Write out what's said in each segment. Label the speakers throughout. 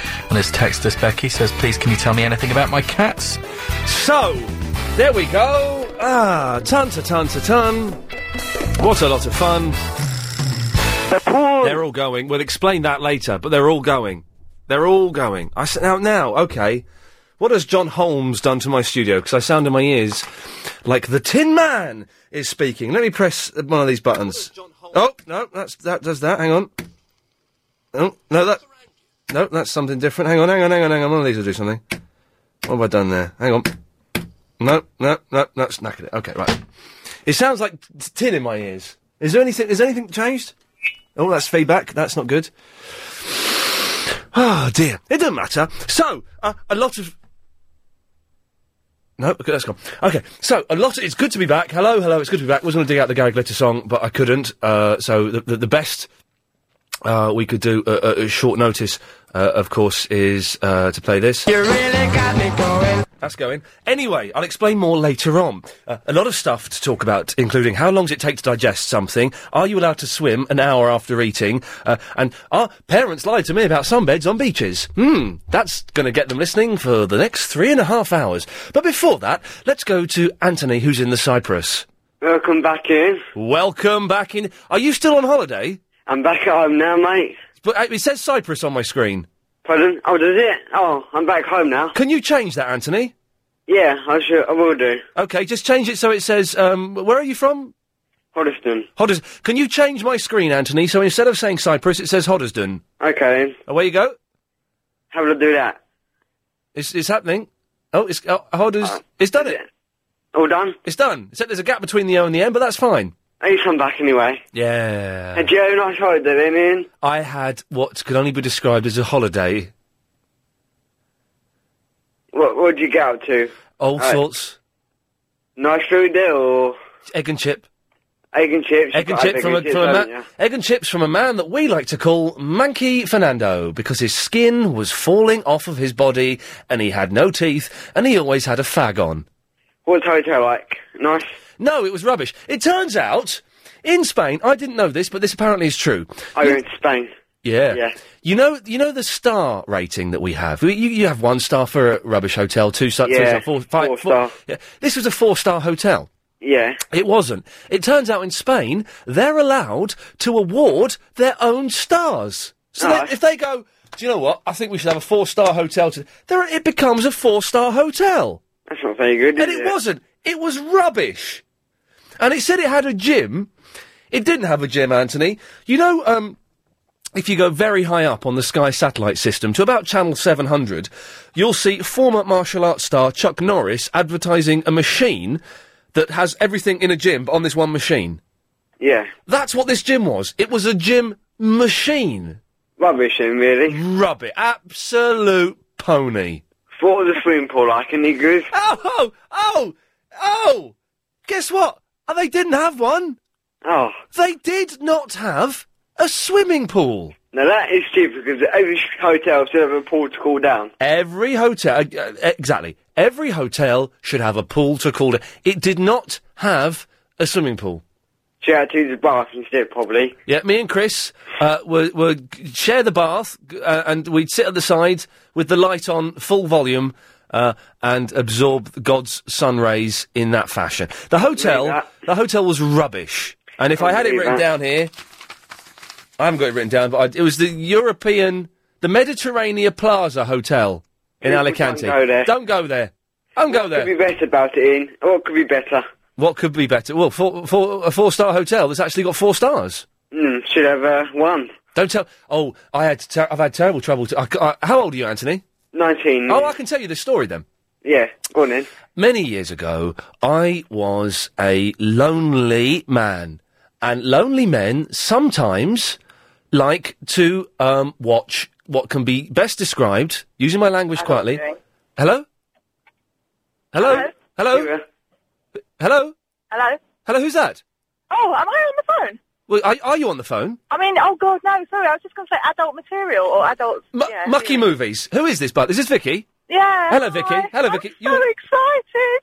Speaker 1: And has texted us, Becky says, please can you tell me anything about my cats?
Speaker 2: So, there we go. Ah, ton to ton to ton. What a lot of fun. They're poor. They're all going. We'll explain that later, but they're all going. They're all going. I s- now now okay. What has John Holmes done to my studio? Because I sound in my ears like the Tin Man is speaking. Let me press uh, one of these buttons. Oh no, that's that does that. Hang on. Oh no, that no, that's something different. Hang on, hang on, hang on, hang on. One of these will do something. What have I done there? Hang on. No, no, no, that's knackered it. Okay, right. It sounds like t- tin in my ears. Is there anything? Is anything changed? Oh, that's feedback. That's not good. Oh dear. It doesn't matter. So uh, a lot of no, okay, that's gone. Okay, so a lot. It's good to be back. Hello, hello. It's good to be back. Was going to dig out the Gary Glitter song, but I couldn't. Uh, so the, the, the best uh, we could do uh, uh, at short notice, uh, of course, is uh, to play this. You really got me going. That's going. Anyway, I'll explain more later on. Uh, a lot of stuff to talk about, including how long does it take to digest something? Are you allowed to swim an hour after eating? Uh, and our parents lied to me about sunbeds on beaches. Hmm, that's going to get them listening for the next three and a half hours. But before that, let's go to Anthony, who's in the Cyprus.
Speaker 3: Welcome back in.
Speaker 2: Welcome back in. Are you still on holiday?
Speaker 3: I'm back at home now, mate.
Speaker 2: But uh, it says Cyprus on my screen.
Speaker 3: Pardon? Oh, does it? Oh, I'm back home now.
Speaker 2: Can you change that, Anthony?
Speaker 3: Yeah, I sure I will do.
Speaker 2: Okay, just change it so it says, um, where are you from?
Speaker 3: Hoddesdon.
Speaker 2: Hoddesdon. Can you change my screen, Anthony? So instead of saying Cyprus, it says Hoddesdon.
Speaker 3: Okay then.
Speaker 2: Away Uh, you go.
Speaker 3: How will I do that?
Speaker 2: It's, it's happening. Oh, it's oh, Hoddes. it's done it.
Speaker 3: Uh, All done.
Speaker 2: It's done. Except there's a gap between the O and the N, but that's fine.
Speaker 3: At least I'm back anyway.
Speaker 2: Yeah.
Speaker 3: Hey, Joe, nice holiday, man.
Speaker 2: I had what could only be described as a holiday.
Speaker 3: What What'd you get up to?
Speaker 2: All
Speaker 3: Right.
Speaker 2: sorts.
Speaker 3: Nice food there, or
Speaker 2: Egg and chip.
Speaker 3: egg and chips?
Speaker 2: Egg and,
Speaker 3: You've got
Speaker 2: chip from a,
Speaker 3: egg and
Speaker 2: from a
Speaker 3: haven't
Speaker 2: ma- egg and chips from a man that we like to call Mankey Fernando because his skin was falling off of his body and he had no teeth and he always had a fag on.
Speaker 3: What's hotel like? Nice?
Speaker 2: No, it was rubbish. It turns out, in Spain, I didn't know this, but this apparently is true.
Speaker 3: Oh, you're in Spain.
Speaker 2: Yeah.
Speaker 3: Yeah.
Speaker 2: You know, you know the star rating that we have. You, you have one star for a rubbish hotel, two star, three
Speaker 3: Yeah,
Speaker 2: star, four, five,
Speaker 3: four star.
Speaker 2: Yeah. This was a four star hotel.
Speaker 3: Yeah.
Speaker 2: It wasn't. It turns out in Spain they're allowed to award their own stars. So
Speaker 3: Ah.
Speaker 2: they- if they go, do you know what? I think we should have a four star hotel. To-, there, it becomes a four star hotel.
Speaker 3: That's not very good.
Speaker 2: And
Speaker 3: is
Speaker 2: it wasn't. It was rubbish. And it said it had a gym. It didn't have a gym, Anthony. You know, um, if you go very high up on the Sky satellite system to about channel 700, you'll see former martial arts star Chuck Norris advertising a machine that has everything in a gym but on this one machine.
Speaker 3: Yeah.
Speaker 2: That's what this gym was. It was a gym machine.
Speaker 3: Rubbish, then, really.
Speaker 2: Rubbish. Absolute pony.
Speaker 3: What was the swimming pool like? Any good?
Speaker 2: Oh, oh, oh, oh! Guess what? Uh, They didn't have one.
Speaker 3: Oh.
Speaker 2: They did not have a swimming pool.
Speaker 3: Now that is stupid because every hotel should have a pool to cool down.
Speaker 2: Every hotel, uh, uh, exactly. Every hotel should have a pool to cool down. It did not have a swimming pool.
Speaker 3: She had to use the bath instead, probably.
Speaker 2: Yeah, me and Chris uh, were, were g- share the bath, g- uh, and we'd sit at the side with the light on, full volume, uh, and absorb God's sun rays in that fashion. The hotel, the hotel was rubbish. And if I had it
Speaker 4: Believe
Speaker 2: written
Speaker 4: that.
Speaker 2: down here, I haven't got it written down, but I, it was the European, the Mediterranean Plaza Hotel in
Speaker 3: People
Speaker 2: Alicante.
Speaker 3: Don't go there.
Speaker 2: Don't go there. Don't go there.
Speaker 3: Could be better about it, Ian. What could be better?
Speaker 2: What could be better? Well, four, four, a four-star hotel that's actually got four stars.
Speaker 3: Mm, should have uh, one.
Speaker 2: Don't tell. Oh, I had. Ter- I've had terrible trouble. To- I c I how old are you, Anthony?
Speaker 3: Nineteen.
Speaker 2: Oh, I can tell you this story then.
Speaker 3: Yeah, go on then.
Speaker 2: Many years ago, I was a lonely man, and lonely men sometimes like to um, watch what can be best described using my language quietly. Hello. Hello. Hello.
Speaker 3: uh,
Speaker 2: Hello.
Speaker 5: Hello.
Speaker 2: Hello. Who's that?
Speaker 5: Oh, am I on the phone?
Speaker 2: Well, are, are you on the phone?
Speaker 5: I mean, oh god, no, sorry. I was just going to say adult material or adult. yeah,
Speaker 3: Uh,
Speaker 2: Mucky movies. Who is this? But is this Vicky?
Speaker 5: Yeah.
Speaker 2: Hello, Vicky. Hello, Vicky.
Speaker 5: I'm so excited.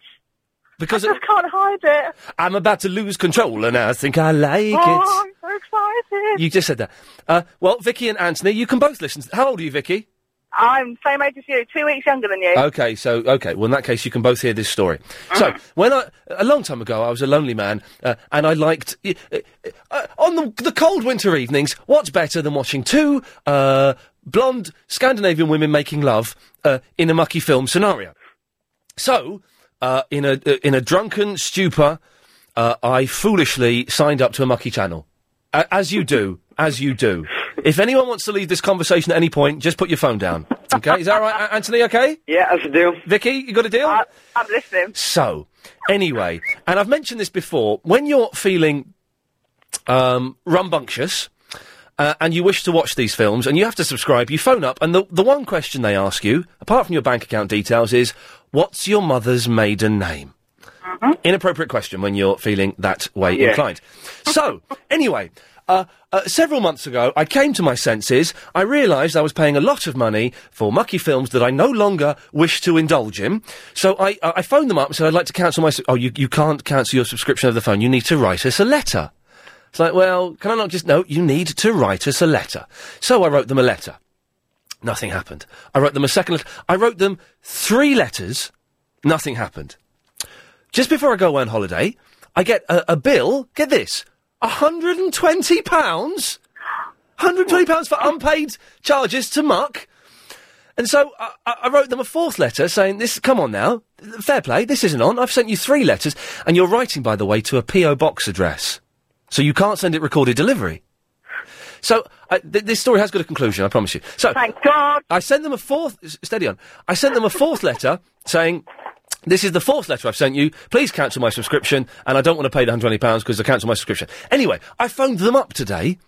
Speaker 2: Because
Speaker 5: I just can't hide it.
Speaker 2: I'm about to lose control and I think I like
Speaker 5: oh, I'm so excited.
Speaker 2: it. You just said that. Uh, well, Vicky and Anthony, you can both listen. How old are you, Vicky?
Speaker 5: I'm same age as you, two weeks younger than you.
Speaker 2: Okay, so okay. Well, in that case, you can both hear this story. So, when I a long time ago, I was a lonely man, uh, and I liked uh, uh, on the, the cold winter evenings. What's better than watching two uh, blonde Scandinavian women making love uh, in a mucky film scenario? So, uh, in a uh, in a drunken stupor, uh, I foolishly signed up to a mucky channel, A- as you do, as you do. If anyone wants to leave this conversation at any point, just put your phone down. Okay, is that all right, A- Anthony? Okay.
Speaker 3: Yeah, that's a deal.
Speaker 2: Vicky, you got a deal?
Speaker 5: I'm listening.
Speaker 2: So, anyway, and I've mentioned this before. When you're feeling um, rumbunctious uh, and you wish to watch these films and you have to subscribe, you phone up, and the, the one question they ask you, apart from your bank account details, is what's your mother's maiden name? Inappropriate question when you're feeling that way
Speaker 4: Yeah.
Speaker 2: inclined. So, anyway, uh, uh, several months ago, I came to my senses. I realised I was paying a lot of money for mucky films that I no longer wish to indulge in. So I, uh, I I phoned them up and said, I'd like to cancel my. Su- oh, you, you can't cancel your subscription over the phone. You need to write us a letter. It's like, well, can I not just. No, you need to write us a letter. So I wrote them a letter. Nothing happened. I wrote them a second letter. I wrote them three letters. Nothing happened. Just before I go away on holiday, I get a, a bill. Get this: hundred and twenty pounds. Hundred and twenty pounds for unpaid charges to Muck. And so I, I I wrote them a fourth letter saying, "This, come on now, fair play. This isn't on. I've sent you three letters, and you're writing, by the way, to a PO box address, so you can't send it recorded delivery." So I, th- this story has got a conclusion, I promise you. So
Speaker 5: thank God.
Speaker 2: I sent them a fourth. s- Steady on. I sent them a fourth letter saying, "This is the fourth letter I've sent you. Please cancel my subscription, and I don't want to pay the hundred twenty pounds because I cancelled my subscription." Anyway, I phoned them up today,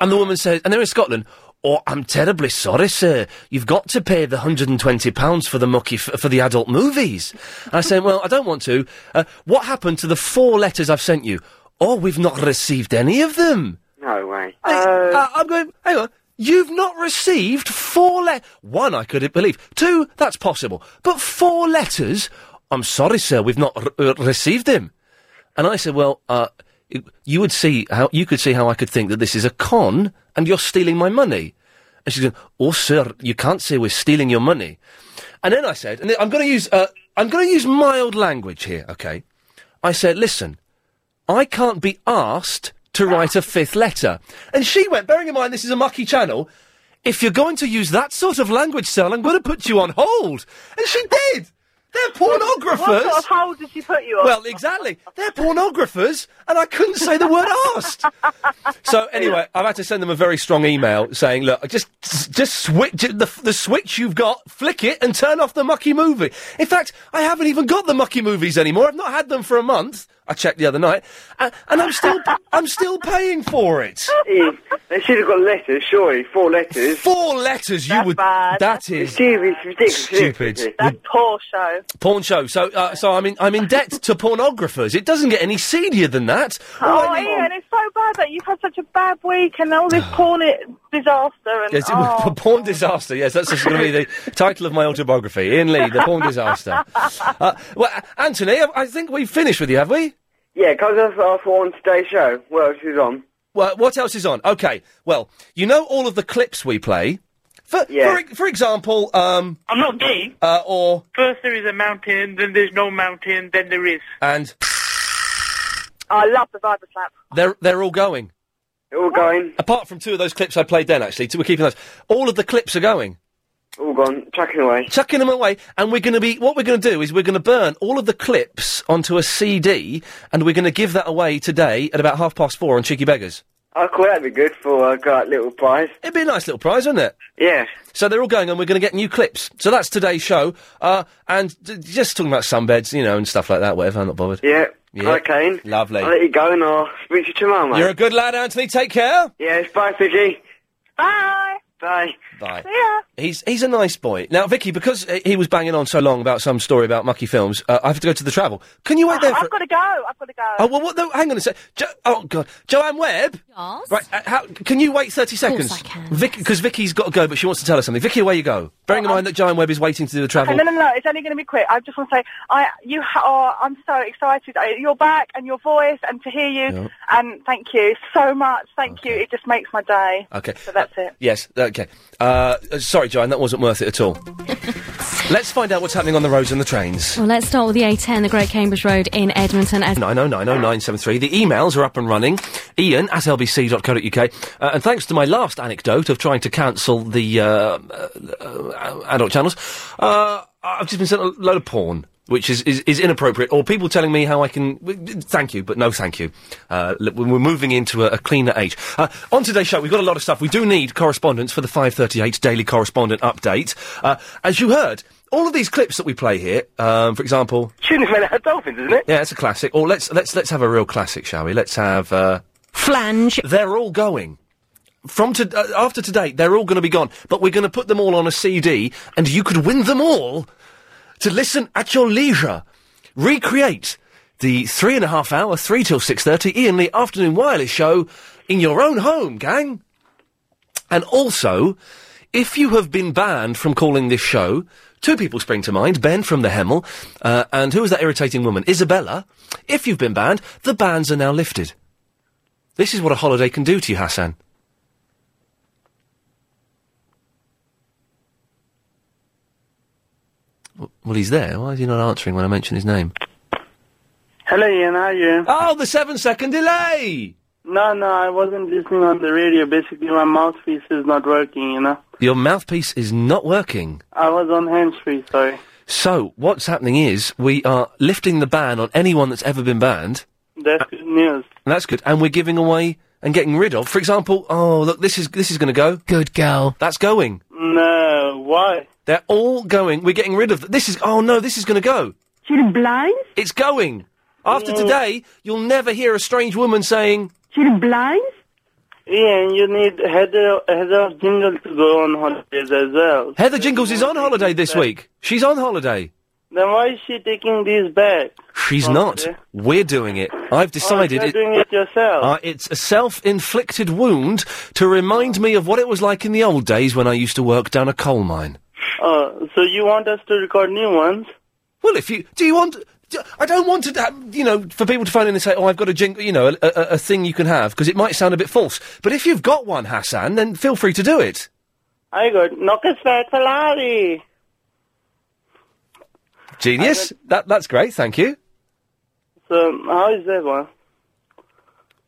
Speaker 2: and the woman says, and they're in Scotland. Oh, I'm terribly sorry, sir. You've got to pay the hundred and twenty pounds for the mucky f- for the adult movies. And I said, well, I don't want to. Uh, what happened to the four letters I've sent you? Oh, we've not received any of them.
Speaker 3: No way.
Speaker 2: Uh, I'm going. Hang on. You've not received four le One, I couldn't believe. Two, that's possible. But four letters. I'm sorry, sir. We've not r- uh, received them. And I said, well, uh, y- you would see how you could see how I could think that this is a con and you're stealing my money. And she said, oh, sir, you can't say we're stealing your money. And then I said, and then I'm going to use uh, I'm going to use mild language here. Okay, I said, listen. I can't be asked to write a fifth letter. And she went, bearing in mind this is a mucky channel, if you're going to use that sort of language, Sal, I'm going to put you on hold. And she did. They're pornographers.
Speaker 5: What sort of hole did she put you on?
Speaker 2: Well, exactly. They're pornographers, and I couldn't say the word asked. So anyway, I've had to send them a very strong email saying, "Look, just just switch the the switch you've got, flick it, and turn off the mucky movie." In fact, I haven't even got the mucky movies anymore. I've not had them for a month. I checked the other night, and, and I'm still I'm still paying for it.
Speaker 3: They should have got letters, surely. Four letters.
Speaker 2: Four letters. You would. That is
Speaker 3: It's ridiculous.
Speaker 2: stupid.
Speaker 5: That poor show.
Speaker 2: Porn show. So, uh, so I'm in, I'm in debt to pornographers. It doesn't get any seedier than that. All
Speaker 5: Oh,
Speaker 2: I need-
Speaker 5: Ian, it's so bad that you've had such a bad week and all this porn i- disaster and
Speaker 2: Yes, it-
Speaker 5: oh.
Speaker 2: Porn disaster. Yes, that's just going to be the title of my autobiography. Ian Lee, the porn disaster. Uh, well, Anthony, I- I think we've finished with you, have we?
Speaker 3: Yeah, because that's our for on today's show. Well, she's on.
Speaker 2: Well, what else is on? Okay. Well, you know all of the clips we play. For for, e- for example, um,
Speaker 6: I'm not gay.
Speaker 2: Uh, or
Speaker 6: First there is a mountain, then there's no mountain, then there is.
Speaker 2: and
Speaker 5: I love the vibe slap.
Speaker 2: they're they're all going.
Speaker 3: They're all going.
Speaker 2: Apart from two of those clips I played then, actually, two- we're keeping those. All of the clips are going.
Speaker 3: All gone. Chucking away.
Speaker 2: Chucking them away, and we're going to be. What we're going to do is we're going to burn all of the clips onto a CD, and we're going to give that away today at about half past four on Cheeky Beggars.
Speaker 3: I thought Oh, that'd be good for a uh, little prize.
Speaker 2: It'd be a nice little prize, wouldn't it?
Speaker 3: Yeah.
Speaker 2: So they're all going, and we're going to get new clips. So that's today's show. Uh, and d- just talking about sunbeds, you know, and stuff like that. Whatever, I'm not bothered.
Speaker 3: Yeah.
Speaker 2: Yeah.
Speaker 3: Okay.
Speaker 2: Lovely.
Speaker 3: I'll let you go and I'll speak to you tomorrow, mate.
Speaker 2: You're a good lad, Anthony. Take care.
Speaker 3: Yes, bye, Vicky.
Speaker 5: Bye.
Speaker 3: Bye.
Speaker 2: Bye.
Speaker 5: Yeah.
Speaker 2: He's he's a nice boy. Now, Vicky, because uh, he was banging on so long about some story about mucky films, uh, I have to go to the travel. Can you wait there for?
Speaker 5: I've got to go. I've got to go.
Speaker 2: Oh well, what? No, hang on a sec. Jo- oh God, Joanne Webb. Right, uh, how, can you wait thirty seconds?
Speaker 5: course I
Speaker 2: can. Because Vicky's got to go, but she wants to tell us something. Vicky, away you go. Bearing in mind that Joanne Webb is waiting to do the travel.
Speaker 5: Okay, no, no, no. It's only going to be quick. I just want to say, I you ha- oh, I'm so excited. I, you're back and your voice and to hear you
Speaker 2: Yeah.
Speaker 5: and thank you so much. Thank you. It just makes my day.
Speaker 2: Okay.
Speaker 5: So that's it.
Speaker 2: Yes, uh, Okay. Uh, uh, sorry, Joanne, that wasn't worth it at all. Let's find out what's happening on the roads and the trains.
Speaker 4: Well, let's start with the A10, the Great Cambridge Road in Edmonton. As
Speaker 2: 90900973. The emails are up and running. Ian at lbc.co.uk. Uh, and thanks to my last anecdote of trying to cancel the uh, uh, uh, adult channels, uh, I've just been sent a load of porn. Which is, is, is inappropriate, or people telling me how I can. w- w- Thank you, but no thank you. Uh, l- we're moving into a, a cleaner age. Uh, on today's show, we've got a lot of stuff. We do need correspondence for the 538 Daily Correspondent Update. Uh, as you heard, all of these clips that we play here, um, for example.
Speaker 3: Tuning Man Out Dolphins, isn't it?
Speaker 2: Yeah, it's a classic. Or let's let's let's have a real classic, shall we? Let's have uh,
Speaker 4: Flange.
Speaker 2: They're all going. From to uh, after today, they're all going to be gone. But we're going to put them all on a CD, and you could win them all to listen at your leisure. Recreate the three and a half hour, three till six thirty, Ian Lee afternoon wireless show in your own home, gang. And also, if you have been banned from calling this show, two people spring to mind Ben from the Hemel, uh, and who was that irritating woman? Isabella. If you've been banned, the bans are now lifted. This is what a holiday can do to you, Hassan. W- Well, he's there. Why is he not answering when I mention his name?
Speaker 7: Hello, Ian. How are you?
Speaker 2: Oh, the seven-second delay.
Speaker 7: No, no, I wasn't listening on the radio. Basically, my mouthpiece is not working. You know,
Speaker 2: Your mouthpiece is not working.
Speaker 7: I was on hands free. Sorry.
Speaker 2: So, what's happening is we are lifting the ban on anyone that's ever been banned.
Speaker 7: That's good news.
Speaker 2: And That's good. And we're giving away and getting rid of, for example, oh look, this is this is going to go. Good girl. That's going.
Speaker 7: No, why?
Speaker 2: They're all going. We're getting rid of this. Is oh no, this is going to go.
Speaker 8: She's blind.
Speaker 2: It's going. After
Speaker 7: Mm.
Speaker 2: today, you'll never hear a strange woman saying.
Speaker 7: She's blind. Ian, you need Heather Heather Jingle to go on holidays as well.
Speaker 2: Heather Jingles is on holiday this week. She's on holiday.
Speaker 7: Then why is she taking these back? Oh,
Speaker 2: She's not. We're doing it. I've decided.
Speaker 7: You're
Speaker 2: it-
Speaker 7: Oh, doing it yourself.
Speaker 2: Uh, it's a self inflicted wound to remind me of what it was like in the old days when I used to work down a coal mine.
Speaker 7: Uh, so you want us to record new ones?
Speaker 2: Well, if you do, you want. do- I don't want to, uh, you know, for people to phone in and say, "Oh, I've got a jingle," you know, a, a, a thing you can have because it might sound a bit false. But if you've got one, Hassan, then feel free to do it.
Speaker 7: I got Knockus Fertilari.
Speaker 2: Genius. That that's great. Thank you.
Speaker 7: So how is that one?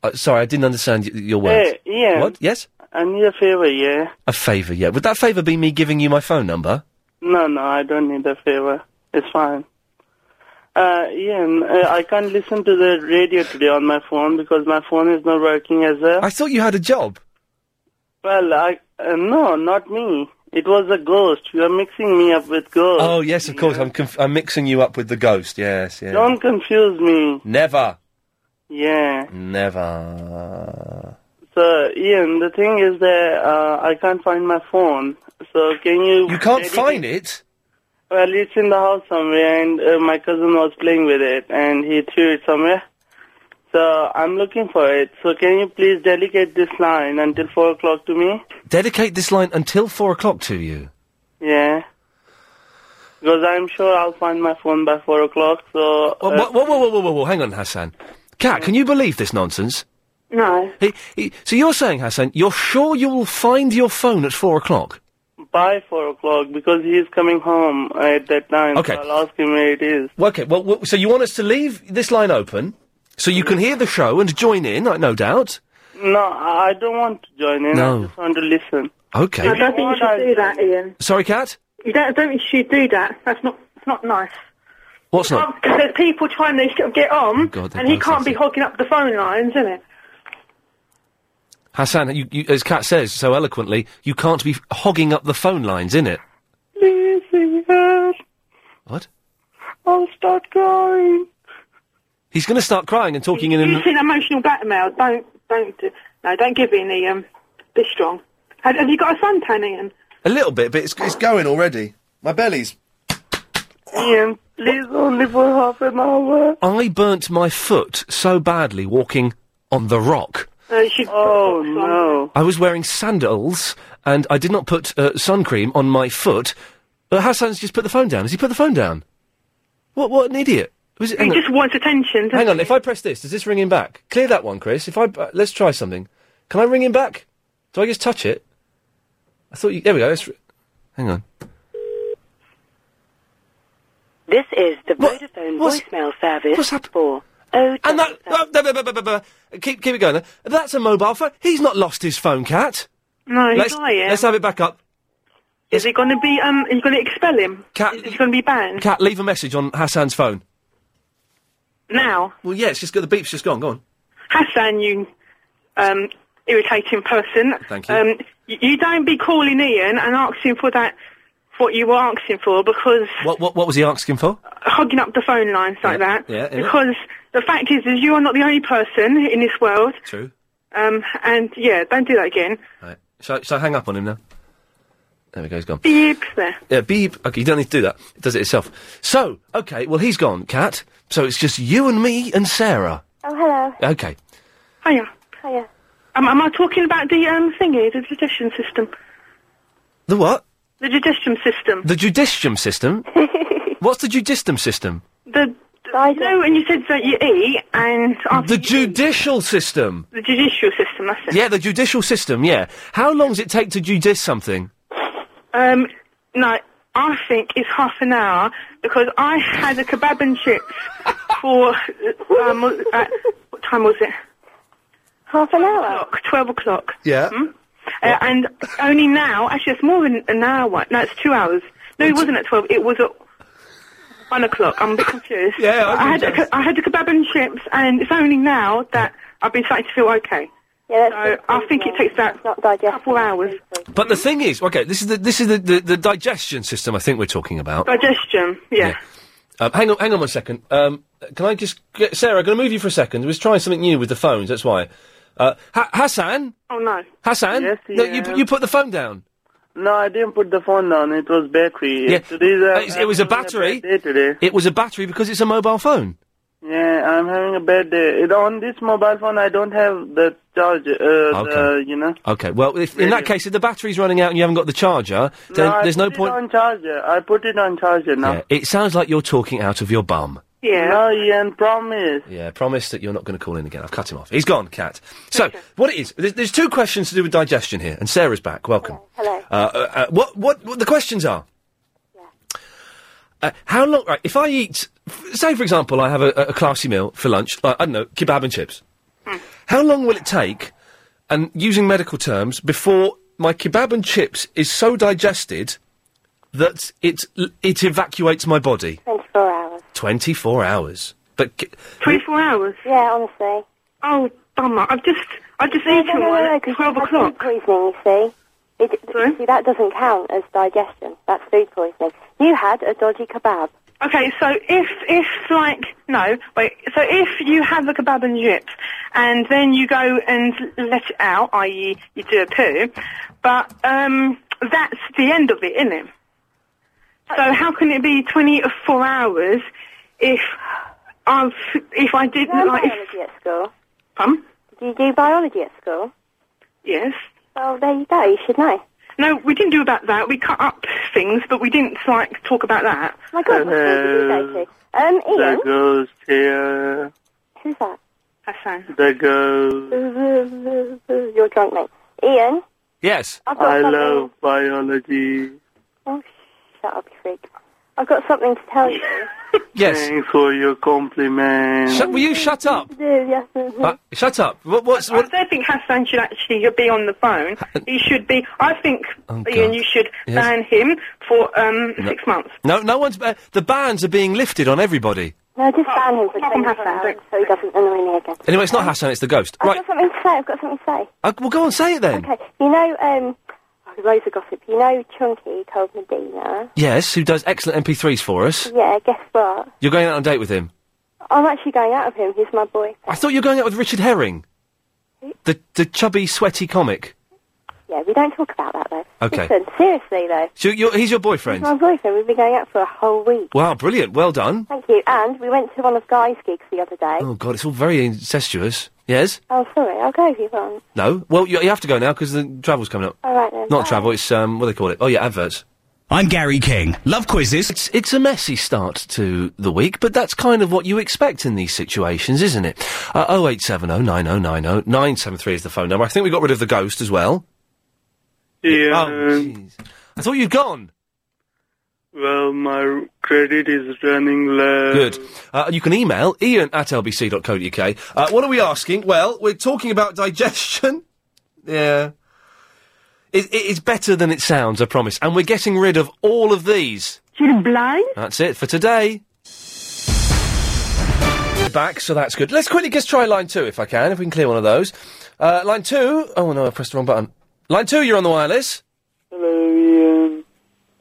Speaker 2: Uh, sorry, I didn't understand y- your words.
Speaker 7: Hey, Ian.
Speaker 2: What? Yes.
Speaker 7: I need a favor, yeah.
Speaker 2: A favour, yeah. Would that favour be me giving you my phone number?
Speaker 7: No, no, I don't need a favor. It's fine. Uh, Ian, uh, I can't listen to the radio today on my phone because my phone is not working as well.
Speaker 2: I thought you had a job.
Speaker 7: Well, I uh, no, not me. It was a ghost. You are mixing me up with ghosts.
Speaker 2: Oh yes, of course. I'm conf- I'm mixing you up with the ghost. Yes, yes.
Speaker 7: Don't confuse me.
Speaker 2: Never,
Speaker 7: Yeah.
Speaker 2: never.
Speaker 7: So, Ian, the thing is that uh, I can't find my phone. So, can you?
Speaker 2: You can't
Speaker 7: edit
Speaker 2: find it.
Speaker 7: Well, it's in the house somewhere, and uh, my cousin was playing with it, and he threw it somewhere. So I'm looking for it. So can you please dedicate this line until four o'clock to me?
Speaker 2: Dedicate this line until four o'clock to you.
Speaker 7: Yeah. Because I'm sure I'll find my phone by four o'clock. So
Speaker 2: Whoa, whoa,
Speaker 7: uh,
Speaker 2: whoa, whoa, whoa, whoa, whoa, hang on, Hassan. Cat, can you believe this nonsense?
Speaker 7: No.
Speaker 2: He, he, so you're saying, Hassan, you're sure you'll find your phone at four o'clock?
Speaker 7: by four o'clock, because he's coming home at that time.
Speaker 2: Okay.
Speaker 7: So I'll ask him where it is.
Speaker 2: Well, Okay, well, well, so you want us to leave this line open so you can hear the show and join in, uh, no doubt?
Speaker 7: No, I I don't want to join in.
Speaker 2: No.
Speaker 7: I just want to listen.
Speaker 2: Okay.
Speaker 9: I don't think you should do that, Ian.
Speaker 2: Sorry, Cat?
Speaker 9: You don't, I don't think you should do that. That's not, it's not nice.
Speaker 2: What's not?
Speaker 9: Because there's people trying to sort of get on,
Speaker 2: God, they're
Speaker 9: and he
Speaker 2: both
Speaker 9: can't be hogging up the phone lines, is it?
Speaker 2: Hassan, you, you, as Kat says so eloquently, you can't be f- hogging up the phone lines, in it.
Speaker 7: Listen, yes,
Speaker 2: What?
Speaker 9: Oh,
Speaker 7: I'll start crying.
Speaker 2: He's going to start crying and talking in
Speaker 9: You've
Speaker 2: an...
Speaker 9: seen emotional blackmail. Don't, don't, do, no, don't give in, Ian. Be strong. Have, have you got a suntan, Ian?
Speaker 2: A little bit, but it's, it's going already. My belly's
Speaker 7: Ian, please only for half an hour.
Speaker 2: I burnt my foot so badly walking on the rock.
Speaker 9: Uh, you should
Speaker 7: oh no!
Speaker 2: I was wearing sandals and I did not put uh, sun cream on my foot. Uh, Hassan's just put the phone down. Has he put the phone down? What? What an idiot! Was it,
Speaker 9: He
Speaker 2: hang
Speaker 9: just
Speaker 2: on.
Speaker 9: wants attention. doesn't
Speaker 2: Hang on.
Speaker 9: he?
Speaker 2: If I press this, does this ring him back? Clear that one, Chris. If I uh, let's try something. Can I ring him back? Do I just touch it? I thought you. There we go. Let's re- Hang on.
Speaker 8: This is the Vodafone voicemail service for oh
Speaker 2: And that. oh, blah, blah, blah, blah, blah, blah. Keep, keep it going. There. That's a mobile phone. He's not lost his phone, cat.
Speaker 9: No, Oh, he's
Speaker 2: let's,
Speaker 9: lying.
Speaker 2: Let's have it back up.
Speaker 9: Is it going to be? Um, are you going to expel him?
Speaker 2: Cat,
Speaker 9: Is he going to be banned
Speaker 2: Cat, leave a message on Hassan's phone.
Speaker 9: now?
Speaker 2: Well, yeah, it's just got the beep's just gone. Go on.
Speaker 9: Hassan, you um, irritating person.
Speaker 2: Thank you.
Speaker 9: Um, you, you don't be calling Ian and asking for that, what you were asking for, because
Speaker 2: What what what was he asking for?
Speaker 9: hogging up the phone lines like that.
Speaker 2: yeah, yeah.
Speaker 9: Because the fact is, is you are not the only person in this world.
Speaker 2: True.
Speaker 9: Um, and yeah, don't do that again.
Speaker 2: Right. So so hang up on him now. There we go. He's gone.
Speaker 9: Beep there.
Speaker 2: Yeah, beep. Okay, you don't need to do that. It does it itself. So okay, well he's gone, cat. So it's just you and me and Sarah.
Speaker 9: Oh hello.
Speaker 2: Okay.
Speaker 9: Hiya. Hiya. Um, am I talking about the um thingy, the digestion system?
Speaker 2: The what?
Speaker 9: The digestion system.
Speaker 2: The judicium system. What's the judicium system?
Speaker 9: The, the you know, and you said that you eat and after
Speaker 2: The judicial system.
Speaker 9: the judicial system. That's it.
Speaker 2: Yeah, the judicial system. Yeah. How long does it take to judice something?
Speaker 9: Um, no, I think it's half an hour because I had a kebab and chips for um, uh, what time was it? Half an hour. Twelve o'clock.
Speaker 2: Yeah.
Speaker 9: Uh, and only now, actually, it's more than an hour. No, it's two hours. No, it wasn't at twelve. It was at one o'clock. I'm a bit confused.
Speaker 2: Yeah,
Speaker 8: Oh,
Speaker 2: I
Speaker 9: I, had a,
Speaker 2: apologise.
Speaker 9: ke- I had the kebab and chips, and it's only now that I've been starting to feel okay. Yeah, so I think it takes that couple hours.
Speaker 2: But the thing is, okay, this is the this is the, the, the digestion system. I think we're talking about.
Speaker 9: Digestion, yeah.
Speaker 2: Um, hang on, hang on one second. Um, can I just get, Sarah? Going to move you for a second. We're trying something new with the phones. That's why. Uh, ha- Hassan,
Speaker 9: Oh no.
Speaker 2: Hassan,
Speaker 7: Yes,
Speaker 2: no, you
Speaker 7: yeah.
Speaker 2: you put the phone down.
Speaker 7: No, I didn't put the phone down. It was battery.
Speaker 2: Yeah.
Speaker 7: Today's, uh,
Speaker 2: Uh, it's- it was a
Speaker 7: I'm having
Speaker 2: battery.
Speaker 7: bad day today.
Speaker 2: It was a battery because it's a mobile phone.
Speaker 7: Yeah, I'm having a bad day. It, on this mobile phone, I don't have the charge. Uh, the, you know.
Speaker 2: Okay, well, if, in that case, if the battery's running out and you haven't got the charger, then
Speaker 7: I
Speaker 2: there's no
Speaker 7: put it
Speaker 2: point.
Speaker 7: on charger. I put it on charger now.
Speaker 2: Yeah, it sounds like you're talking out of your bum.
Speaker 9: Yeah.
Speaker 7: No, Ian, promise.
Speaker 2: Yeah, promise that you're not going to call in again. I've cut him off. He's gone, cat. So, what it is? There's, there's two questions to do with digestion here, and Sarah's back. Welcome.
Speaker 10: Hello.
Speaker 2: Uh, uh, uh, what, what, what the questions are? Uh, how long? Right, if I eat, f- say for example, I have a, a classy meal for lunch. Like, I don't know, kebab and chips. How long will it take? And using medical terms, before my kebab and chips is so digested that it it evacuates my body.
Speaker 10: 24 hours.
Speaker 2: Twenty four hours. But ki-
Speaker 9: 24 hours?
Speaker 10: Yeah, honestly.
Speaker 9: Oh, bummer. I've just, I've just
Speaker 10: no,
Speaker 9: eaten
Speaker 10: no, no,
Speaker 9: one
Speaker 10: no,
Speaker 9: at
Speaker 10: 'cause
Speaker 9: 12
Speaker 10: that's
Speaker 9: o'clock.
Speaker 10: Food poisoning, you see. It, see, that doesn't count as digestion. That's food poisoning. You had a dodgy kebab.
Speaker 9: Okay, so if, if like, no, wait, so if you have a kebab and chips and then you go and let it out, i.e. you do a poo, but, um, that's the end of it, isn't it? So how can it be 24 hours if I've, if I
Speaker 10: Did
Speaker 9: didn't,
Speaker 10: you learn
Speaker 9: like, if,
Speaker 10: biology at school?
Speaker 9: Pardon?
Speaker 10: Did you do biology at school?
Speaker 9: yes.
Speaker 10: Well, there you go. You should know.
Speaker 9: No, we didn't do about that. We cut up things, but we didn't, like, talk about that.
Speaker 10: Oh My God,
Speaker 2: Uh-huh.
Speaker 10: what school did you go to? Um,
Speaker 7: The
Speaker 10: Ian?
Speaker 7: ghost here.
Speaker 10: Who's that?
Speaker 9: Hassan.
Speaker 7: The ghost.
Speaker 10: You're drunk, mate. Ian?
Speaker 2: Yes.
Speaker 10: I've got
Speaker 7: I
Speaker 10: something-
Speaker 7: love biology.
Speaker 10: Oh, shut up, you freak. I've got something to tell you.
Speaker 2: Yes.
Speaker 7: Thanks for your compliment.
Speaker 2: Shut- will you shut up?
Speaker 10: yes.
Speaker 2: Uh, shut up. Oh. What, what's
Speaker 9: I don't think Hassan should actually be on the phone. He should be. I think
Speaker 2: Oh,
Speaker 9: Ian,
Speaker 2: God.
Speaker 9: you should
Speaker 2: Yes.
Speaker 9: ban him for um, six months.
Speaker 2: No, no one's. Uh, the bans are being lifted on everybody.
Speaker 10: No, just ban him for 24 hours so he doesn't annoy me again.
Speaker 2: Anyway, it's not Hassan, it's the ghost.
Speaker 10: I've
Speaker 2: Right.
Speaker 10: got something to say. I've got something to say.
Speaker 2: Uh, well, go on, say it then.
Speaker 10: Okay, you know, um, oh, loads of gossip. You know, Chunky told Medina.
Speaker 2: Yes, who does excellent MP3s for us.
Speaker 10: Yeah, guess what?
Speaker 2: You're going out on a date with him.
Speaker 10: I'm actually going out with him. He's my boy.
Speaker 2: I thought you were going out with Richard Herring. The, the chubby, sweaty comic.
Speaker 10: Yeah, we don't talk about that though.
Speaker 2: Okay.
Speaker 10: Listen, seriously though,
Speaker 2: So you're, he's your
Speaker 10: he's
Speaker 2: boyfriend.
Speaker 10: my boyfriend. We've been going out for a whole week.
Speaker 2: Wow, brilliant. Well done.
Speaker 10: Thank you. And we went to one of Guy's gigs the other day.
Speaker 2: Oh, God, it's all very incestuous. Yes?
Speaker 10: Oh, sorry. I'll go if you want.
Speaker 2: No? Well, you, you have to go now because the travel's coming up.
Speaker 10: All right then.
Speaker 2: Not travel, it's, um, what do they call it? Oh, yeah, adverts. I'm Gary King. Love quizzes. It's, it's a messy start to the week, but that's kind of what you expect in these situations, isn't it? Uh, 0870 9090 973 is the phone number. I think we got rid of the ghost as well.
Speaker 6: Yeah.
Speaker 2: Oh, jeez. I thought you'd gone.
Speaker 6: Well, my credit is running low.
Speaker 2: Good. Uh, you can email ian at lbc.co.uk. Uh, what are we asking? Well, we're talking about digestion. yeah. It, it, it's better than it sounds, I promise. And we're getting rid of all of these.
Speaker 11: You're blind?
Speaker 2: That's it for today. Back, so that's good. Let's quickly just try line two, if I can, if we can clear one of those. Uh, line two. Oh no, I pressed the wrong button. Line two, you're on the wireless.
Speaker 3: Hello, Ian.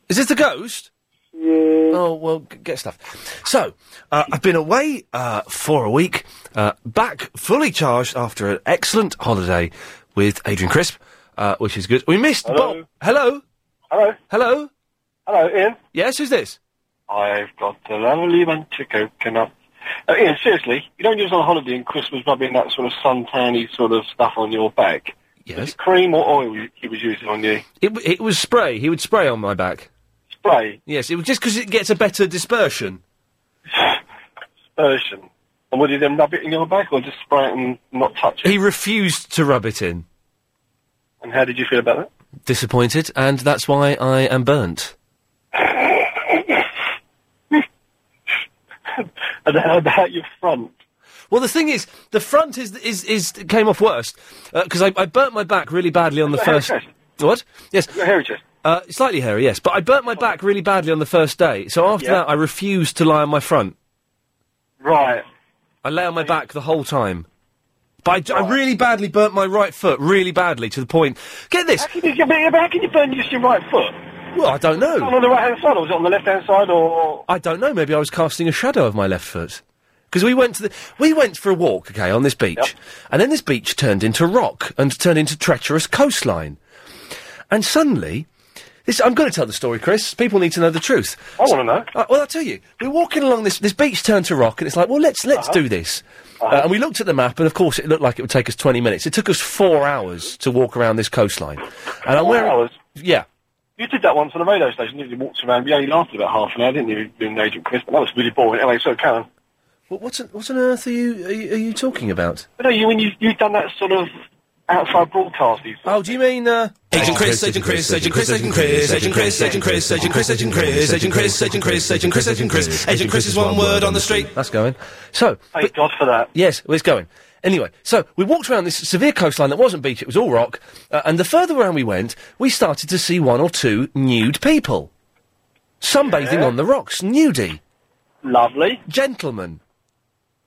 Speaker 2: Is this the ghost?
Speaker 3: Yeah.
Speaker 2: Oh well, g- get stuff. So uh, I've been away uh, for a week. Uh, back fully charged after an excellent holiday with Adrian Crisp, uh, which is good. We missed
Speaker 3: Hello.
Speaker 2: Bob. Hello.
Speaker 3: Hello.
Speaker 2: Hello.
Speaker 3: Hello, Ian.
Speaker 2: Yes, who's this?
Speaker 3: I've got a lovely bunch of coconut. Uh, Ian, seriously, you don't use on holiday and Christmas rubbing that sort of suntanny sort of stuff on your back.
Speaker 2: Yes.
Speaker 3: Was it cream or oil you- he was using on you?
Speaker 2: It, w- it was spray. He would spray on my back.
Speaker 3: Spray
Speaker 2: Yes, it was just because it gets a better dispersion.
Speaker 3: version. And would he then rub it in your back or just spray it and not touch it?
Speaker 2: He refused to rub it in.
Speaker 3: And how did you feel about that?
Speaker 2: Disappointed, and that's why I am burnt.
Speaker 3: And how about your front?
Speaker 2: Well, the thing is, the front is is is came off worst because I, I burnt my back really badly on the
Speaker 3: got a hairy
Speaker 2: first.
Speaker 3: chest?
Speaker 2: What? Yes.
Speaker 3: hairy chest?
Speaker 2: Uh, slightly hairy, yes. But I burnt my back really badly on the first day, so after
Speaker 3: Yeah.
Speaker 2: that I refused to lie on my front.
Speaker 3: Right.
Speaker 2: I lay on my back the whole time. But I d- I, really badly burnt my right foot, really badly, to the point. Get this.
Speaker 3: How can you, how can you burn just your right foot?
Speaker 2: Well, I don't know.
Speaker 3: Was it on the right hand side or was it on the left hand side or
Speaker 2: I don't know. Maybe I was casting a shadow of my left foot because we went to the we went for a walk, okay, on this beach, and then this beach turned into rock and turned into treacherous coastline, and suddenly. This, I'm going to tell the story, Chris. People need to know the truth. I want to
Speaker 3: know.
Speaker 2: well, I'll tell you. We're walking along this this beach turned to rock, and it's like, well, let's let's
Speaker 3: Uh-huh.
Speaker 2: do this. uh and we looked at the map, and of course, it looked like it would take us 20 minutes. It took us four hours to walk around this coastline. And I'm
Speaker 3: Four
Speaker 2: wearing
Speaker 3: hours?
Speaker 2: Yeah.
Speaker 3: You did that once on the radio station, didn't you? You walked around. You only lasted about half an hour, didn't you, doing Agent Chris? But that was really boring. Anyway, so Karen.
Speaker 2: What, what's on, what on earth are you are you, are you talking about?
Speaker 3: But no, you when you you've done that sort of outside broadcasting.
Speaker 2: Oh, do you mean uh,
Speaker 12: Agent Chris, Agent Chris, Agent Chris, Agent Chris, Agent Chris, Agent Chris, Agent Chris, Agent Chris, Agent Chris, Agent Chris, Agent Chris, Agent Chris, Agent Chris is one word on the street.
Speaker 2: That's going. So.
Speaker 3: Thank God for that.
Speaker 2: Yes, well, it's going. Anyway, so we walked around this severe coastline that wasn't beach, it was all rock. Uh, and the further around we went, we started to see one or two nude people. Sunbathing
Speaker 3: Yeah.
Speaker 2: on the rocks, nudie.
Speaker 3: Lovely.
Speaker 2: Gentlemen.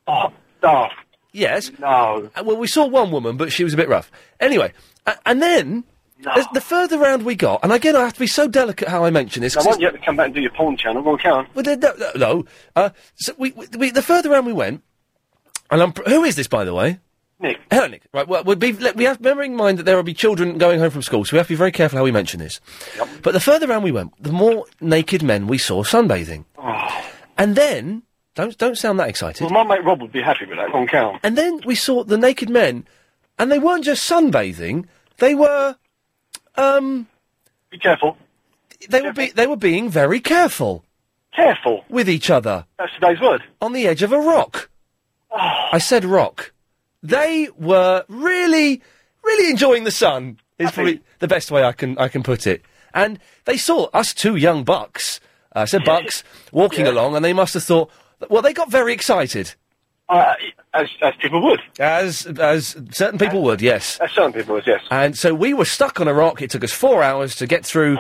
Speaker 3: Oh, oh.
Speaker 2: Yes. Uh,
Speaker 3: No.
Speaker 2: Well, we saw one woman, but she was a bit rough. Anyway, uh, and then. as- The further round we got, and again, I have to be so delicate how I mention this.
Speaker 3: I
Speaker 2: 'cause
Speaker 3: want
Speaker 2: it's-
Speaker 3: you to come back and do your porn channel. Go on, Karen.
Speaker 2: Well, no, no, no. Uh, so we, we, we, the further round we went, and I'm, pr- who is this, by the way?
Speaker 3: Nick.
Speaker 2: Hello, Nick. Right, well, we'll be, let, we have, bear in mind that there will be children going home from school, so we have to be very careful how we mention this. But the further round we went, the more naked men we saw sunbathing. And then, don't, don't sound that excited.
Speaker 3: Oh. Well, my mate Rob would be happy with that. Go on, Karen.
Speaker 2: And then we saw the naked men, and they weren't just sunbathing; they were, um,
Speaker 3: be careful.
Speaker 2: They were be, they were being very careful,
Speaker 3: careful
Speaker 2: with each other.
Speaker 3: That's today's word.
Speaker 2: On the edge of a rock.
Speaker 3: Oh.
Speaker 2: I said rock. They were really, really enjoying the sun. Is probably the best way I can I can put it. And they saw us two young bucks. uh, I said bucks walking along, and they must have thought. Well, they got very excited.
Speaker 3: Uh, as as people would. Uh,
Speaker 2: As as certain people would, yes.
Speaker 3: As certain people would, yes.
Speaker 2: And so we were stuck on a rock. It took us four hours to get through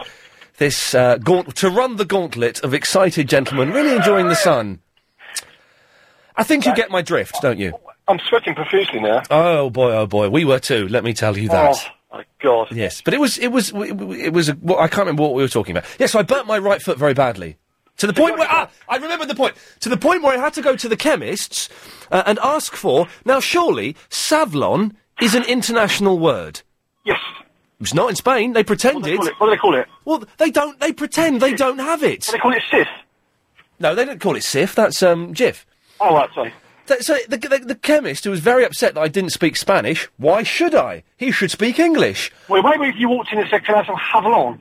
Speaker 2: this uh, gaunt to run the gauntlet of excited gentlemen, really enjoying the sun. I think you get my drift, don't you?
Speaker 3: I'm sweating profusely now.
Speaker 2: Oh boy, oh boy, we were too. Let me tell you that.
Speaker 3: Oh my God.
Speaker 2: Yes, but it was it was w- w- it was. A, well, I can't remember what we were talking about. Yes, I burnt my right foot very badly. To the point where ah, I remember the point. To the point where I had to go to the chemists uh, and ask for. Now, surely Savlon is an international word.
Speaker 3: Yes.
Speaker 2: It's not in Spain. They pretended.
Speaker 3: What do they call it?
Speaker 2: Well, they don't. They pretend they don't have it.
Speaker 3: They call it Sif.
Speaker 2: No, they don't call it Sif. That's um, Jif.
Speaker 3: Oh, right, sorry.
Speaker 2: Th- So the, the, the chemist who was very upset that I didn't speak Spanish. Why should I? He should speak English.
Speaker 3: Wait, wait, wait. You walked in and said, "Can I have some Havilon?"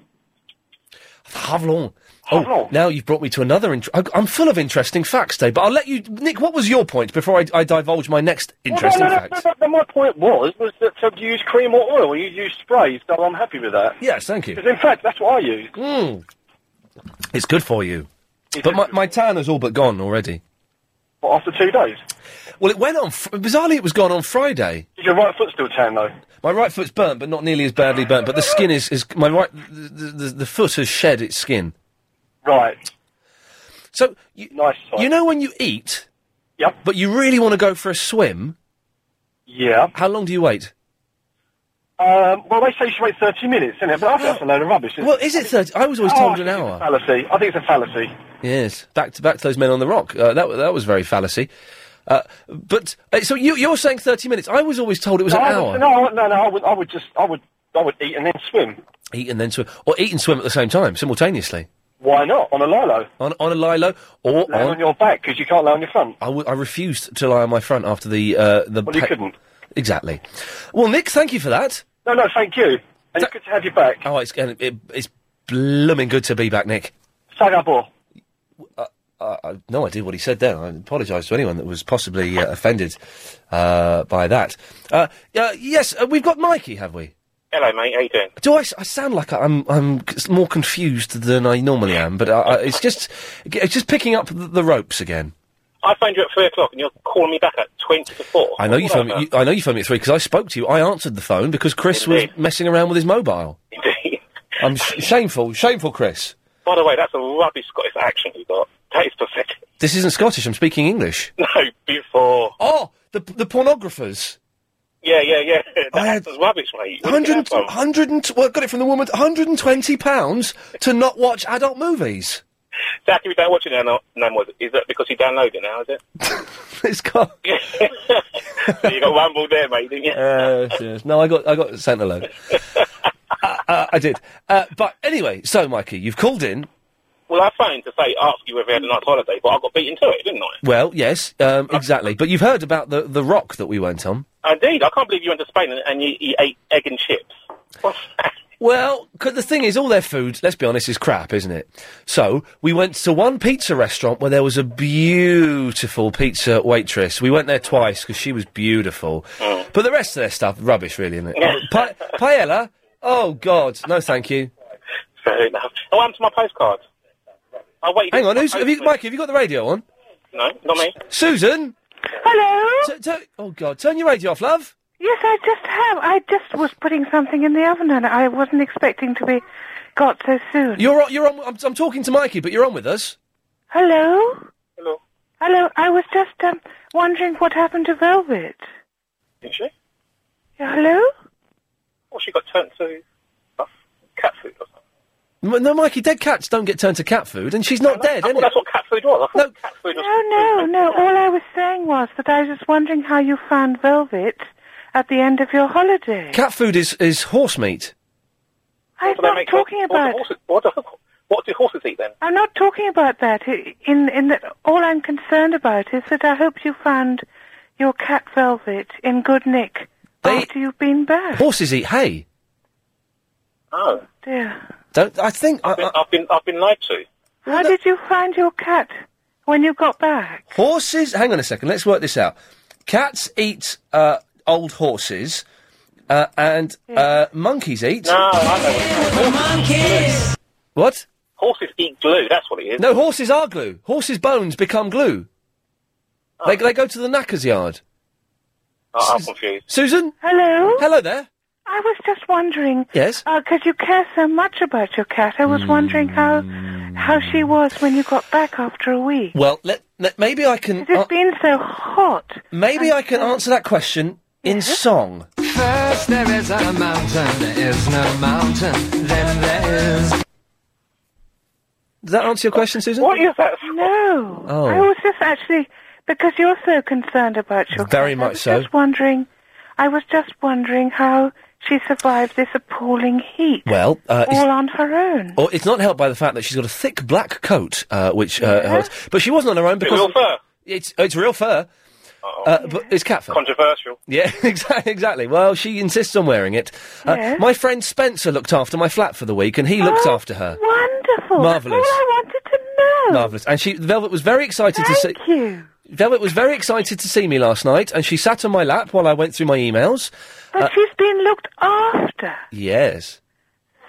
Speaker 2: Havlon. Oh, now you've brought me to another. Int- I, I'm full of interesting facts, Dave. But I'll let you, Nick. What was your point before I, I divulge my next interesting
Speaker 3: well, no, no,
Speaker 2: fact?
Speaker 3: No, no, no, my point was was that so do you use cream or oil? You use sprays, so I'm happy with that.
Speaker 2: Yes, thank you.
Speaker 3: 'Cause in fact, that's what I use.
Speaker 2: Mm. It's good for you. But my, my tan is all but gone already.
Speaker 3: But after two days.
Speaker 2: Well, it went on. Fr- bizarrely, it was gone on Friday.
Speaker 3: Is your right foot still tan though?
Speaker 2: My right foot's burnt, but not nearly as badly burnt. But the skin is, is my right. The, the, the, the foot has shed its skin.
Speaker 3: Right.
Speaker 2: So you,
Speaker 3: nice.
Speaker 2: You know when you eat.
Speaker 3: Yep.
Speaker 2: But you really want to go for a swim.
Speaker 3: Yeah.
Speaker 2: How long do you wait?
Speaker 3: Um, well, they say you should wait 30 minutes, isn't it? But I think that's a load of rubbish. Isn't
Speaker 2: Well, is it thirty? I was always
Speaker 3: Oh,
Speaker 2: told
Speaker 3: I
Speaker 2: an
Speaker 3: think it's a
Speaker 2: hour.
Speaker 3: fallacy. I think it's a fallacy.
Speaker 2: Yes, back to back to those men on the rock. Uh, that wa- that was very fallacy. Uh, but uh, so you, you're saying thirty minutes? I was always told it was
Speaker 3: no,
Speaker 2: an
Speaker 3: I
Speaker 2: hour.
Speaker 3: Would, no, I- no, no. I would, I would just, I would, I would eat and then swim.
Speaker 2: Eat and then swim, or eat and swim at the same time simultaneously.
Speaker 3: Why not on a lilo?
Speaker 2: On on a lilo or
Speaker 3: Lay
Speaker 2: on-
Speaker 3: on your back because you can't lay on your front.
Speaker 2: I, w- I refused to lie on my front after the uh, the.
Speaker 3: Well, you couldn't.
Speaker 2: Exactly. Well, Nick, thank you for that.
Speaker 3: No, no, thank you. And it's good to have you back.
Speaker 2: Oh, it's and it, it's blooming good to be back, Nick.
Speaker 3: Sagabor.
Speaker 2: Uh, I have no idea what he said there. I apologise to anyone that was possibly uh, offended uh, by that. Uh, uh, yes, uh, we've got Mikey, have we?
Speaker 11: Hello, mate. How you doing?
Speaker 2: Do I, s- I sound like I'm I'm c- more confused than I normally am? But I, I, it's just it's just picking up the, the ropes again.
Speaker 11: I phoned you at three o'clock, and you're calling me back at twenty to four.
Speaker 2: I know you phoned me. You, I know you phoned me at three because I spoke to you. I answered the phone because Chris was messing around with his mobile.
Speaker 11: Indeed.
Speaker 2: I'm sh- shameful, shameful, Chris.
Speaker 11: By the way, that's a rubbish Scottish accent you got. That is pathetic.
Speaker 2: This isn't Scottish. I'm speaking English.
Speaker 11: No, before.
Speaker 2: Oh, the the pornographers.
Speaker 11: Yeah, yeah, yeah. That
Speaker 2: I had-
Speaker 11: was rubbish, mate. Where did you get that
Speaker 2: 100,
Speaker 11: from?
Speaker 2: 100 and t- well, got it from the woman. 120 pounds to not watch adult movies.
Speaker 11: Zach, if you don't watch it now, no, no more. Is that because you download it now? Is it?
Speaker 2: It's got.
Speaker 11: so you got rumbled there, mate, didn't you?
Speaker 2: Yes, uh, yes. No, I got I got sent a load. uh, uh, I did. Uh, but anyway, so Mikey, you've called in.
Speaker 11: Well, I phoned to say ask you whether you had a nice holiday, but I got beaten to it, didn't I?
Speaker 2: Well, yes, um, exactly. But you've heard about the the rock that we went on.
Speaker 11: Indeed, I can't believe you went to Spain and, and you, you ate egg and chips.
Speaker 2: Well, 'cause the thing is, all their food, let's be honest, is crap, isn't it? So we went to one pizza restaurant where there was a beautiful pizza waitress. We went there twice because she was beautiful,
Speaker 11: Oh.
Speaker 2: but the rest of their stuff rubbish, really, isn't it? pa- paella? Oh God, no, thank you.
Speaker 11: Fair enough. Oh, I'm to my postcard. I waited.
Speaker 2: Hang on, who's, have you, Mikey? Have you got the radio on?
Speaker 11: No, not me.
Speaker 2: Susan.
Speaker 13: Hello.
Speaker 2: T- t- oh God, turn your radio off, love.
Speaker 13: Yes, I just have. I just was putting something in the oven, and I wasn't expecting to be got so soon.
Speaker 2: You're on. You're on. I'm, I'm talking to Mikey, but you're on with us.
Speaker 13: Hello.
Speaker 11: Hello.
Speaker 13: Hello. I was just um, wondering what happened to Velvet.
Speaker 11: Did she?
Speaker 13: Yeah, Hello.
Speaker 11: Well, Oh, she got turned to uh, cat food. Or something.
Speaker 2: M- no, Mikey, dead cats don't get turned to cat food, and she's not dead,
Speaker 11: I
Speaker 2: any.
Speaker 11: thought that's what cat food was. I thought cat food was.
Speaker 13: No, no, no. All I was saying was that I was just wondering how you found Velvet at the end of your holiday.
Speaker 2: Cat food is is horse meat.
Speaker 13: I'm
Speaker 11: Well, that
Speaker 13: not
Speaker 11: makes-
Speaker 13: talking
Speaker 11: what do
Speaker 13: about.
Speaker 11: horses- What do, what do horses eat then?
Speaker 13: I'm not talking about that. I- In in the, all I'm concerned about is that I hope you found your cat Velvet in good nick after you've been back.
Speaker 2: Horses eat hay.
Speaker 11: Oh,
Speaker 13: Dear.
Speaker 2: Don't I think I, I,
Speaker 11: I've been I've been lied to.
Speaker 13: How did you find your cat when you got back?
Speaker 2: horses? Hang on a second. Let's work this out. Cats eat uh, old horses, uh, and
Speaker 11: Hmm.
Speaker 2: uh, monkeys eat
Speaker 11: No, I know.
Speaker 2: what?
Speaker 11: Horses eat glue. That's what it is.
Speaker 2: No, horses are glue. Horses' bones become glue. They, they go to the knacker's yard.
Speaker 11: Oh, Ah. I'm confused.
Speaker 2: Susan?
Speaker 13: Hello?
Speaker 2: Hello there.
Speaker 13: I was just wondering.
Speaker 2: Yes?
Speaker 13: Because you care so much about your cat, I was wondering how how she was when you got back after a week.
Speaker 2: Well, let, let- maybe I can.
Speaker 13: It's been so hot.
Speaker 2: Maybe I can answer that question in song.
Speaker 14: First there is a mountain, there is no mountain, then there is.
Speaker 2: Does that answer your question, Susan?
Speaker 11: What is that?
Speaker 13: No.
Speaker 2: Oh.
Speaker 13: I was just actually because you're so concerned about your
Speaker 2: Very much so.
Speaker 13: just wondering. I was just wondering how she survived this appalling heat
Speaker 2: Well, uh,
Speaker 13: all
Speaker 2: it's,
Speaker 13: on her own.
Speaker 2: or it's not helped by the fact that she's got a thick black coat, uh, which uh, helps. But she wasn't on her own because
Speaker 11: real fur. Oh.
Speaker 2: It's it's real fur. Uh, but it's cat fur.
Speaker 11: Controversial.
Speaker 2: Yeah, exactly. Exactly. Well, she insists on wearing it. Uh,
Speaker 13: Yes. Oh,
Speaker 2: My friend Spencer looked after my flat for the week, and he looked after her.
Speaker 13: Wonderful. wonderful.
Speaker 2: Marvellous.
Speaker 13: All I wanted to know.
Speaker 2: Marvelous. And she, Velvet was very excited to see.
Speaker 13: Thank you.
Speaker 2: Velvet was very excited to see me last night, and she sat on my lap while I went through my emails.
Speaker 13: But
Speaker 2: Uh,
Speaker 13: she's been looked after.
Speaker 2: yes.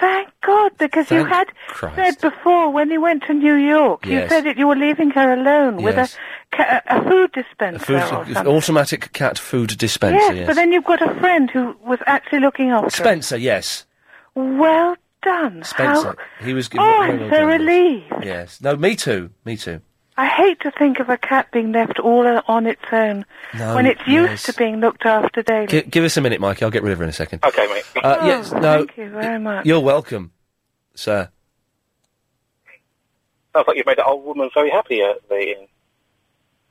Speaker 13: Thank God, because you
Speaker 2: Thank
Speaker 13: had
Speaker 2: Christ.
Speaker 13: said before when you went to New York, you
Speaker 2: Yes.
Speaker 13: said that you were leaving her alone with
Speaker 2: Yes.
Speaker 13: a, ca- a food dispenser
Speaker 2: A food,
Speaker 13: or
Speaker 2: an
Speaker 13: something.
Speaker 2: automatic cat food dispenser.
Speaker 13: Yes,
Speaker 2: Yes.
Speaker 13: but then you've got a friend who was actually looking after. her.
Speaker 2: Spencer. Yes.
Speaker 13: Well done.
Speaker 2: Spencer.
Speaker 13: How-
Speaker 2: He was. g-
Speaker 13: Oh,
Speaker 2: very
Speaker 13: I'm
Speaker 2: well
Speaker 13: so
Speaker 2: done.
Speaker 13: relieved.
Speaker 2: Yes. No, me too. Me too.
Speaker 13: I hate to think of a cat being left all a- on its own
Speaker 2: No,
Speaker 13: when it's used
Speaker 2: yes.
Speaker 13: to being looked after daily.
Speaker 2: Gi- give us a minute, Mikey. I'll get rid of her in a second.
Speaker 11: Okay, mate.
Speaker 2: Uh,
Speaker 13: Oh,
Speaker 2: yes. No.
Speaker 13: Thank you very much.
Speaker 2: You're welcome, sir.
Speaker 11: Sounds like you've made that old woman very happy at the inn.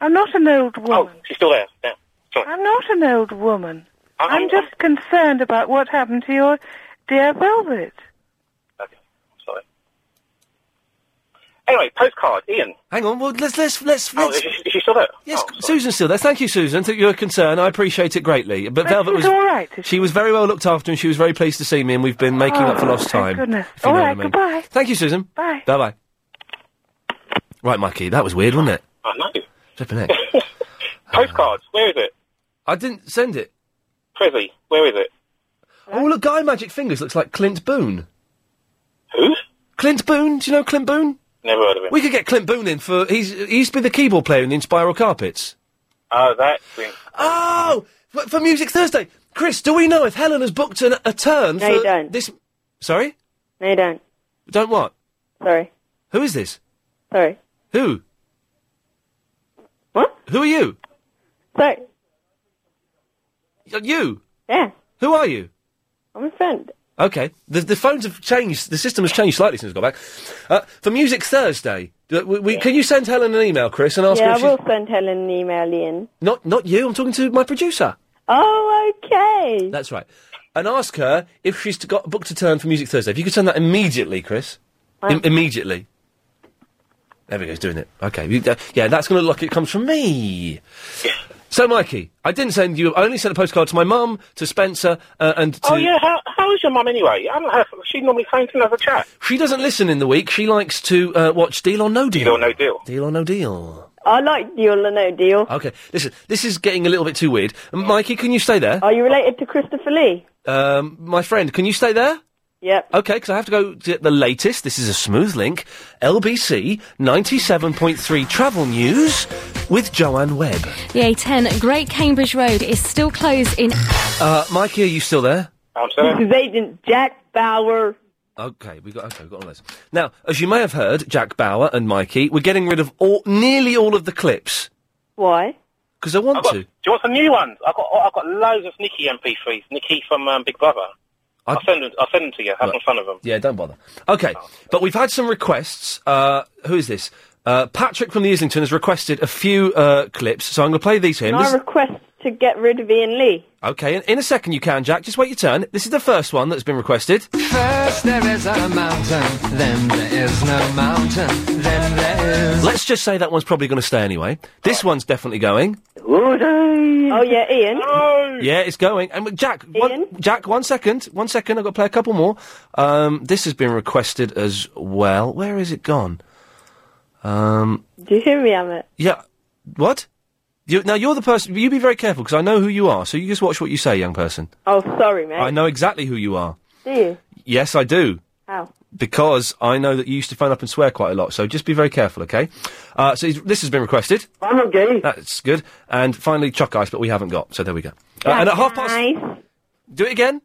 Speaker 13: I'm not an old
Speaker 2: Oh,
Speaker 13: woman.
Speaker 11: She's still there. Yeah.
Speaker 13: I'm not an old woman.
Speaker 2: Uh,
Speaker 11: I'm,
Speaker 2: oh,
Speaker 13: I'm just concerned about what happened to your dear Velvet.
Speaker 11: Sorry. Anyway, postcard, Ian.
Speaker 2: Hang on. Well, let's let's let's.
Speaker 11: Oh, is, she, is she still there? Oh.
Speaker 2: Yes, Susan's still there. Thank you, Susan. Thank you for your concern. I appreciate it greatly. But,
Speaker 13: But
Speaker 2: Velvet
Speaker 13: she's
Speaker 2: was
Speaker 13: all right, is
Speaker 2: She was very well looked after, and she was very pleased to see me. And we've been making up for
Speaker 13: Oh,
Speaker 2: lost
Speaker 13: thank
Speaker 2: time.
Speaker 13: goodness.
Speaker 2: If you
Speaker 13: All
Speaker 2: know
Speaker 13: right,
Speaker 2: what I mean.
Speaker 13: goodbye.
Speaker 2: Thank you, Susan.
Speaker 13: Bye.
Speaker 2: Bye bye. Right, Mikey, that was weird, wasn't it?
Speaker 11: I know.
Speaker 2: Flipping heck.
Speaker 11: Postcards, where is it?
Speaker 2: I didn't send it.
Speaker 11: Privy, where is it?
Speaker 2: Oh, look, Guy Magic Fingers looks like Clint Boone.
Speaker 11: Who?
Speaker 2: Clint Boone? Do you know Clint Boone?
Speaker 11: Never heard of him.
Speaker 2: We could get Clint Boone in for. He's, he used to be the keyboard player in the Inspiral Carpets.
Speaker 11: Oh, that thing.
Speaker 2: Oh! For, for Music Thursday! Chris, do we know if Helen has booked an, a turn
Speaker 15: No,
Speaker 2: for
Speaker 15: you don't.
Speaker 2: this. Sorry?
Speaker 15: No, you don't.
Speaker 2: Don't what?
Speaker 15: Sorry.
Speaker 2: Who is this?
Speaker 15: Sorry.
Speaker 2: Who?
Speaker 15: What?
Speaker 2: Who are you?
Speaker 15: Sorry.
Speaker 2: Y- You?
Speaker 15: Yeah.
Speaker 2: Who are you?
Speaker 15: I'm a friend.
Speaker 2: Okay. The, the phones have changed. The system has changed slightly since we got back. Uh, for Music Thursday, uh, we, we, can you send Helen an email, Chris, and ask her
Speaker 15: yeah,
Speaker 2: if
Speaker 15: I
Speaker 2: she's...
Speaker 15: will send Helen an email in.
Speaker 2: Not, not you. I'm talking to my producer.
Speaker 15: Oh, okay.
Speaker 2: That's right. And ask her if she's got booked a turn for Music Thursday. If you could send that immediately, Chris. Im- immediately. There we go. He's doing it. Okay. You- uh, yeah, that's going to look. It comes from me. So, Mikey, I didn't send you. I only sent a postcard to my mum, to Spencer, uh, and to.
Speaker 11: Oh, yeah, how, how is your mum anyway? I haven't heard from She normally phones and has a chat.
Speaker 2: She doesn't listen in the week. She likes to uh, watch Deal or No Deal. Deal or
Speaker 11: No Deal.
Speaker 2: Deal or No Deal.
Speaker 15: I like Deal or No Deal.
Speaker 2: Okay. Listen, this is getting a little bit too weird. Um, Mikey, can you stay there?
Speaker 15: Are you related to Christopher Lee?
Speaker 2: Um, my friend, can you stay there?
Speaker 15: Yep.
Speaker 2: Okay, because I have to go to the latest. This is a smooth link. LBC 97.3 travel news with Joanne Webb.
Speaker 4: The A10 Great Cambridge Road is still closed in.
Speaker 2: Uh, Mikey, are you still there?
Speaker 11: I'm
Speaker 15: This is Agent Jack Bauer.
Speaker 2: Okay, we got okay, we got all this. Now, as you may have heard, Jack Bauer and Mikey, we're getting rid of all, nearly all of the clips
Speaker 15: Why?
Speaker 2: because I want
Speaker 11: I've got,
Speaker 2: to.
Speaker 11: Do you want some new ones? I've got, I've got loads of Nikki MP3s. Nikki from um, Big Brother.
Speaker 2: I-
Speaker 11: I'll, send them, I'll send them to you. Have some fun with them.
Speaker 2: Yeah, don't bother. Okay, but we've had some requests. Uh, who is this? Uh, Patrick from the Islington has requested a few uh, clips, so I'm going to play these for him.
Speaker 15: Can
Speaker 2: This
Speaker 15: I
Speaker 2: is-
Speaker 15: request to get rid of Ian Lee?
Speaker 2: Okay, in, in a second you can, Jack. Just wait your turn. This is the first one that's been requested.
Speaker 14: First there is a mountain, then there is no mountain, then there is.
Speaker 2: Let's just say that one's probably going to stay anyway. This one's definitely going.
Speaker 15: Oh, yeah, Ian.
Speaker 2: Yeah, it's going. And Jack, one, Jack, one second, one second. I've got to play a couple more. Um, this has been requested as well. Where is it gone? Um,
Speaker 15: Do you hear me, Amit?
Speaker 2: yeah. What? You, now you're the person. You be very careful because I know who you are. So you just watch what you say, young person.
Speaker 15: Oh, sorry, mate.
Speaker 2: I know exactly who you are.
Speaker 15: Do you?
Speaker 2: Yes, I do.
Speaker 15: How?
Speaker 2: Because I know that you used to phone up and swear quite a lot, so just be very careful, okay? Uh, so he's- this has been requested.
Speaker 15: I'm not gay.
Speaker 2: That's good. And finally, Chuck Ice, but we haven't got, so there we go. Uh, and at half past. Do it again.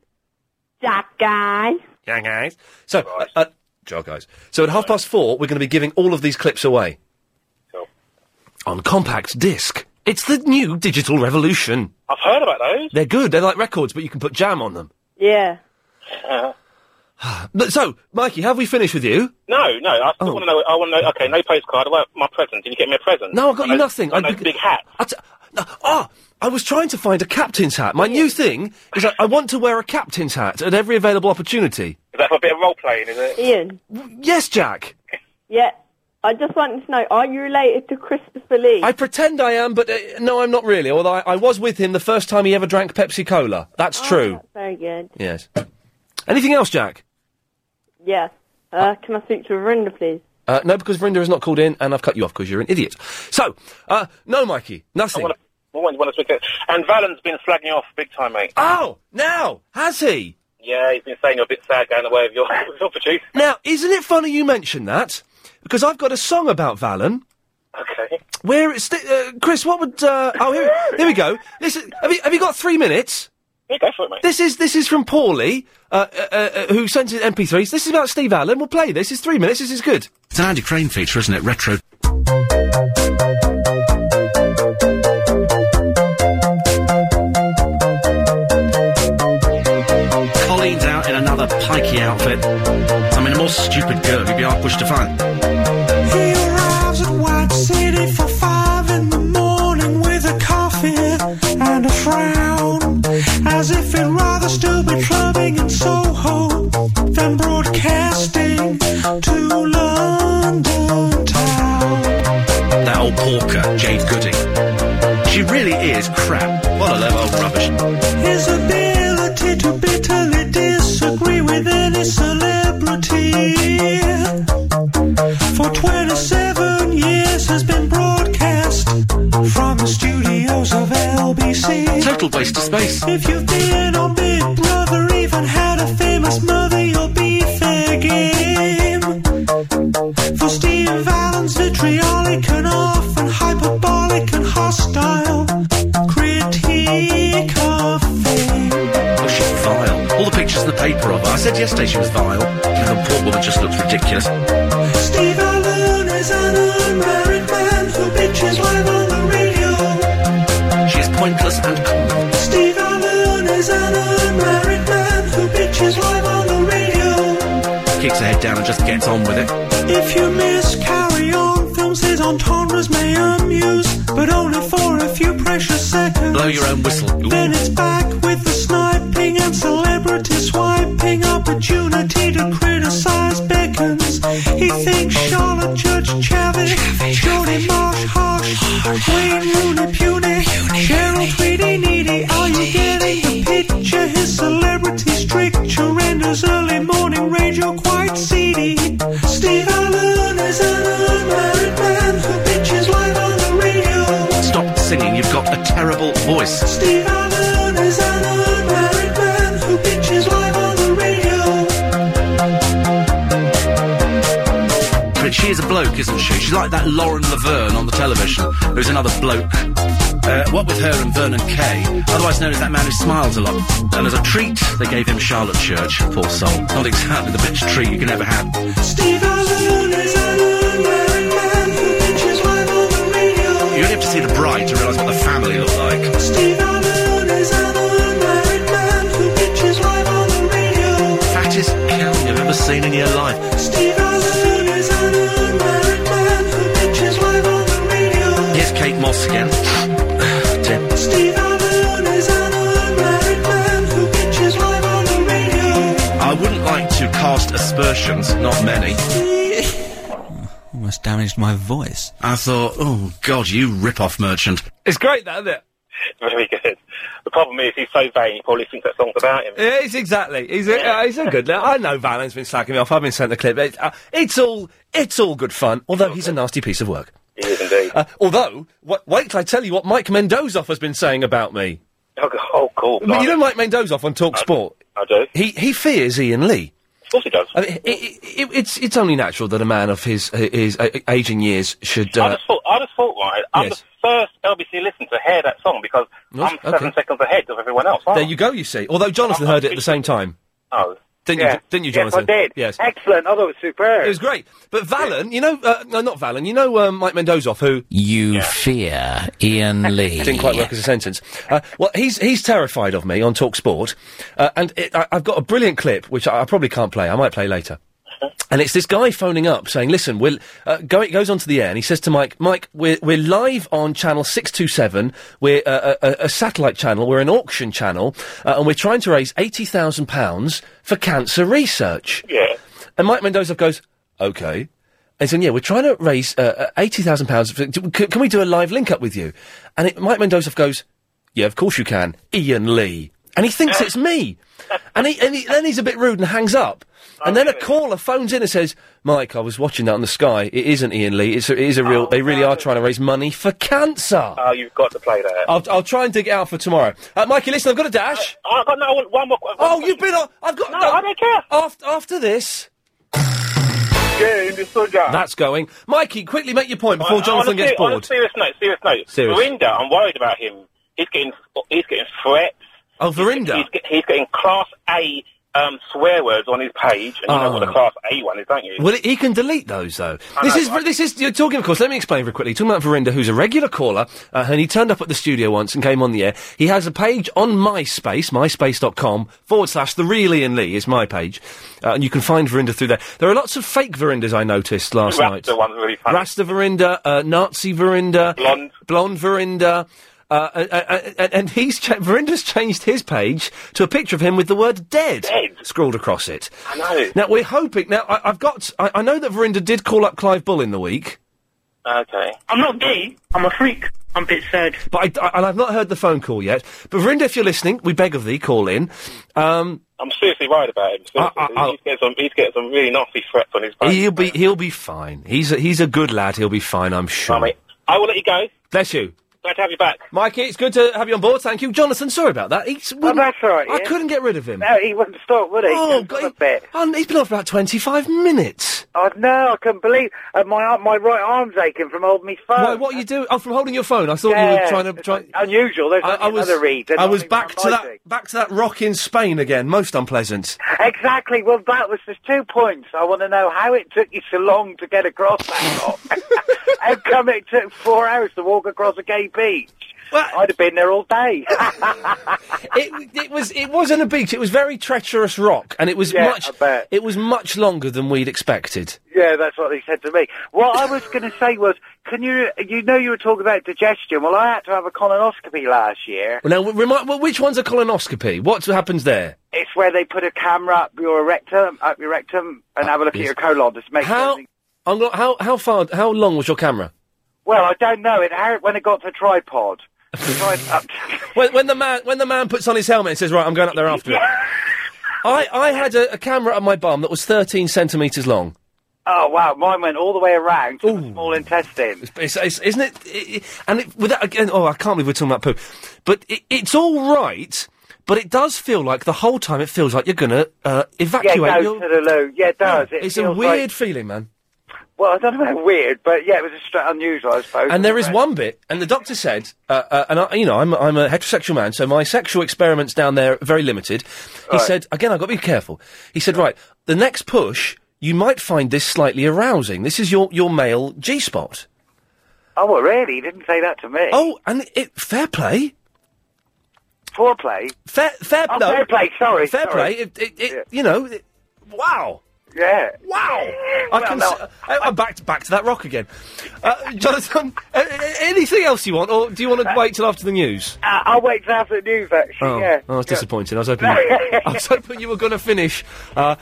Speaker 15: Jack guy.
Speaker 2: Yeah, guys. So, uh, uh, Chuck Ice. So at half past four, we're going to be giving all of these clips away. On compact disc. It's the new digital revolution.
Speaker 11: I've heard about those.
Speaker 2: They're good. They're like records, but you can put jam on them.
Speaker 15: Yeah.
Speaker 11: Uh-huh.
Speaker 2: But, so, Mikey, have we finished with you?
Speaker 11: No, no. I
Speaker 2: Oh.
Speaker 11: still want to know. I want to know. Okay, no postcard. I want my present. Did you get me a present?
Speaker 2: No, I got
Speaker 11: I
Speaker 2: you
Speaker 11: know-
Speaker 2: nothing.
Speaker 11: I
Speaker 2: I
Speaker 11: know
Speaker 2: beg-
Speaker 11: big hat.
Speaker 2: I t- no, ah, I was trying to find a captain's hat. My new thing is I, I want to wear a captain's hat at every available opportunity.
Speaker 11: Is that for a bit of role playing? Is it?
Speaker 15: Ian.
Speaker 2: Yes, Jack.
Speaker 15: Yeah. I just wanted to know, are you related to Christopher Lee?
Speaker 2: I pretend I am, but uh, no, I'm not really. Although I, I was with him the first time he ever drank Pepsi Cola. That's true.
Speaker 15: Very good.
Speaker 2: Yes. Anything else, Jack?
Speaker 15: Yeah.
Speaker 3: Uh, can I speak to Verinda, please?
Speaker 2: Uh, no, because Verinda is not called in, and I've cut you off because you're an idiot. So, uh, no, Mikey, nothing.
Speaker 11: Always want to speak to And Valen's been slagging off big time, mate.
Speaker 2: Oh, now has he?
Speaker 11: Yeah, he's been saying you're a bit sad going the way of your, your producer.
Speaker 2: Now, isn't it funny you mention that? Because I've got a song about Valen.
Speaker 11: Okay.
Speaker 2: Where it's uh, Chris? What would? Uh, oh, here, here we go. This is, have you have you got three minutes?
Speaker 11: Yeah, go for it, mate.
Speaker 2: This is this is from Paulie, uh, uh, uh, who sent his MP3s. This is about Steve Allen. We'll play this. It's three minutes. This is good.
Speaker 16: It's an Andy Crane feature, isn't it? Retro. Colleen's out in another pikey outfit. I mean, a more stupid girl you'd be hard pushed to find.
Speaker 17: He arrives at White City for five in the morning with a coffee and a frown, as if he'd rather still be clubbing in Soho than broadcasting to London town.
Speaker 16: That old porker, Jade Gooding. She really is crap. What a load of old rubbish.
Speaker 17: His ability to bitterly disagree with any celebrity for 27 years has been broadcast from the studios of LBC.
Speaker 16: Total waste of space.
Speaker 17: If you've been on Big Brother, even had a famous mother, you'll be fair game. For Steve Allen's vitriolic and often hyperbolic and hostile critique of fame.
Speaker 16: Oh, she's vile. All the pictures in the paper of her. I said yesterday she was vile. The poor woman just looks ridiculous.
Speaker 17: Steve Allen is an unmarried man who bitches live on the radio.
Speaker 16: She is pointless and common.
Speaker 17: Steve Allen is an unmarried man who bitches live on the radio.
Speaker 16: Kicks her head down and just gets on with it.
Speaker 17: If you miss Carry On, films his entendres may amuse, but only for a few precious seconds.
Speaker 16: Blow your own whistle.
Speaker 17: Then it's back with the sniping and celebrity swiping opportunity to criticize beckons. He thinks Charlotte Judge Chavis, Jody Marsh Harsh, Wayne Rooney Puny, Cheryl Tweedy Needy. Are you getting the picture? His celebrity stricture and his early morning radio quite seedy. Steve Allen is an unmarried man who bitches live on the radio.
Speaker 16: Stop singing, you've got a terrible voice.
Speaker 17: Steve Allen is an unmarried man who bitches live on the radio.
Speaker 16: But she is a bloke, isn't she? She's like that Lauren Laverne on the television, who's another bloke. Uh, what with her and Vernon Kay, otherwise known as that man who smiles a lot. And as a treat, they gave him Charlotte Church, poor soul. Not exactly the bitch treat you can ever have.
Speaker 17: Steve Allen is an unmarried man who bitches live on the radio.
Speaker 16: You only have to see the bride to realise what the family look like.
Speaker 17: Steve Allen is an unmarried man who bitches live on the radio.
Speaker 16: Fattest cow you've ever seen in your life.
Speaker 17: Steve Allen is an unmarried man who bitches live on the radio.
Speaker 16: Here's Kate Moss again. Dear.
Speaker 17: Steve Allen is an unmarried man who bitches live on the radio.
Speaker 16: I wouldn't like to cast aspersions, not many.
Speaker 18: Almost damaged my voice.
Speaker 16: I thought, oh god, you rip-off merchant.
Speaker 2: It's great, that, isn't it?
Speaker 11: Very good. The problem is he's so vain, he probably thinks that song's about him.
Speaker 2: Yeah, it's exactly. He's a, uh, he's a good. I know Valen's been slacking me off. I've been sent the clip. It, uh, it's all it's all good fun. Although he's a nasty piece of work.
Speaker 11: He is indeed.
Speaker 2: Uh, although, wa- wait till I tell you what Mike Mendozoff has been saying about me.
Speaker 11: Oh, g- oh cool.
Speaker 2: But you know Mike Mendozoff on Talk Sport.
Speaker 11: I do.
Speaker 2: He he fears Ian Lee.
Speaker 11: Of course he does.
Speaker 2: I mean, it, it, it, it's it's only natural that a man of his his uh, age and years should.
Speaker 11: I
Speaker 2: Uh,
Speaker 11: just thought, I just thought, right, I'm
Speaker 2: Yes.
Speaker 11: the first LBC listener to hear that song because I'm seven seconds ahead of everyone else. aren't
Speaker 2: there you go. You see. Although Jonathan heard it at the same time.
Speaker 11: I? Oh.
Speaker 2: Didn't
Speaker 19: Yeah.
Speaker 2: you? Didn't you,
Speaker 19: Yes, I
Speaker 2: Jonathan?
Speaker 19: did.
Speaker 2: Yes.
Speaker 19: Excellent. I thought it was superb.
Speaker 2: It was great. But Valen, you know, uh, no, not Valen. You know, um, Mike Mendozoff, who
Speaker 18: You fear Ian Lee.
Speaker 2: didn't quite work as a sentence. Uh, well, he's he's terrified of me on Talk Sport, uh, and it, I, I've got a brilliant clip which I, I probably can't play. I might play later. And it's this guy phoning up saying, "Listen, we'll uh, go." It goes onto the air, and he says to Mike, "Mike, we're we're live on channel six two seven. We're uh, a, a, a satellite channel. We're an auction channel, uh, and we're trying to raise eighty thousand pounds for cancer research."
Speaker 11: Yeah.
Speaker 2: And Mike Mendoza goes, okay. And saying, yeah, we're trying to raise uh, uh, £80,000. for- do- c- Can we do a live link up with you? And it, Mike Mendoza goes, yeah, of course you can. Ian Lee. And he thinks it's me. And he, and he then he's a bit rude and hangs up. And then a caller phones in and says, "Mike, I was watching that on the sky. It isn't Ian Lee. It's a, it is a real. they really are trying to raise money for cancer."
Speaker 11: Oh, you've Oh. got to play that.
Speaker 2: I'll, I'll try and dig it out for tomorrow. Uh, Mikey, listen, I've got a dash.
Speaker 11: Oh, I've got no one, one more. One
Speaker 2: oh, you've been on. I've got. No,
Speaker 11: I don't care.
Speaker 2: After, after this.
Speaker 11: Yeah, in the soldier.
Speaker 2: That's going. Mikey, quickly make your point before Jonathan
Speaker 11: on a,
Speaker 2: gets
Speaker 11: ser- on
Speaker 2: bored.
Speaker 11: a serious note, serious note.
Speaker 2: Serious.
Speaker 11: Verinda, I'm worried about him. He's getting he's getting threats.
Speaker 2: Oh, Verinda.
Speaker 11: He's, get- he's getting class A um, swear words on his page, and you know
Speaker 2: Oh.
Speaker 11: what the class A one is, don't you?
Speaker 2: Well, he can delete those though.
Speaker 11: I
Speaker 2: This
Speaker 11: know,
Speaker 2: is this is you're talking, of course. Let me explain very quickly. Talking about Verinda, who's a regular caller, uh, and he turned up at the studio once and came on the air. He has a page on MySpace, MySpace.com forward slash the real Ian Lee is my page, uh, and you can find Verinda through there. There are lots of fake Verindas I noticed last night.
Speaker 11: Raptor one's really funny.
Speaker 2: Rasta Verinda, uh, Nazi Verinda, blonde, blonde Verinda. Uh, uh, uh, and, and he's cha- Verinda's changed his page to a picture of him with the word "dead" scrawled across it.
Speaker 11: I know.
Speaker 2: Now we're hoping. Now I, I've got. I, I know that Verinda did call up Clive Bull in the week.
Speaker 11: Okay.
Speaker 17: I'm not gay. I'm a freak. I'm a bit sad.
Speaker 2: But I, I- and I've not heard the phone call yet. But Verinda, if you're listening, we beg of thee, call in. Um,
Speaker 11: I'm seriously worried about him. Seriously. he's getting some he's getting some really nasty threats on his page.
Speaker 2: he'll be he'll be fine. He's a, he's a good lad. He'll be fine. I'm sure.
Speaker 11: I will let you go.
Speaker 2: Bless you.
Speaker 11: Glad to have you back.
Speaker 2: Mikey, it's good to have you on board. Thank you, Jonathan. Sorry about that. He's, that's all right. I couldn't get rid of him.
Speaker 20: No, he wouldn't stop, would he?
Speaker 2: Oh, God, he- and he's been on for about twenty-five minutes.
Speaker 20: Oh no, I couldn't believe uh, my ar- my right arm's aching from holding his phone.
Speaker 2: Why? What are you doing? Oh, from holding your phone. I thought you were
Speaker 20: Yeah,
Speaker 2: trying to try.
Speaker 20: Unusual. There's
Speaker 2: I, I was.
Speaker 20: another read.
Speaker 2: I was back to that. Back to that rock in Spain again. Most unpleasant.
Speaker 20: Exactly. Well, that was just two points. I want to know how it took you so long to get across that rock. how come it took four hours to walk across a gay beach? I'd have been there all day.
Speaker 2: it, it was. It wasn't a beach. It was very treacherous rock, and it was
Speaker 20: Yeah,
Speaker 2: much. It was much longer than we'd expected.
Speaker 20: Yeah, that's what he said to me. What I was going to say was, can you, you know, you were talking about digestion. Well, I had to have a colonoscopy last year.
Speaker 2: Well, now, w- remind. Well, which one's a colonoscopy? What happens there?
Speaker 20: It's where they put a camera up your rectum, up your rectum, and have a look at
Speaker 2: yes.
Speaker 20: your colon. Just make sure
Speaker 2: How?
Speaker 20: everything-
Speaker 2: I'm not, how how far? How long was your camera?
Speaker 20: Well, I don't know. It how, when it got to tripod. Tri- up
Speaker 2: When, when the man when the man puts on his helmet and says, "Right, I'm going up there after it." I I had a, a camera at my bum that was 13 centimeters long.
Speaker 20: oh wow, mine went all the way around to the small intestine.
Speaker 2: It's, it's, isn't it? it, it- and it, with that, again, oh, I can't believe we're talking about poo. But it, it's all right. But it does feel like the whole time it feels like you're gonna uh, evacuate.
Speaker 20: yeah,
Speaker 2: your- Oh,
Speaker 20: go to the loo. Yeah, it does. It
Speaker 2: it's a
Speaker 20: feels
Speaker 2: weird
Speaker 20: like-
Speaker 2: feeling, man.
Speaker 20: well, I don't know about weird, but yeah, it was a str- unusual, I suppose.
Speaker 2: And there is one bit, and the doctor said, uh, uh, and I, you know, I'm, I'm a heterosexual man, so my sexual experiments down there are very limited. He said, again, I've got to be careful. He said, right, the next push, you might find this slightly arousing. This is your, your male G spot.
Speaker 20: Oh, well, really? He didn't say that to me.
Speaker 2: Oh, and it, fair play.
Speaker 20: Foreplay.
Speaker 2: Fair, fair,
Speaker 20: Oh,
Speaker 2: no.
Speaker 20: fair play, sorry,
Speaker 2: Fair
Speaker 20: sorry.
Speaker 2: play. It, it, it, You know, it- wow.
Speaker 20: Yeah.
Speaker 2: Wow. I can, s- I, am back, to- back to that rock again. Uh, Jonathan, a- a- anything else you want, or do you want to wait till after the news?
Speaker 20: Uh, I'll wait till after the news, actually,
Speaker 2: Oh,
Speaker 20: yeah.
Speaker 2: I was disappointed. I was hoping, I was hoping you were going to finish. Uh,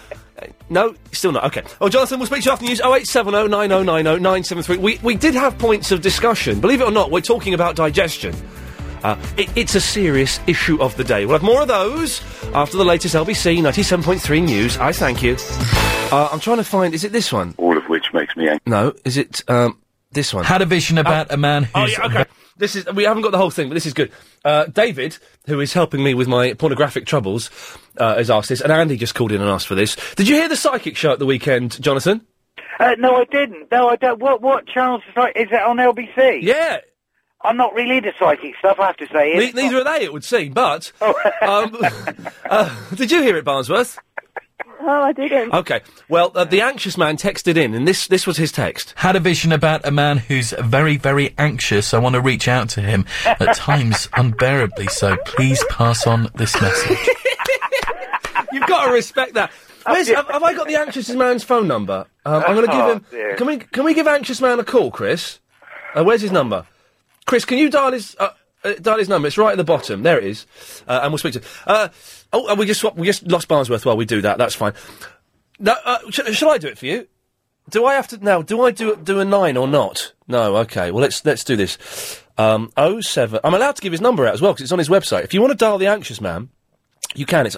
Speaker 2: no, still not. Okay. Oh, Jonathan, we'll speak to you after the news. 0870 9090 973. We, we did have points of discussion. Believe it or not, we're talking about digestion. Uh, it, it's a serious issue of the day. We'll have more of those after the latest LBC 97.3 news. I thank you. Uh, I'm trying to find. Is it this one?
Speaker 21: All of which makes me angry.
Speaker 2: No. Is it um, this one?
Speaker 21: Had a vision about
Speaker 2: a man who's. Oh, yeah, okay. This is. We haven't got the whole thing, but this is good. Uh, David, who is helping me with my pornographic troubles, uh, has asked this, and Andy just called in and asked for this. Did you hear the psychic show at the weekend, Jonathan?
Speaker 20: Uh, no, I didn't. No, I don't. What what channel is it? Is it on LBC?
Speaker 2: Yeah.
Speaker 20: I'm not really into psychic stuff, I have to say.
Speaker 2: Ne- neither are they, it would seem, but.
Speaker 16: Oh.
Speaker 2: um, uh, did you hear it, Barnsworth?
Speaker 15: Oh, I didn't.
Speaker 2: Okay. Well, uh, the anxious man texted in, and this this was his text.
Speaker 16: Had a vision about a man who's very, very anxious. I want to reach out to him. At times, unbearably so. Please pass on this message.
Speaker 2: You've got to respect that.
Speaker 16: Oh,
Speaker 2: Where's, have, have I got the anxious man's phone number? Um, I'm going to give
Speaker 16: Oh,
Speaker 2: him.
Speaker 16: dear.
Speaker 2: Can we can we give anxious man a call, Chris? Uh, where's his number? Chris, can you dial his uh, uh, dial his number? It's right at the bottom. There it is, uh, and we'll speak to. Uh, oh, and we just swap, we just lost Barnsworth while we do that. That's fine. No, uh, sh- shall I do it for you? Do I have to now? Do I do do a nine or not? No. Okay. Well, let's let's do this. Um, oh seven. I'm allowed to give his number out as well because it's on his website. If you want to dial the anxious man, You can. It's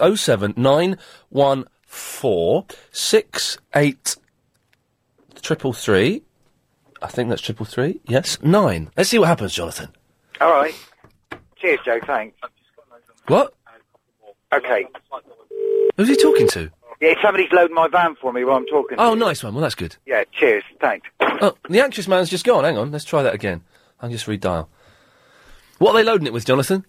Speaker 2: 07914 68 triple three. I think that's triple three. Yes, nine. Let's see what happens, Jonathan.
Speaker 20: All right. Cheers, Joe. Thanks.
Speaker 2: What?
Speaker 20: Okay.
Speaker 2: Who's he talking to?
Speaker 20: Yeah, somebody's loading my van for me while I'm talking.
Speaker 2: Oh, nice one. Well, that's good.
Speaker 20: Yeah, cheers. Thanks.
Speaker 2: Oh, the anxious man's just gone. Hang on. Let's try that again. I'll just redial. What are they loading it with, Jonathan?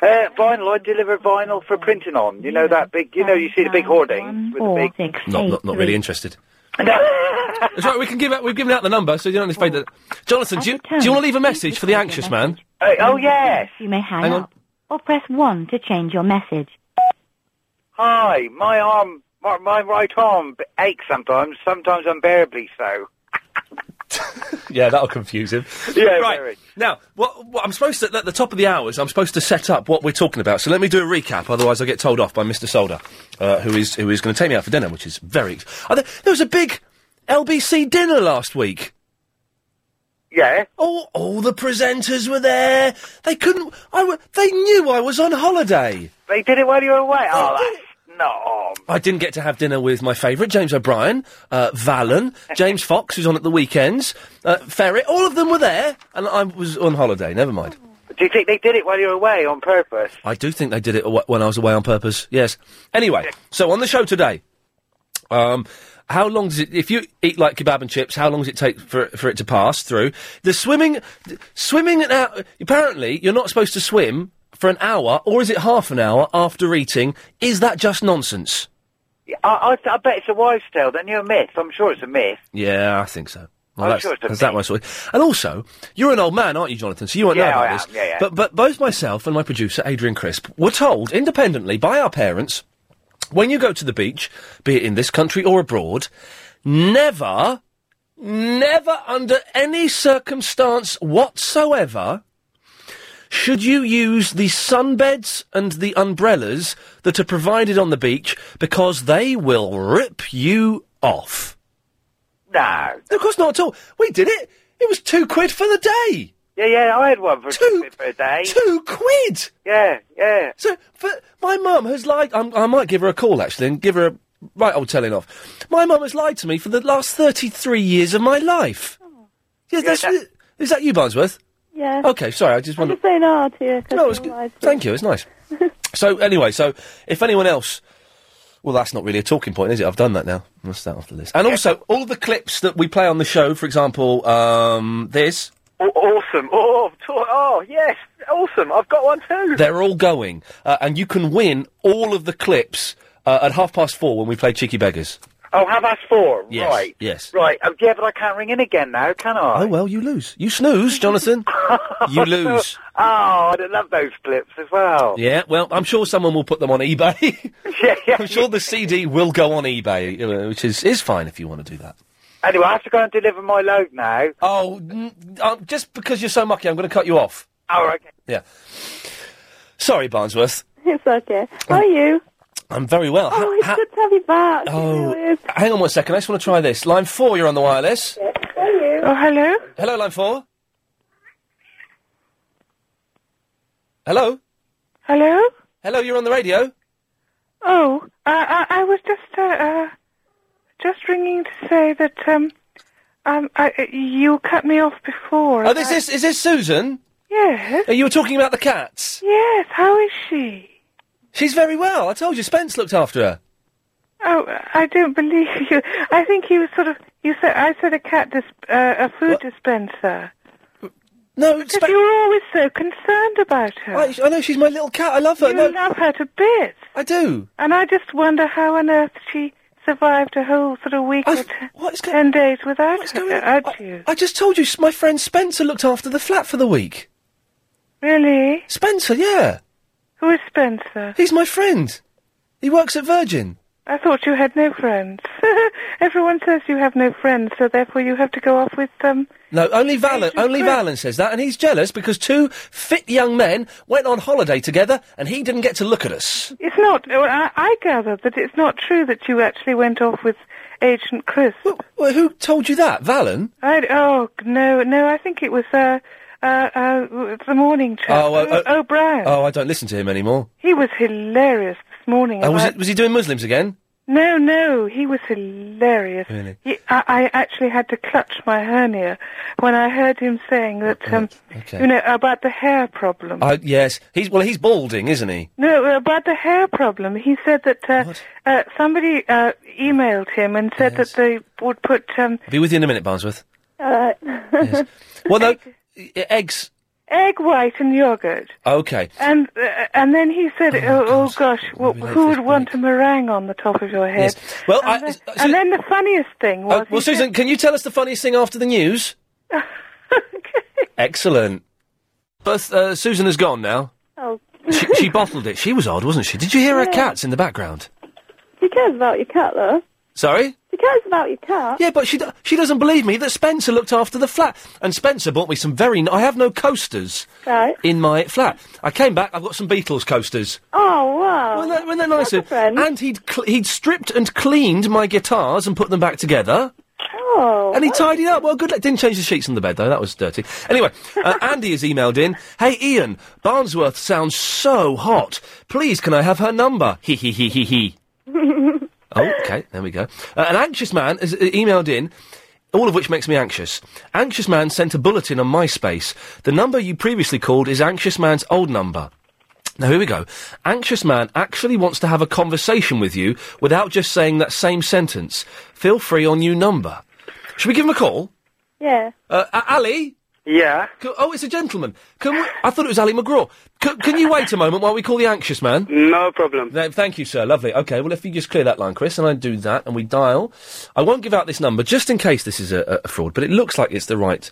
Speaker 20: Uh, vinyl, I deliver vinyl for printing on. You know that big, you know, you see the big hoarding with the big...
Speaker 2: Not, not, not really interested. It's right, we can give out, we've given out the number, so you don't need to find that. Jonathan, do you, do you want to leave a message for the anxious man?
Speaker 20: Uh, oh, yes.
Speaker 21: You may hang,
Speaker 2: Hang on.
Speaker 21: up or press 1 to change your message.
Speaker 20: Hi, my arm, my, my right arm b- aches sometimes, sometimes unbearably so.
Speaker 2: Yeah, that'll confuse him.
Speaker 20: Yeah,
Speaker 2: right.
Speaker 20: very.
Speaker 2: Now, what, what I'm supposed to, at the top of the hours, I'm supposed to set up what we're talking about. So let me do a recap, otherwise I'll get told off by Mr. Solder, uh, who is who is going to take me out for dinner, which is very. ex- Are there, there was a big LBC dinner last week.
Speaker 20: Yeah.
Speaker 2: All all the presenters were there. They couldn't. I wa- They knew I was on holiday.
Speaker 20: They did it while you were away. Oh, that's no.
Speaker 2: I didn't get to have dinner with my favourite, James O'Brien, uh, Valen, James Fox, who's on at the weekends, uh, Ferret. All of them were there, and I was on holiday. Never mind.
Speaker 20: Do you think they did it while you were away on purpose?
Speaker 2: I do think they did it aw- when I was away on purpose. Yes. Anyway, so on the show today, um, how long does it? If you eat like kebab and chips, how long does it take for for it to pass through the swimming? th- Swimming an hour. Apparently, you're not supposed to swim for an hour, or is it half an hour after eating? Is that just nonsense?
Speaker 20: Yeah, I, I, I bet it's a wives' tale. Then you're a myth. I'm sure it's a myth.
Speaker 2: Yeah, I think so. Well,
Speaker 20: I'm
Speaker 2: that's,
Speaker 20: sure it's a
Speaker 2: that's that one sort. And also, you're an old man, aren't you, Jonathan? So you won't know
Speaker 20: Yeah,
Speaker 2: about
Speaker 20: I am.
Speaker 2: this.
Speaker 20: Yeah, yeah.
Speaker 2: But but both myself and my producer, Adrian Crisp, were told independently by our parents, when you go to the beach, be it in this country or abroad, never, never under any circumstance whatsoever should you use the sunbeds and the umbrellas that are provided on the beach because they will rip you off.
Speaker 20: No.
Speaker 2: Of course not at all. We did it. It was two quid for the day.
Speaker 20: Yeah, yeah, I had one for
Speaker 2: two,
Speaker 20: for a day.
Speaker 2: Two quid.
Speaker 20: Yeah, yeah.
Speaker 2: So, for my mum has lied. I'm, I might give her a call actually and give her a right old telling off. My mum has lied to me for the last thirty-three years of my life. Yeah, that's, is that you, Barnsworth?
Speaker 9: Uh,
Speaker 15: Yeah.
Speaker 2: Okay, sorry. I just wondered.
Speaker 15: Say an
Speaker 9: oh,
Speaker 15: R to you.
Speaker 2: No, it's good. Thank you. It's nice. so anyway, so if anyone else, well, that's not really a talking point, is it? I've done that now. What's that off the list? And also, all the clips that we play on the show, for example, um, this,
Speaker 20: awesome. Oh, t- oh, yes. Awesome. I've got one too.
Speaker 2: they're all going, uh, and you can win all of the clips uh, at half past four when we play Cheeky Beggars.
Speaker 20: Oh, half past four.
Speaker 2: Yes,
Speaker 20: Right.
Speaker 2: yes.
Speaker 20: Right. Oh, yeah, but I can't ring in again now, can I?
Speaker 2: Oh well, you lose. You snooze, Jonathan. you lose.
Speaker 20: Oh, I love those clips as well.
Speaker 2: Yeah, well, I'm sure someone will put them on eBay.
Speaker 20: yeah, yeah.
Speaker 2: I'm sure the CD will go on eBay, uh, which is, is fine if you want to do that.
Speaker 20: Anyway, I have to go and deliver my load now.
Speaker 2: Oh, um, just because you're so mucky, I'm going to cut you off.
Speaker 20: Oh, okay.
Speaker 2: Yeah. Sorry, Barnsworth.
Speaker 15: It's okay. How are you?
Speaker 2: I'm very well. Um, Ha-
Speaker 15: Oh, it's good to have you back.
Speaker 2: oh, hang on one second. I just want to try this. Line four, you're on the wireless.
Speaker 13: Oh, hello?
Speaker 2: Hello, line four. Hello.
Speaker 13: Hello?
Speaker 2: Hello, you're on the radio.
Speaker 13: Oh, I, I, I was just, uh, uh, just ringing to say that, um, um, I, uh, you cut me off before.
Speaker 2: Oh, this is is this Susan? Oh,
Speaker 13: Yes.
Speaker 2: You were talking about the cats.
Speaker 13: Yes, how is she?
Speaker 2: She's very well. I told you, Spence looked after her.
Speaker 13: Oh, I don't believe you. I think he was sort of, you said, I said a cat, dis- uh, a food dispenser.
Speaker 2: No,
Speaker 13: because you were always so concerned about her.
Speaker 2: I, I know she's my little cat. I love her.
Speaker 13: You
Speaker 2: No-
Speaker 13: love her to bits.
Speaker 2: I do.
Speaker 13: And I just wonder how on earth she survived a whole sort of week or t- ten days without her. Without you.
Speaker 2: I just told you, s- my friend Spencer looked after the flat for the week.
Speaker 13: Really?
Speaker 2: Spencer, yeah.
Speaker 13: Who is Spencer?
Speaker 2: He's my friend. He works at Virgin.
Speaker 13: I thought you had no friends. Everyone says you have no friends, so therefore you have to go off with them.
Speaker 2: No, only Valen, only
Speaker 13: Chris.
Speaker 2: Valen says that, and he's jealous because two fit young men went on holiday together, and he didn't get to look at us.
Speaker 13: It's not. well, I, I gather that it's not true that you actually went off with Agent Chris.
Speaker 2: Well, who told you that, Ah, Valen?
Speaker 13: I, oh no, no. I think it was uh, uh, uh, the morning chap.
Speaker 2: Oh, uh, uh,
Speaker 13: O'Brien.
Speaker 2: Oh, I don't listen to him anymore.
Speaker 13: He was hilarious morning.
Speaker 2: Oh, was,
Speaker 13: about-
Speaker 2: it, was he doing Muslims again?
Speaker 13: No, no, he was hilarious.
Speaker 2: Really?
Speaker 13: He, I, I actually had to clutch my hernia when I heard him saying that, um,
Speaker 2: okay.
Speaker 13: you know, about the hair problem.
Speaker 2: Oh, yes. He's well. He's balding, isn't he?
Speaker 13: No, uh, about the hair problem. He said that uh, uh, somebody uh, emailed him and said that they would put. Um,
Speaker 2: I'll be with you in a minute, Barnsworth.
Speaker 13: uh,
Speaker 2: Well, no, e- eggs.
Speaker 13: egg white and yogurt.
Speaker 2: Okay.
Speaker 13: And uh, and then he said, "Oh, oh, gosh, well, who would want a meringue on the top of your head?"
Speaker 2: Yes. Well,
Speaker 13: and,
Speaker 2: I-
Speaker 13: then, and then the funniest thing was,
Speaker 2: Oh, well,
Speaker 13: he said-
Speaker 2: Susan, can you tell us the funniest thing after the news? Excellent. But uh, Susan has gone now.
Speaker 9: Oh,
Speaker 2: She, she bottled it. She was odd, wasn't she? Did you hear her cats in the background?
Speaker 9: she cares about your cat, though.
Speaker 2: Sorry.
Speaker 9: She cares about your cat.
Speaker 2: Yeah, but she do- she doesn't believe me that Spencer looked after the flat, and Spencer bought me some very. N- I have no coasters
Speaker 9: Right.
Speaker 2: in my flat. I came back. I've got some Beatles coasters.
Speaker 9: Oh wow.
Speaker 2: Well, they're, well, they're nice. And he'd cl- he'd stripped and cleaned my guitars and put them back together.
Speaker 9: Oh.
Speaker 2: And he tidied up. Well, good. luck. Didn't change the sheets on the bed though. That was dirty. Anyway, uh, Andy has emailed in. Hey, Ian, Barnsworth sounds so hot. Please, can I have her number? He he he he he. Oh, Okay, there we go. Uh, an anxious man has uh, emailed in, all of which makes me anxious. Anxious man sent a bulletin on MySpace. The number you previously called is anxious man's old number. Now here we go. Anxious man actually wants to have a conversation with you without just saying that same sentence. Feel free on new number. Should we give him a call?
Speaker 9: Yeah.
Speaker 2: Uh, A- Ali.
Speaker 22: Yeah.
Speaker 2: Oh, it's a gentleman. Can we, I thought it was Ali McGraw. C- can you wait a moment while we call the anxious man?
Speaker 22: No problem.
Speaker 2: thank you, sir. Lovely. Okay. Well, if you just clear that line, Chris, and I do that, and we dial. I won't give out this number just in case this is a, a- a fraud, but it looks like it's the right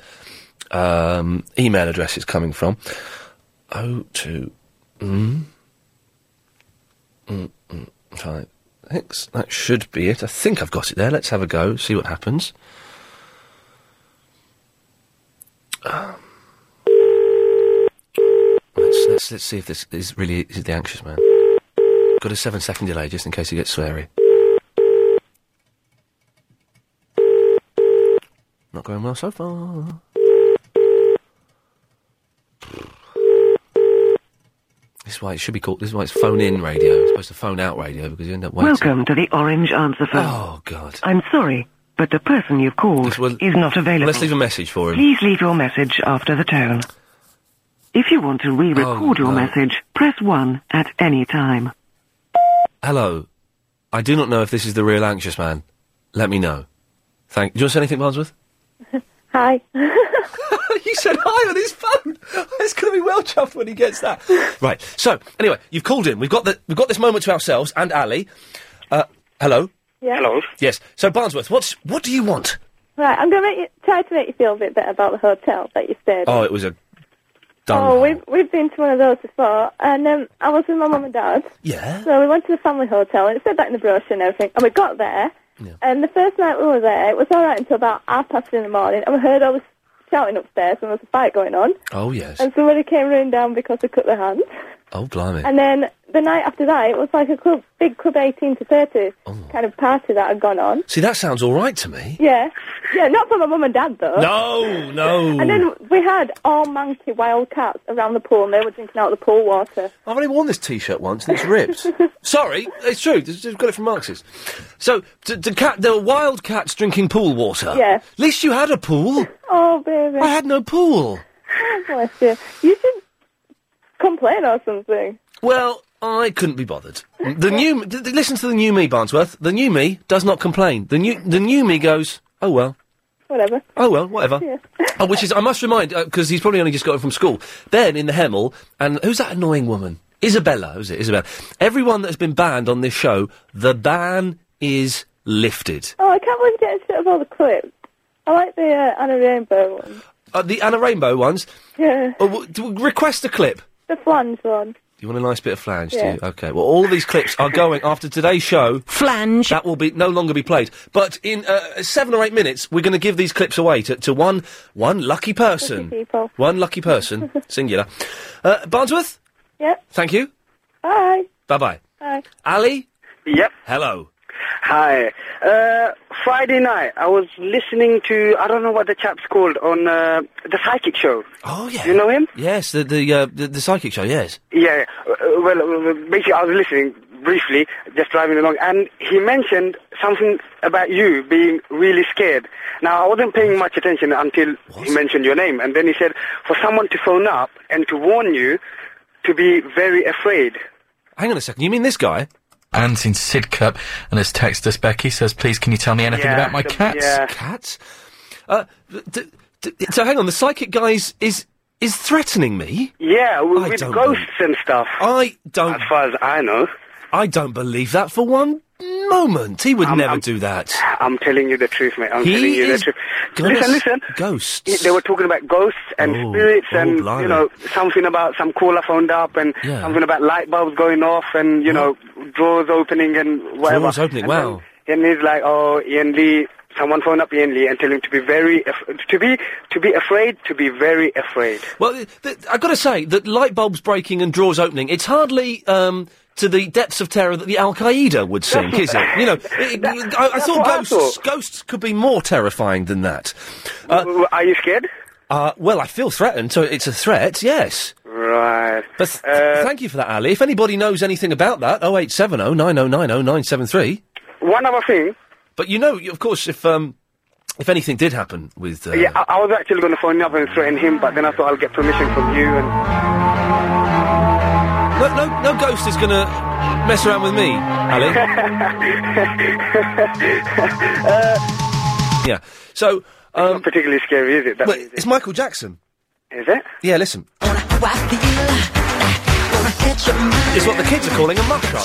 Speaker 2: um, email address it's coming from. Oh two. Mm. Mm, mm, five, six. That should be it. I think I've got it there. Let's have a go, see what happens. Um, let's, let's, let's see if this is really is it the anxious man. Got a seven second delay just in case he gets sweary. Not going well so far. This is why it should be called. This is why it's phone in radio. It's supposed to phone out radio because you end up waiting.
Speaker 23: Welcome to the Orange Answer Phone.
Speaker 2: Oh God.
Speaker 23: I'm sorry, but the person you've called is not available.
Speaker 2: Let's leave a message for him.
Speaker 23: Please leave your message after the tone. If you want to re-record
Speaker 2: Oh,
Speaker 23: your
Speaker 2: no.
Speaker 23: message, press 1 at any time.
Speaker 2: Hello. I do not know if this is the real anxious man. Let me know. Thank. Do you want to say anything, Barnsworth?
Speaker 24: Hi.
Speaker 2: you said hi on his phone. It's going to be well chuffed when he gets that. Right. So anyway, you've called in. We've got the we've got this moment to ourselves and Ali. Uh, hello.
Speaker 9: Yeah. Hello.
Speaker 2: Yes. So Barnsworth, what's what do you want?
Speaker 9: Right, I'm gonna make you, try to make you feel a bit better about the hotel that you stayed.
Speaker 2: Oh, it was a dumb.
Speaker 9: Oh, we've we've been to one of those before, and um, I was with my mum and dad.
Speaker 2: Yeah.
Speaker 9: So we went to the family hotel, and it said that in the brochure and everything. And we got there, and the first night we were there, it was all right until about half past in the morning, and we heard all this shouting upstairs, and there was a fight going on,
Speaker 2: Oh yes.
Speaker 9: and somebody came running down because they cut their hand.
Speaker 2: Oh blimey.
Speaker 9: And then the night after that, it was like a club, big club, eighteen to thirty
Speaker 2: Oh.
Speaker 9: kind of party that had gone on.
Speaker 2: See, that sounds all right to me.
Speaker 9: Yeah, yeah, not for my mum and dad though.
Speaker 2: No, no.
Speaker 9: Uh. And then we had all manky wild cats around the pool, and they were drinking out of the pool water.
Speaker 2: I've only worn this T-shirt once and it's ripped. Sorry, it's true. This- I've got it from Marx's. So, d- d- cat, there were wild cats drinking pool water.
Speaker 9: Yeah.
Speaker 2: At least you had a pool.
Speaker 9: Oh, baby.
Speaker 2: I had no pool.
Speaker 9: Oh, bless you. You should complain or something.
Speaker 2: Well, I couldn't be bothered. The new, d- d- listen to the new me, Barnsworth. The new me does not complain. The new, the new me goes, oh well,
Speaker 9: Whatever.
Speaker 2: oh well, whatever.
Speaker 9: Yeah.
Speaker 2: Oh, which is, I must remind, because he's probably only just got it from school. Then in the Hemel, and who's that annoying woman? Isabella, is it? Isabella. Everyone that has been banned on this show, the ban is lifted.
Speaker 9: Oh, I can't believe you're getting shit of all the clips. I like the uh, Anna Rainbow one.
Speaker 2: Uh, the Anna Rainbow ones.
Speaker 9: Yeah.
Speaker 2: Oh, w- do- request a clip.
Speaker 9: The flange one.
Speaker 2: You want a nice bit of flange,
Speaker 9: Yeah.
Speaker 2: do you? Okay. Well, all of these clips are going after today's show. Flange. That will be no longer be played. But in uh, seven or eight minutes, we're going to give these clips away to, to one one lucky person.
Speaker 9: Lucky people.
Speaker 2: One lucky person, singular. Uh, Barnsworth.
Speaker 9: Yep.
Speaker 2: Thank you.
Speaker 9: Bye.
Speaker 2: Bye bye.
Speaker 9: Bye.
Speaker 2: Ali.
Speaker 25: Yep.
Speaker 2: Hello.
Speaker 25: Hi. Uh, Friday night, I was listening to, I don't know what the chap's called, on uh, The Psychic Show.
Speaker 2: Oh, yeah.
Speaker 25: You know him?
Speaker 2: Yes, the the uh, the, the psychic show. Yes.
Speaker 25: Yeah. Uh, well, uh, basically, I was listening briefly, just driving along, and he mentioned something about you being really scared. Now, I wasn't paying much attention until he mentioned your name, and then he said for someone to phone up and to warn you to be very afraid.
Speaker 2: Hang on a second. You mean this guy?
Speaker 16: Anne's in Sidcup and has texted us. Becky says, please, can you tell me anything
Speaker 2: Yeah,
Speaker 16: about my
Speaker 2: the-
Speaker 16: cats?
Speaker 2: yeah. Cats? Uh, d- d- d- so hang on, the psychic guy is is, is threatening me.
Speaker 25: Yeah, w-
Speaker 2: I
Speaker 25: with
Speaker 2: don't
Speaker 25: ghosts and stuff.
Speaker 2: I don't.
Speaker 25: As far as I know,
Speaker 2: I don't believe that for one moment. He would never do that.
Speaker 25: I'm telling you the truth, mate. I'm
Speaker 2: He
Speaker 25: telling you
Speaker 2: is
Speaker 25: the truth.
Speaker 2: gonna
Speaker 25: Listen,
Speaker 2: s-
Speaker 25: listen.
Speaker 2: Ghosts.
Speaker 25: Y- They were talking about ghosts and spirits,
Speaker 2: oh,
Speaker 25: and
Speaker 2: blimey.
Speaker 25: you know something about some caller phoned up, and
Speaker 2: Yeah.
Speaker 25: something about light bulbs going off, and you know drawers opening and whatever.
Speaker 2: Doors opening.
Speaker 25: And
Speaker 2: Wow.
Speaker 25: then- and he's like, "Oh, Ian Lee." Someone phoned up Ian Lee and tell him to be very, af- to be, to be afraid, to be very afraid.
Speaker 2: Well, th- th- I've got to say that light bulbs breaking and drawers opening, it's hardly um, to the depths of terror that the Al Qaeda would sink, is it? You know, it- I, I
Speaker 25: that's
Speaker 2: thought
Speaker 25: what I
Speaker 2: ghosts
Speaker 25: thought.
Speaker 2: ghosts could be more terrifying than that. Uh,
Speaker 25: are you scared?
Speaker 2: Uh, well, I feel threatened, so it's a threat, yes.
Speaker 25: Right. Uh,
Speaker 2: But th- thank you for that, Ali. If anybody knows anything about that, 0870 9090 973.
Speaker 25: One other thing.
Speaker 2: But you know, you- of course, if um, if anything did happen with. Uh,
Speaker 25: yeah, I, I was actually going to phone up and threaten him, but then I thought I'll get permission from you and.
Speaker 2: No, no, no ghost is going to mess around with me, Ali. Uh, yeah. So. Um, it's not
Speaker 25: particularly scary, is it?
Speaker 2: But it's Michael Jackson.
Speaker 25: Is it?
Speaker 2: Yeah, listen. It's what the kids are calling a muck up.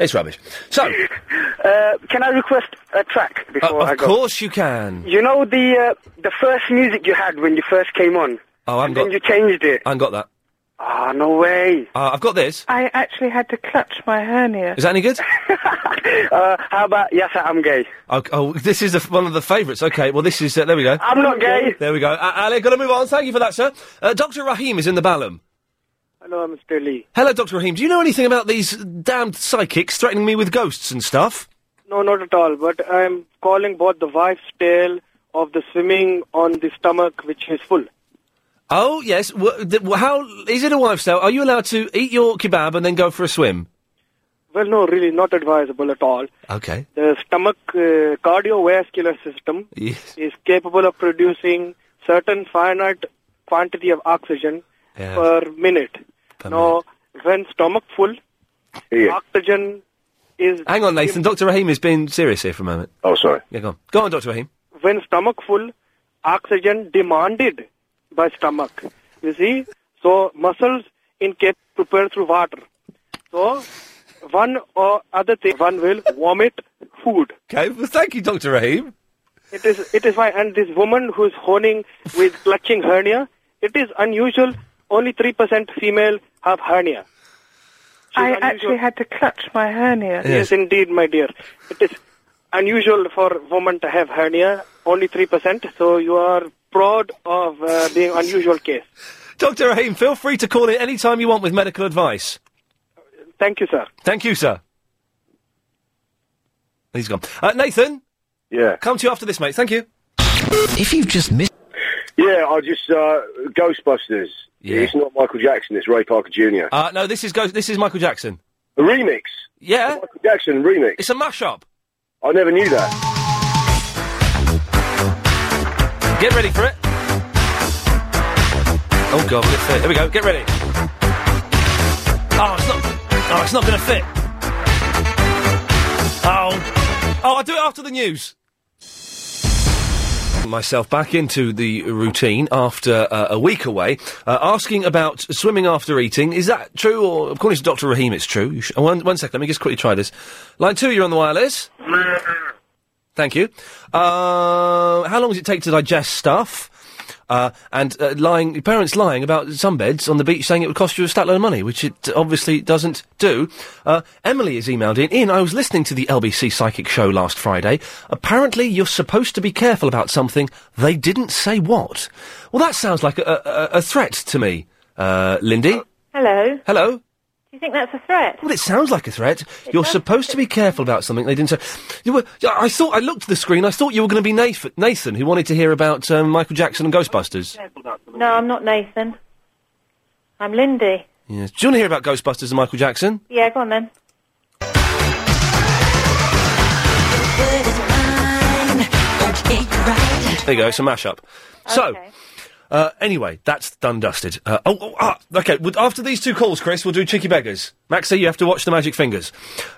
Speaker 2: it's rubbish. So, Uh,
Speaker 25: Uh, can I request a track before
Speaker 2: of
Speaker 25: I go?
Speaker 2: course you can.
Speaker 25: You know the uh, the first music you had when you first came on.
Speaker 2: Oh, I haven't
Speaker 25: Then
Speaker 2: got,
Speaker 25: you changed it.
Speaker 2: I haven't got that.
Speaker 25: Ah, no way.
Speaker 2: Uh, I've got this.
Speaker 13: I actually had to clutch my hernia.
Speaker 2: Is that any good?
Speaker 25: uh, how about yes, I'm gay?
Speaker 2: Oh, oh, this is a, one of the favourites. Okay, well, this is. Uh, there we go.
Speaker 25: I'm not gay.
Speaker 2: There we go. Uh, Ali, got to move on. Thank you for that, sir. Uh, Dr. Rahim is in the Balham.
Speaker 25: Hello, Mr. Lee.
Speaker 2: Hello, Dr. Rahim. Do you know anything about these damned psychics threatening me with ghosts and stuff?
Speaker 5: No, not at all. But I'm calling about the wife's tale of the swimming on the stomach, which is full.
Speaker 2: Oh, yes. Wh- th- wh- how is it a wife's tale? Are you allowed to eat your kebab and then go for a swim?
Speaker 5: Well, no, really not advisable at all.
Speaker 2: Okay.
Speaker 5: The stomach uh, cardiovascular system
Speaker 2: Yes.
Speaker 5: is capable of producing certain finite quantity of oxygen
Speaker 2: Yeah.
Speaker 5: per minute. now, when stomach full, oxygen is
Speaker 2: Hang on, Nathan. Dr. Rahim is being serious here for a moment.
Speaker 5: Oh, sorry.
Speaker 2: Yeah, go on. Go on, Dr. Rahim.
Speaker 5: when stomach full, oxygen demanded by stomach. You see, so muscles incapable to burn through water. So one or other thing, one will vomit food.
Speaker 2: Okay. Well, thank you, Dr. Rahim.
Speaker 5: It is it is why and this woman who is honing with clutching hernia, it is unusual. Only three percent female have hernia.
Speaker 13: I actually had to clutch my hernia.
Speaker 5: Yes. indeed, my dear. It is unusual for women to have hernia, only 3%, so you are proud of uh, being unusual case.
Speaker 2: Dr. Rahim, feel free to call in any time you want with medical advice.
Speaker 5: Thank you, sir.
Speaker 2: Thank you, sir. He's gone. Uh, Nathan?
Speaker 8: Yeah.
Speaker 2: Come to you after this, mate. Thank you.
Speaker 8: If you've just missed. Yeah, I just. Uh, Ghostbusters.
Speaker 2: Yeah.
Speaker 8: It's not Michael Jackson, it's Ray Parker Jr.
Speaker 2: Uh, no, this is go- this is Michael Jackson.
Speaker 8: A remix?
Speaker 2: Yeah.
Speaker 8: Michael Jackson remix.
Speaker 2: It's a mashup.
Speaker 8: I never knew that.
Speaker 2: Get ready for it. Oh god, will it fit? Here we go. Get ready. Oh, it's not. Oh, it's not going to fit. Oh, oh, I'll do it after the news. Myself back into the routine after uh, a week away, uh, asking about swimming after eating. Is that true? Or according to Doctor Rahim, it's true. You sh- one, one second, let me just quickly try this. Line two, you're on the wireless. Thank you. Uh, how long does it take to digest stuff? Uh, and uh, lying, parents lying about sunbeds on the beach, saying it would cost you a stat load of money, which it obviously doesn't do. Uh, Emily has emailed in. Ian, I was listening to the LBC Psychic Show last Friday. Apparently, you're supposed to be careful about something. They didn't say what. Well, that sounds like a, a, a threat to me, uh, Lindy.
Speaker 26: Hello. Do
Speaker 2: Hello.
Speaker 26: you think that's a threat?
Speaker 2: Well, it sounds like a threat. You're supposed to be careful about something. They didn't say. You were, I thought I looked at the screen. I thought you were going to be Nathan, Nathan, who wanted to hear about um, Michael Jackson and Ghostbusters.
Speaker 26: No, I'm not Nathan. I'm Lindy.
Speaker 2: Yes. Do you want to hear about Ghostbusters and Michael Jackson?
Speaker 26: Yeah, go on then.
Speaker 2: There you go. It's a mashup. So, uh, anyway, that's done dusted. Uh, oh, oh, ah, okay. Well, after these two calls, Chris, we'll do Cheeky Beggars. Maxie, you have to watch the Magic Fingers.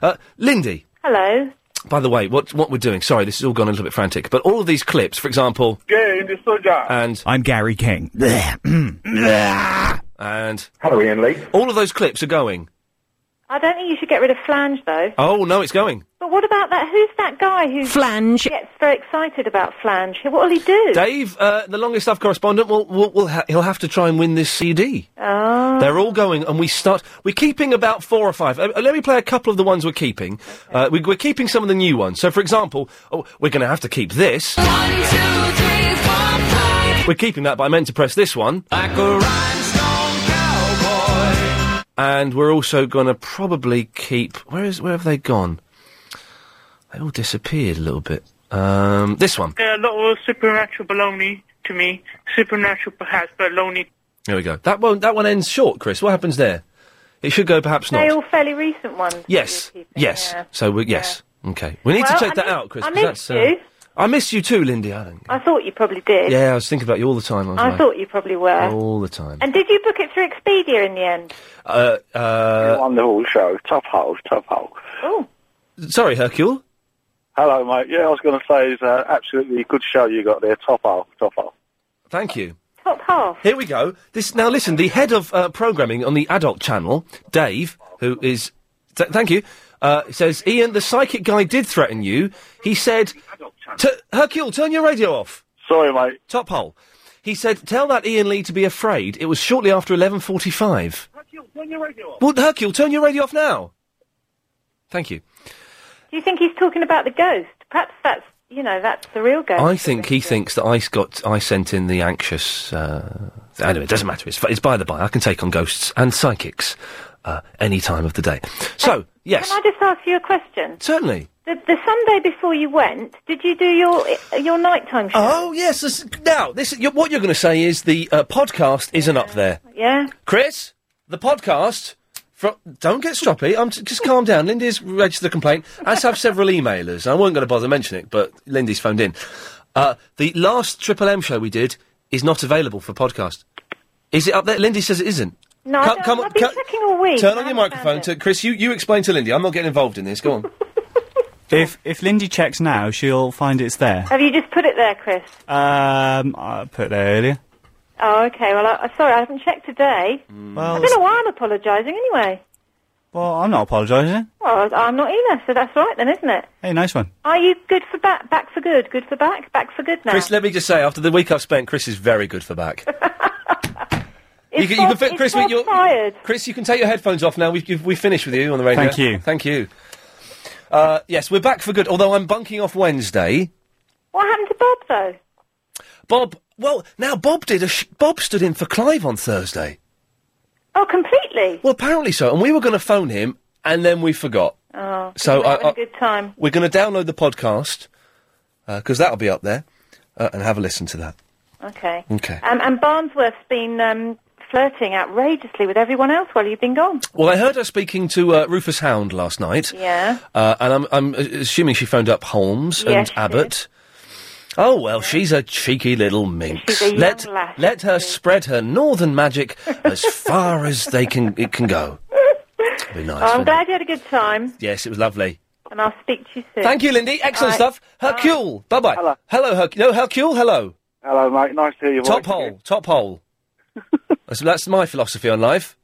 Speaker 2: Uh, Lindy,
Speaker 26: Hello.
Speaker 2: by the way, what what we're doing? Sorry, this has all gone a little bit frantic. But all of these clips, for example,
Speaker 6: Gay in the soldier.
Speaker 2: and I'm Gary King. and hello, Ian Lee. All of those clips are going.
Speaker 26: I don't think you should get rid of Flange though.
Speaker 2: Oh no, it's going.
Speaker 26: But what about that? Who's that guy who Flange gets very excited about Flange? What will he do?
Speaker 2: Dave, uh, the longest stuff correspondent, will will, will ha- he'll have to try and win this CD.
Speaker 26: Oh.
Speaker 2: They're all going, and we start. We're keeping about four or five. Uh, uh, let me play a couple of the ones we're keeping. Uh, we, we're keeping some of the new ones. So, for example, oh, we're going to have to keep this. We're keeping that, but I meant to press this one. And we're also going to probably keep. Where is? Where have they gone? They all disappeared a little bit. Um, this one.
Speaker 17: They're a lot of supernatural baloney to me. Supernatural perhaps, but lonely.
Speaker 2: There we go. That one. That one ends short, Chris. What happens there? It should go perhaps
Speaker 26: They
Speaker 2: not.
Speaker 26: all fairly recent ones.
Speaker 2: Yes. Yes.
Speaker 26: yeah.
Speaker 2: So we yes. Okay. We need
Speaker 26: Well,
Speaker 2: to check
Speaker 26: I
Speaker 2: that
Speaker 26: miss-
Speaker 2: out, Chris.
Speaker 26: I
Speaker 2: 'cause
Speaker 26: missed
Speaker 2: that's, uh,
Speaker 26: you.
Speaker 2: I miss you too, Lindy. I don't.
Speaker 26: I thought you probably did.
Speaker 2: Yeah, I was thinking about you all the time. wasn't
Speaker 26: I thought you probably were.
Speaker 2: all the time.
Speaker 26: And did you book it through Expedia in the end?
Speaker 2: Uh, uh,
Speaker 7: on the whole show. Tough hole, tough hole.
Speaker 26: Oh.
Speaker 2: Sorry, Hercule.
Speaker 7: Hello, mate. Yeah, I was going to say it's uh, absolutely good show you got there. Top hole, top hole.
Speaker 2: Thank you.
Speaker 26: Top half.
Speaker 2: Here we go. This now. Listen, the head of uh, programming on the adult channel, Dave, who is, th- thank you, uh, says Ian, the psychic guy did threaten you. He said, T- Hercule, turn your radio off.
Speaker 7: Sorry, mate.
Speaker 2: Top hole. He said, tell that Ian Lee to be afraid. It was shortly after eleven forty-five. Well, Hercule, turn your radio off now. Thank you.
Speaker 26: Do you think he's talking about the ghost? Perhaps that's you know that's the real ghost.
Speaker 2: I think he thinks that I got I sent in the anxious. Uh, anyway, it doesn't matter. It's, it's by the by. I can take on ghosts and psychics uh, any time of the day. So yes,
Speaker 26: Can I just ask you a question?
Speaker 2: certainly.
Speaker 26: The, the Sunday before you went, did you do your your nighttime show?
Speaker 2: Oh yes. This, now this you what you're going to say is the uh, podcast isn't up there,
Speaker 26: Yeah.
Speaker 2: Chris. The podcast. From, don't get stroppy. I'm t- just calm down. Lindy's registered a complaint, as have several emailers. I wasn't going to bother mentioning it, but Lindy's phoned in. Uh, the last Triple M show we did is not available for podcast. Is it up there? Lindy says it isn't.
Speaker 26: No, I
Speaker 2: Come-
Speaker 26: don't,
Speaker 2: come on,
Speaker 26: I've been
Speaker 2: come-
Speaker 26: checking all week.
Speaker 2: Turn on your microphone, to Chris. You, you explain to Lindy. I'm not getting involved in this. Go on.
Speaker 9: If if Lindy checks now, she'll find it's there.
Speaker 26: Have you just put it there, Chris?
Speaker 9: Um, I put it there earlier.
Speaker 26: Oh, okay. Well, I, I- sorry, I haven't checked today. I
Speaker 2: Mm.
Speaker 9: Well,
Speaker 26: don't know why I'm apologising anyway.
Speaker 9: well, I'm not apologising.
Speaker 26: Well, I- I'm not either, so that's right then, isn't it?
Speaker 9: oh, Hey, nice one.
Speaker 26: Are you good for back, back for good, good for back, back for good now?
Speaker 2: Chris, let me just say, after the week I've spent, Chris is very good for back.
Speaker 26: It's
Speaker 2: you can- you can
Speaker 26: Bob-
Speaker 2: fit-
Speaker 26: it's
Speaker 2: Chris, we-
Speaker 26: Bob
Speaker 2: you're-
Speaker 26: tired.
Speaker 2: Chris, you can take your headphones off now. We've, we finished with you on the radio.
Speaker 9: Thank you.
Speaker 2: Thank you. Uh, yes, we're back for good. Although I'm bunking off Wednesday.
Speaker 26: What happened to Bob though?
Speaker 2: Bob, well, now Bob did a sh- Bob stood in for Clive on Thursday.
Speaker 26: Oh, completely.
Speaker 2: Well, apparently so. And we were going to phone him, and then we forgot.
Speaker 26: Oh, so
Speaker 2: So I-
Speaker 26: we're having
Speaker 2: I-
Speaker 26: a good time.
Speaker 2: We're going to download the podcast because that'll be up there uh, and have a listen to that.
Speaker 26: Okay.
Speaker 2: Okay.
Speaker 26: Um, and Barnsworth's been um, flirting outrageously with everyone else while you've been gone.
Speaker 2: Well, I heard her speaking to uh, Rufus Hound last night.
Speaker 26: Yeah.
Speaker 2: Uh, and I'm, I'm uh, assuming she phoned up Holmes
Speaker 26: Yes,
Speaker 2: and
Speaker 26: she
Speaker 2: Abbott. Oh well, she's a cheeky little minx.
Speaker 26: She's a young
Speaker 2: let
Speaker 26: lass,
Speaker 2: let her spread her northern magic as far as they can it can go. It'll be nice.
Speaker 26: oh, I'm
Speaker 2: wouldn't
Speaker 26: glad you had a good time,
Speaker 2: it? Yes, it was lovely.
Speaker 26: and I'll speak to you soon.
Speaker 2: Thank you, Lindy. Excellent
Speaker 26: All right.
Speaker 2: stuff. Hercule. Bye bye. Hello. Hello, Hercule. No, Hercule. Hello.
Speaker 7: Hello, mate. Nice to hear your
Speaker 2: Top
Speaker 7: voice
Speaker 2: hole. Top hole. that's, that's my philosophy on life.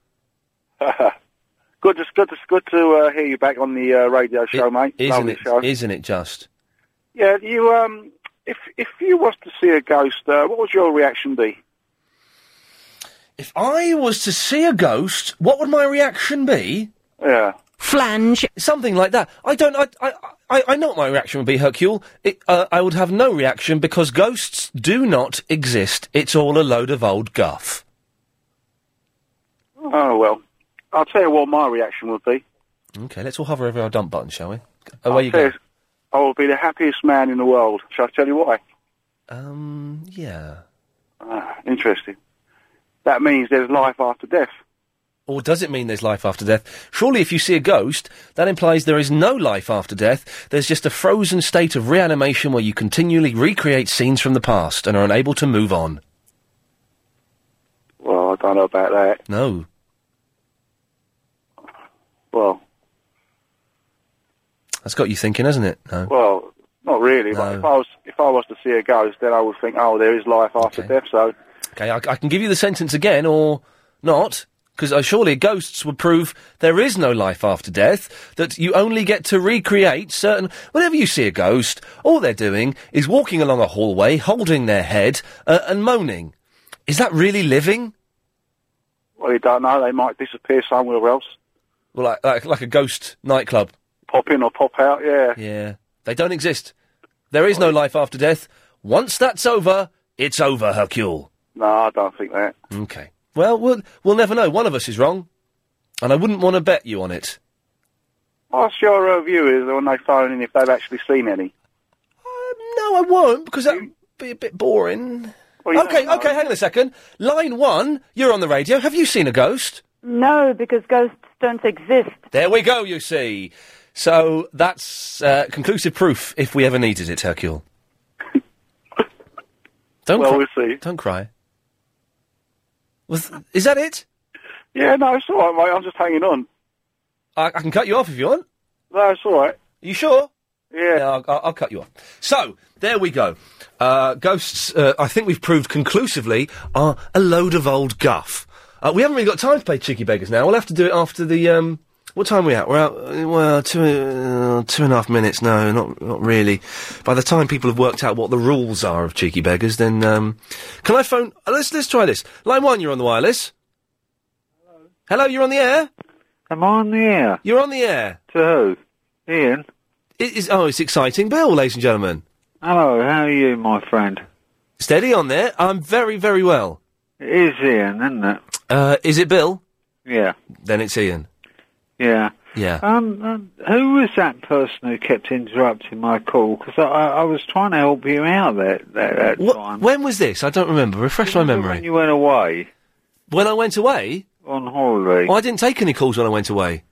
Speaker 7: good, it's good, it's good to uh, hear you back on the uh, radio show, mate.
Speaker 2: Isn't
Speaker 7: Lovely
Speaker 2: it?
Speaker 7: show.
Speaker 2: Isn't it just?
Speaker 7: Yeah, you. Um, if if you was to see a ghost, uh, what would your reaction be?
Speaker 2: If I was to see a ghost, what would my reaction be?
Speaker 7: Yeah.
Speaker 2: Flange. Something like that. I don't. I. I. I, I know what my reaction would be, Hercule. It, uh, I would have no reaction because ghosts do not exist. It's all a load of old guff.
Speaker 7: Oh well, I'll tell you what my reaction would be.
Speaker 2: Okay, let's all hover over our dump button, shall we?
Speaker 7: I'll
Speaker 2: Away Oh, you
Speaker 7: tell
Speaker 2: go.
Speaker 7: you, I will be the happiest man in the world. Shall I tell you why?
Speaker 2: Um. Yeah.
Speaker 7: Ah, interesting. That means there's life after death.
Speaker 2: Or does it mean there's life after death? Surely, if you see a ghost, that implies there is no life after death. There's just a frozen state of reanimation where you continually recreate scenes from the past and are unable to move on.
Speaker 27: Well, I don't know about that.
Speaker 2: No.
Speaker 27: Well,
Speaker 2: That's got you thinking, hasn't it? No.
Speaker 27: well, not really. But if I was if I was to see a ghost, then I would think, oh, there is life after death. So
Speaker 2: Okay, I, I can give you the sentence again or not, because uh, surely ghosts would prove there is no life after death, that you only get to recreate certain. Whenever you see a ghost, all they're doing is walking along a hallway, holding their head, uh, and moaning. Is that really living?
Speaker 27: well, you don't know. They might disappear somewhere else,
Speaker 2: Well, like, like, like a ghost nightclub.
Speaker 27: pop in or pop out. Yeah.
Speaker 2: Yeah. They don't exist. There is no life after death. Once that's over, it's over, Hercule.
Speaker 27: No, I don't think that.
Speaker 2: Okay. Well, we'll we'll never know. One of us is wrong, and I wouldn't want to bet you on it.
Speaker 27: Ask your uh, viewers when they phone in if they've actually seen any.
Speaker 2: No, I won't because that would be a bit boring. okay, okay, hang on a second. Line one, you're on the radio. Have you seen a ghost?
Speaker 9: No, because ghosts don't exist.
Speaker 2: There we go. You see. So that's uh, conclusive proof if we ever needed it, Hercule. Don't
Speaker 27: Well,
Speaker 2: cry. We'll see. Don't cry. Was, is that it?
Speaker 27: Yeah, no, it's all right, mate. I'm just hanging on.
Speaker 2: I, I can cut you off if you want.
Speaker 27: No, it's all right.
Speaker 2: You sure? Yeah. I'll, I'll, I'll cut you off. So, there we go. Uh, ghosts, uh, I think we've proved conclusively, are a load of old guff. Uh, we haven't really got time to play Cheeky Beggars now. We'll have to do it after the. Um, what time are we at? We're out, uh, well, two, uh, two and a half minutes. No, not, not really. By the time people have worked out what the rules are of Cheeky Beggars, then. Um, can I phone. uh, Let's, let's try this. Line one, you're on the wireless. Hello, you're on the air?
Speaker 11: Am I on the air?
Speaker 2: You're on the air.
Speaker 11: To who? Ian?
Speaker 2: It is, oh, it's exciting. Bill, ladies and gentlemen.
Speaker 11: Hello, how are you, my friend?
Speaker 2: Steady on there. I'm very, very well.
Speaker 11: It is Ian, isn't it?
Speaker 2: Uh, is it Bill?
Speaker 11: Yeah,
Speaker 2: Then it's Ian.
Speaker 11: yeah.
Speaker 2: Yeah.
Speaker 11: Um, um, who was that person who kept interrupting my call? Because I, I, I was trying to help you out that, that, that time.
Speaker 2: When was this? I don't remember. Refresh my memory.
Speaker 11: When you went away.
Speaker 2: When I went away?
Speaker 11: On holiday.
Speaker 2: Well, I didn't take any calls when I went away.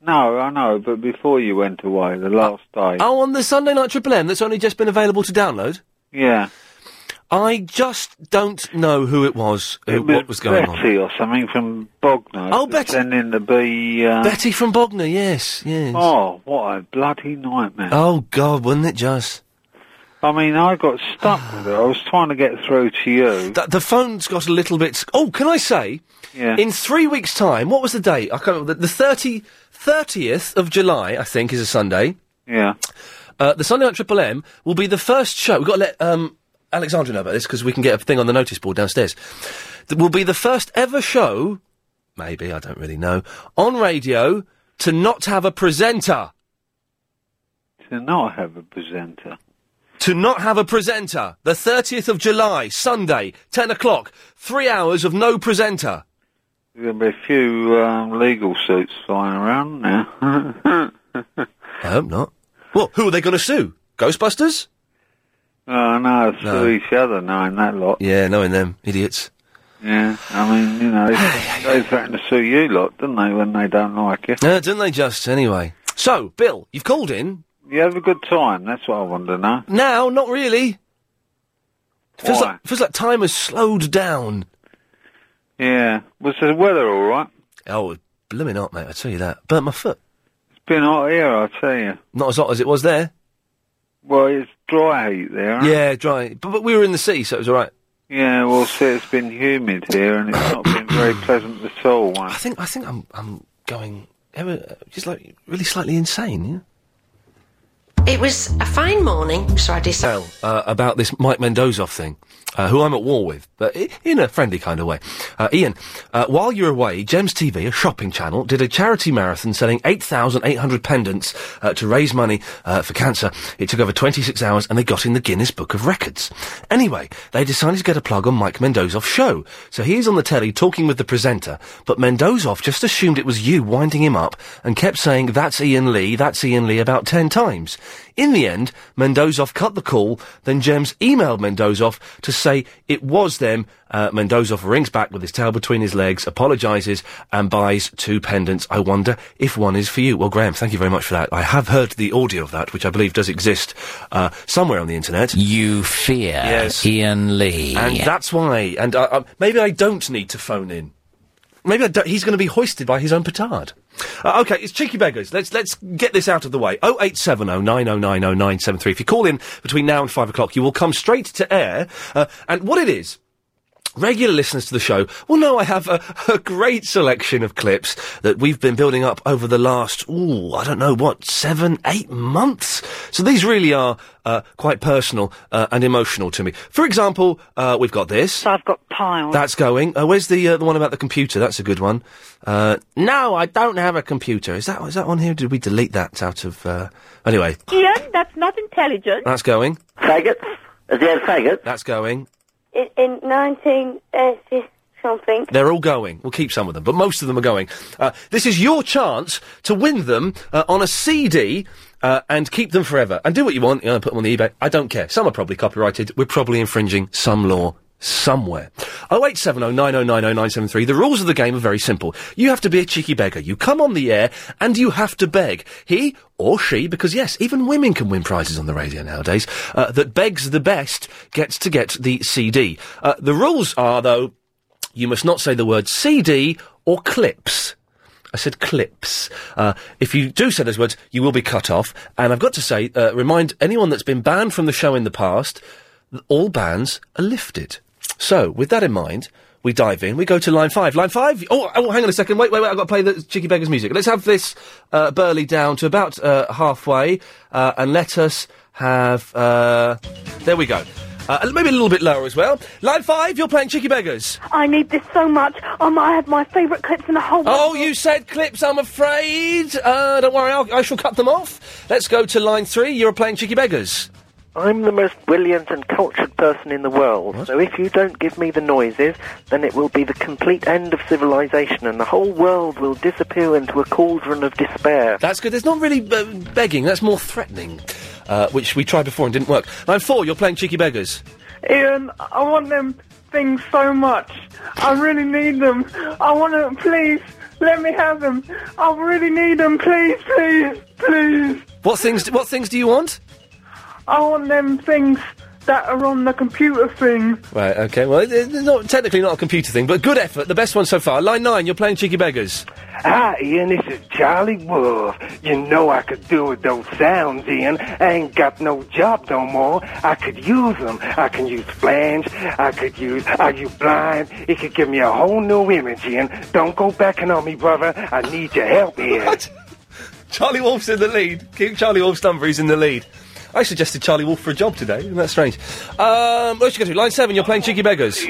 Speaker 11: No, I know, but before you went away, the last day.
Speaker 2: Oh, on the Sunday Night Triple M that's only just been available to download?
Speaker 11: Yeah.
Speaker 2: I just don't know who it was, who, what was going on.
Speaker 11: Betty or something from Bognor.
Speaker 2: Oh,
Speaker 11: Betty. Sending the bee. Uh...
Speaker 2: Betty from Bognor, yes, yes.
Speaker 11: Oh, what a bloody nightmare.
Speaker 2: Oh, God, wasn't it just?
Speaker 11: I mean, I got stuck with it. I was trying to get through to you.
Speaker 2: The, the phone's got a little bit. Oh, can I say?
Speaker 11: Mm. Yeah.
Speaker 2: In three weeks' time, what was the date? I can't remember. The, the 30, 30th of July, I think, is a Sunday.
Speaker 11: Yeah.
Speaker 2: Uh, the Sunday Night Triple M will be the first show. We've got to let um, Alexandra know about this because we can get a thing on the notice board downstairs. That will be the first ever show, maybe, I don't really know, on radio to not have a presenter.
Speaker 11: To not have a presenter.
Speaker 2: To not have a presenter. The 30th of July, Sunday, 10 o'clock. Three hours of no presenter.
Speaker 11: There'll be a few um, legal suits flying around now.
Speaker 2: I hope not. Well, who are they going to sue? Ghostbusters?
Speaker 11: oh, no, through each other knowing that lot.
Speaker 2: Yeah, knowing them. Idiots.
Speaker 11: Yeah, I mean, you know, they threaten to sue you lot, didn't they, when they don't like you?
Speaker 2: Uh, didn't they just, anyway? So, Bill, you've called in.
Speaker 11: You have a good time, that's what I want to know.
Speaker 2: Now, not really. Feels like, feels like time has slowed down.
Speaker 11: Yeah. Was the weather all right?
Speaker 2: Oh, it's blooming hot, mate, I tell you that. Burnt my foot.
Speaker 11: It's been hot here, I tell you.
Speaker 2: Not as hot as it was there.
Speaker 11: Well, it's dry heat there.
Speaker 2: Yeah, dry. But, but we were in the sea, so it was all right.
Speaker 11: Yeah, well, see, it's been humid here, and it's not been very pleasant at all.
Speaker 2: I think I think I'm I'm going ever just like really slightly insane. Yeah.
Speaker 10: It was a fine morning, so I decided.
Speaker 2: uh, about this Mike Mendozoff thing, uh, who I'm at war with, but i- in a friendly kind of way. Uh, Ian, uh, while you're away, Gems TV, a shopping channel, did a charity marathon selling 8,800 pendants uh, to raise money uh, for cancer. It took over 26 hours and they got in the Guinness Book of Records. Anyway, they decided to get a plug on Mike Mendozoff's show. So he is on the telly talking with the presenter, but Mendozoff just assumed it was you winding him up and kept saying, that's Ian Lee, that's Ian Lee about 10 times. In the end, Mendozoff cut the call, then Gems emailed Mendozoff to just say it was them. Uh, Mendoza rings back with his tail between his legs, apologises, and buys two pendants. I wonder if one is for you. Well, Graham, thank you very much for that. I have heard the audio of that, which I believe does exist uh, somewhere on the internet. You fear yes. Ian Lee. And that's why. And I, I, maybe I don't need to phone in. Maybe I don't- he's going to be hoisted by his own petard. Uh, okay, it's cheeky beggars. Let's let's get this out of the way. 0870 9090 973. If you call in between now and five o'clock, you will come straight to air. Uh, and what it is. Regular listeners to the show will know I have a, a great selection of clips that we've been building up over the last, ooh, I don't know what, seven, eight months. So these really are uh, quite personal uh, and emotional to me. For example, uh, we've got this. I've got
Speaker 28: piles.
Speaker 2: That's going. Uh, where's the uh, the one about the computer? That's a good one. Uh, no, I don't have a computer. Is that is that on here? Did we delete that out of? Uh... Anyway,
Speaker 3: Ian, that's not intelligent.
Speaker 2: that's going.
Speaker 3: Faggots?
Speaker 2: Is there faggots? That's going.
Speaker 3: In, in
Speaker 10: uh,
Speaker 3: 1980 something.
Speaker 2: They're all going. We'll keep some of them, but most of them are going. Uh, this is your chance to win them uh, on a CD. Uh, and keep them forever. And do what you want. You know, put them on the eBay. I don't care. Some are probably copyrighted. We're probably infringing some law somewhere. Oh, 0870 9090 973. The rules of the game are very simple. You have to be a cheeky beggar. You come on the air and you have to beg. He or she, because yes, even women can win prizes on the radio nowadays, uh, that begs the best gets to get the CD. Uh, the rules are, though, you must not say the word CD or clips. I said clips. Uh, if you do say those words, you will be cut off. And I've got to say, uh, remind anyone that's been banned from the show in the past, that all bans are lifted. So, with that in mind, we dive in. We go to line five. Line five. Oh, oh hang on a second. Wait, wait, wait. I've got to play the Cheeky Beggars music. Let's have this uh, Burley down to about uh, halfway, uh, and let us have. Uh, there we go. Uh, maybe a little bit lower as well. Line five. You're playing Cheeky Beggars.
Speaker 3: I need this so much. Um, I have my favourite clips in the whole
Speaker 2: Oh, you said clips, I'm afraid. Uh, don't worry, I'll, I shall cut them off. Let's go to line three. You're playing Cheeky Beggars.
Speaker 21: I'm the most brilliant and cultured person in the world, so if you don't give me the noises, then it will be the complete end of civilization and the whole world will disappear into a cauldron of despair.
Speaker 2: That's good. There's not really uh, begging, that's more threatening, uh, which we tried before and didn't work. Line four, you're playing Cheeky Beggars.
Speaker 17: Ian, I want them things so much. I really need them. I want them, please. Let me have them. I really need them. Please, please, please.
Speaker 2: What things, what things do you want?
Speaker 17: I want Oh, them things that are on the computer thing.
Speaker 2: Right, okay, well, it- it's not, technically not a computer thing, but good effort, the best one so far. Line nine, you're playing Cheeky Beggars.
Speaker 4: Hi, Ah, Ian, this is Charlie Wolf. You know I could do with those sounds, Ian. I ain't got no job no more. I could use them. I can use flange. I could use Are You Blind? It could give me a whole new image, Ian. Don't go backing on me, brother. I need your help here.
Speaker 2: Charlie Wolf's in the lead. Keep Charlie Wolf's number. He's in the lead. I suggested Charlie Wolf for a job today. Isn't that strange? Um, where should we go to? Line seven. You're playing cheeky beggars. Is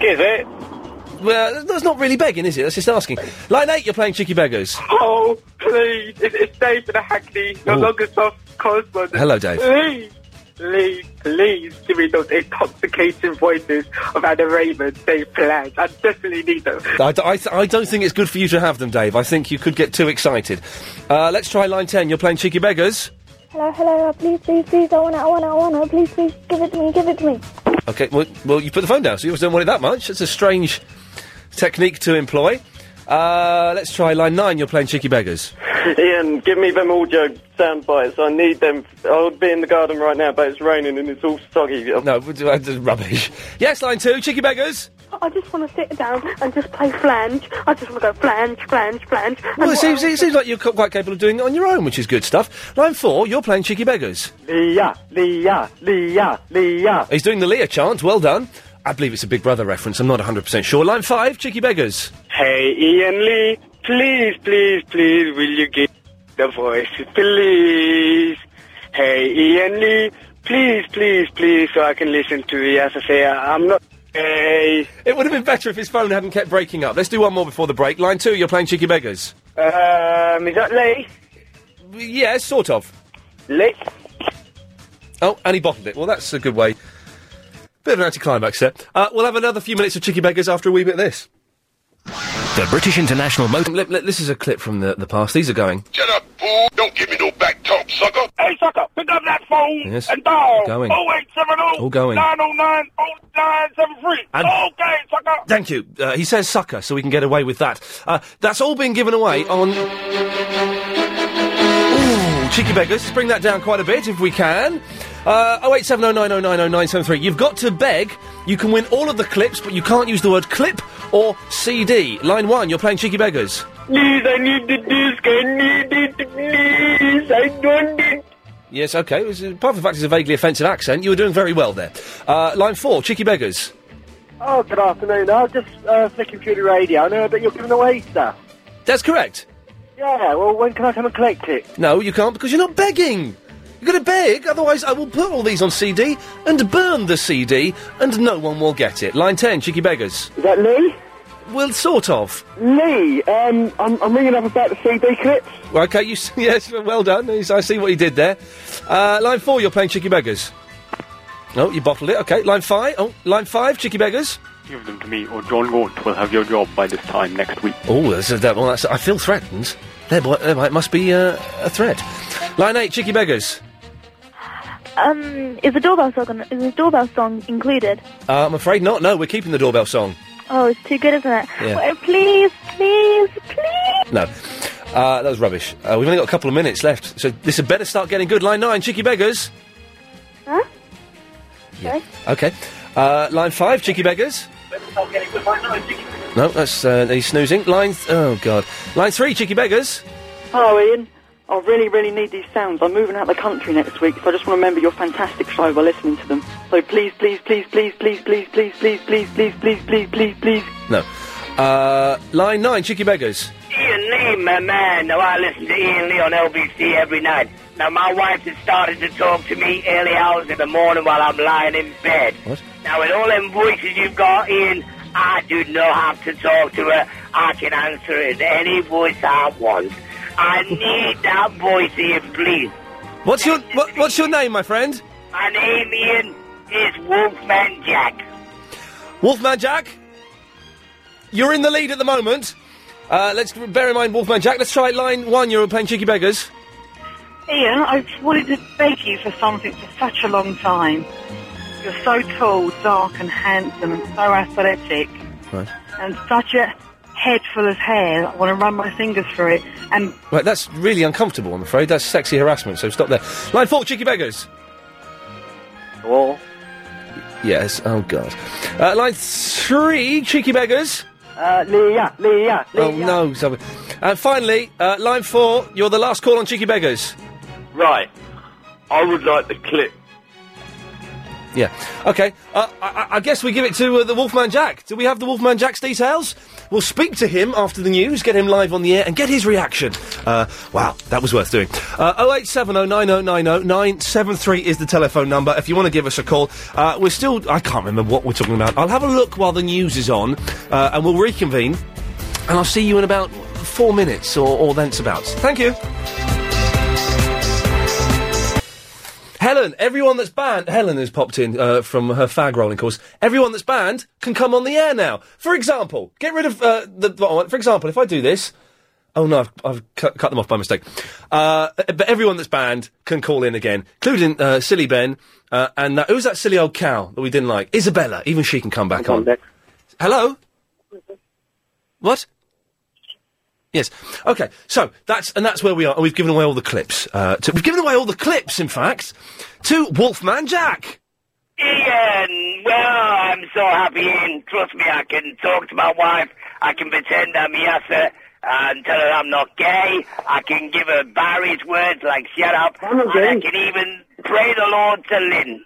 Speaker 29: it?
Speaker 2: Well, that's not really begging, is it? That's just asking. Line eight. You're playing cheeky beggars.
Speaker 25: Oh, please. It's, it's David Hackney, the
Speaker 2: Ooh.
Speaker 25: longest off correspondent.
Speaker 2: Hello, Dave.
Speaker 25: Please, please, please give me those intoxicating voices of Anna Raymond, Dave Flange. I definitely need them.
Speaker 2: I, d- I, th- I don't think it's good for you to have them, Dave. I think you could get too excited. Uh, let's try line ten. You're playing cheeky beggars.
Speaker 9: Hello, hello, please, please, please, I want it, I want it, I want it, please, please, give it to me, give it to me.
Speaker 2: Okay, well, well, you put the phone down, so you obviously don't want it that much. It's a strange technique to employ. Uh, let's try line nine. You're playing cheeky beggars.
Speaker 11: Ian, give me them audio sound bites. I need them. I'll be in the garden right now, but it's raining and it's all soggy.
Speaker 2: No, that's rubbish. Yes, line two, cheeky beggars.
Speaker 3: I just want to sit down and just play flange. I just want to go flange, flange, flange. And
Speaker 2: Well, it
Speaker 3: what
Speaker 2: seems,
Speaker 3: else?
Speaker 2: it seems like you're co- quite capable of doing it on your own, which is good stuff. Line four, you're playing cheeky beggars.
Speaker 11: Leah, Leah, Leah, Leah.
Speaker 2: He's doing the Leah chant. Well done. I believe it's a Big Brother reference. I'm not 100% sure. Line five, cheeky beggars.
Speaker 25: Hey, Ian Lee, please, please, please, will you give the voice, please? Hey, Ian Lee, please, please, please, so I can listen to you. As I say, I- I'm not. Hey.
Speaker 2: It would have been better if his phone hadn't kept breaking up. Let's do one more before the break. Line two, you're playing cheeky beggars.
Speaker 11: Um, is that Lee?
Speaker 2: Yeah, sort of.
Speaker 11: Lee?
Speaker 2: Oh, and he bottled it. Well, that's a good way. Bit of an anticlimax there. Uh, we'll have another few minutes of cheeky beggars after a wee bit of this. The British International Motor. This is a clip from the, the past. These are going.
Speaker 30: Shut up, fool. Don't give me no
Speaker 1: back top, sucker. Hey, sucker, pick up that phone
Speaker 2: Yes.
Speaker 1: and dial
Speaker 2: Going.
Speaker 1: 0870
Speaker 2: All going.
Speaker 1: 909 0973.
Speaker 2: And-
Speaker 1: okay, sucker.
Speaker 2: Thank you. Uh, he says sucker, so we can get away with that. Uh, that's all been given away on. Ooh, cheeky beggars. Let's bring that down quite a bit if we can. Uh, 08709090973. You've got to beg. You can win all of the clips, but you can't use the word clip or CD. Line one, you're playing cheeky beggars.
Speaker 1: Please, I need the disc. I need it, please. I don't need
Speaker 2: Yes, okay. It was- apart from the fact it's a vaguely offensive accent, you were doing very well there. Uh, line four, cheeky beggars.
Speaker 31: Oh, good afternoon. I was just uh, flicking through the radio. I know that you're giving away stuff.
Speaker 2: That's correct.
Speaker 31: Yeah, well, when can I come and collect it?
Speaker 2: No, you can't because you're not begging. You're going to beg, otherwise I will put all these on CD and burn the CD, and no one will get it. Line ten, cheeky beggars.
Speaker 31: Is that Lee?
Speaker 2: Well, sort of.
Speaker 31: Lee, um, I'm, I'm ringing up about the CD clips.
Speaker 2: Well, okay, you s- yes, well done. Yes, I see what you did there. Uh, line four, you're playing cheeky beggars. No, you bottled it. Okay, line five. Oh, line five, cheeky beggars.
Speaker 20: Give them to me, or John Gaunt will have your job by this time next week.
Speaker 2: Oh, that's, that, well, that's, I feel threatened. There, boy, there might, must be uh, a threat. Line eight, cheeky beggars.
Speaker 4: Um, is the doorbell song is the doorbell song included?
Speaker 2: Uh, I'm afraid not. No, we're keeping the doorbell song.
Speaker 4: Oh, it's too good, isn't it?
Speaker 2: Yeah.
Speaker 4: Well, please, please, please.
Speaker 2: No. Uh, that was rubbish. Uh, we've only got a couple of minutes left, so this had better start getting good. Line 9, Cheeky Beggars.
Speaker 4: Huh?
Speaker 2: Okay. Uh, line 5, Cheeky Beggars. No, that's, uh, he's snoozing. Line, th- oh god. Line 3, Cheeky Beggars.
Speaker 21: Hello, Ian. I really, really need these sounds. I'm moving out of the country next week, so I just want to remember your fantastic show by listening to them. So please, please, please, please, please, please, please, please, please, please, please, please, please, please.
Speaker 2: No. Uh, line 9, Cheeky Beggars.
Speaker 32: Ian Lee, my man. Now, I listen to Ian Lee on LBC every night. Now, my wife has started to talk to me early hours in the morning while I'm lying in bed.
Speaker 2: What?
Speaker 32: Now, with all them voices you've got, Ian, I do not have to talk to her. I can answer in any voice I want. I need that voice, Ian, please.
Speaker 2: What's your, what, what's your name, my friend?
Speaker 32: My name, Ian, is Wolfman Jack.
Speaker 2: Wolfman Jack? You're in the lead at the moment. Uh, let's bear in mind Wolfman Jack. Let's try line 1, you're playing Cheeky Beggars.
Speaker 21: Ian, I've wanted to beg you for something for such a long time. You're so tall, dark, and handsome, and so athletic,
Speaker 2: Right.
Speaker 21: and such a head full of hair. I want to run my fingers through it. And
Speaker 2: Right, that's really uncomfortable, I'm afraid. That's sexy harassment, so stop there. Line 4, Cheeky Beggars.
Speaker 31: Or
Speaker 2: Yes, oh god. Uh, line three, cheeky beggars.
Speaker 31: Uh, Leah, Leah,
Speaker 2: Oh no, sorry. And finally, uh, line four, you're the last call on cheeky beggars.
Speaker 27: Right. I would like the clip.
Speaker 2: Yeah. Okay. Uh, I- I-, I guess we give it to uh, the Wolfman Jack. Do we have the Wolfman Jack's details? We'll speak to him after the news, get him live on the air, and get his reaction. Uh, wow, that was worth doing. Uh, 08709090973 is the telephone number if you want to give us a call. Uh, we're still, I can't remember what we're talking about. I'll have a look while the news is on, uh, and we'll reconvene, and I'll see you in about four minutes or, or thenceabouts. Thank you. Helen, everyone that's banned, Helen has popped in uh, from her fag rolling course. Everyone that's banned can come on the air now. For example, get rid of uh, the. bottom one. For example, if I do this, oh no, I've, I've cut, cut them off by mistake. Uh, but everyone that's banned can call in again, including uh, silly Ben uh, and that, who's that silly old cow that we didn't like? Isabella. Even she can come back on. Hello. What? Yes. Okay. So that's and that's where we are. And we've given away all the clips. Uh, to, we've given away all the clips, in fact, to Wolfman Jack.
Speaker 32: Ian, well, I'm so happy, Ian. Trust me, I can talk to my wife. I can pretend I'm Yasser and tell her I'm not gay. I can give her various words like shut up. And I can even pray the Lord to Lynn.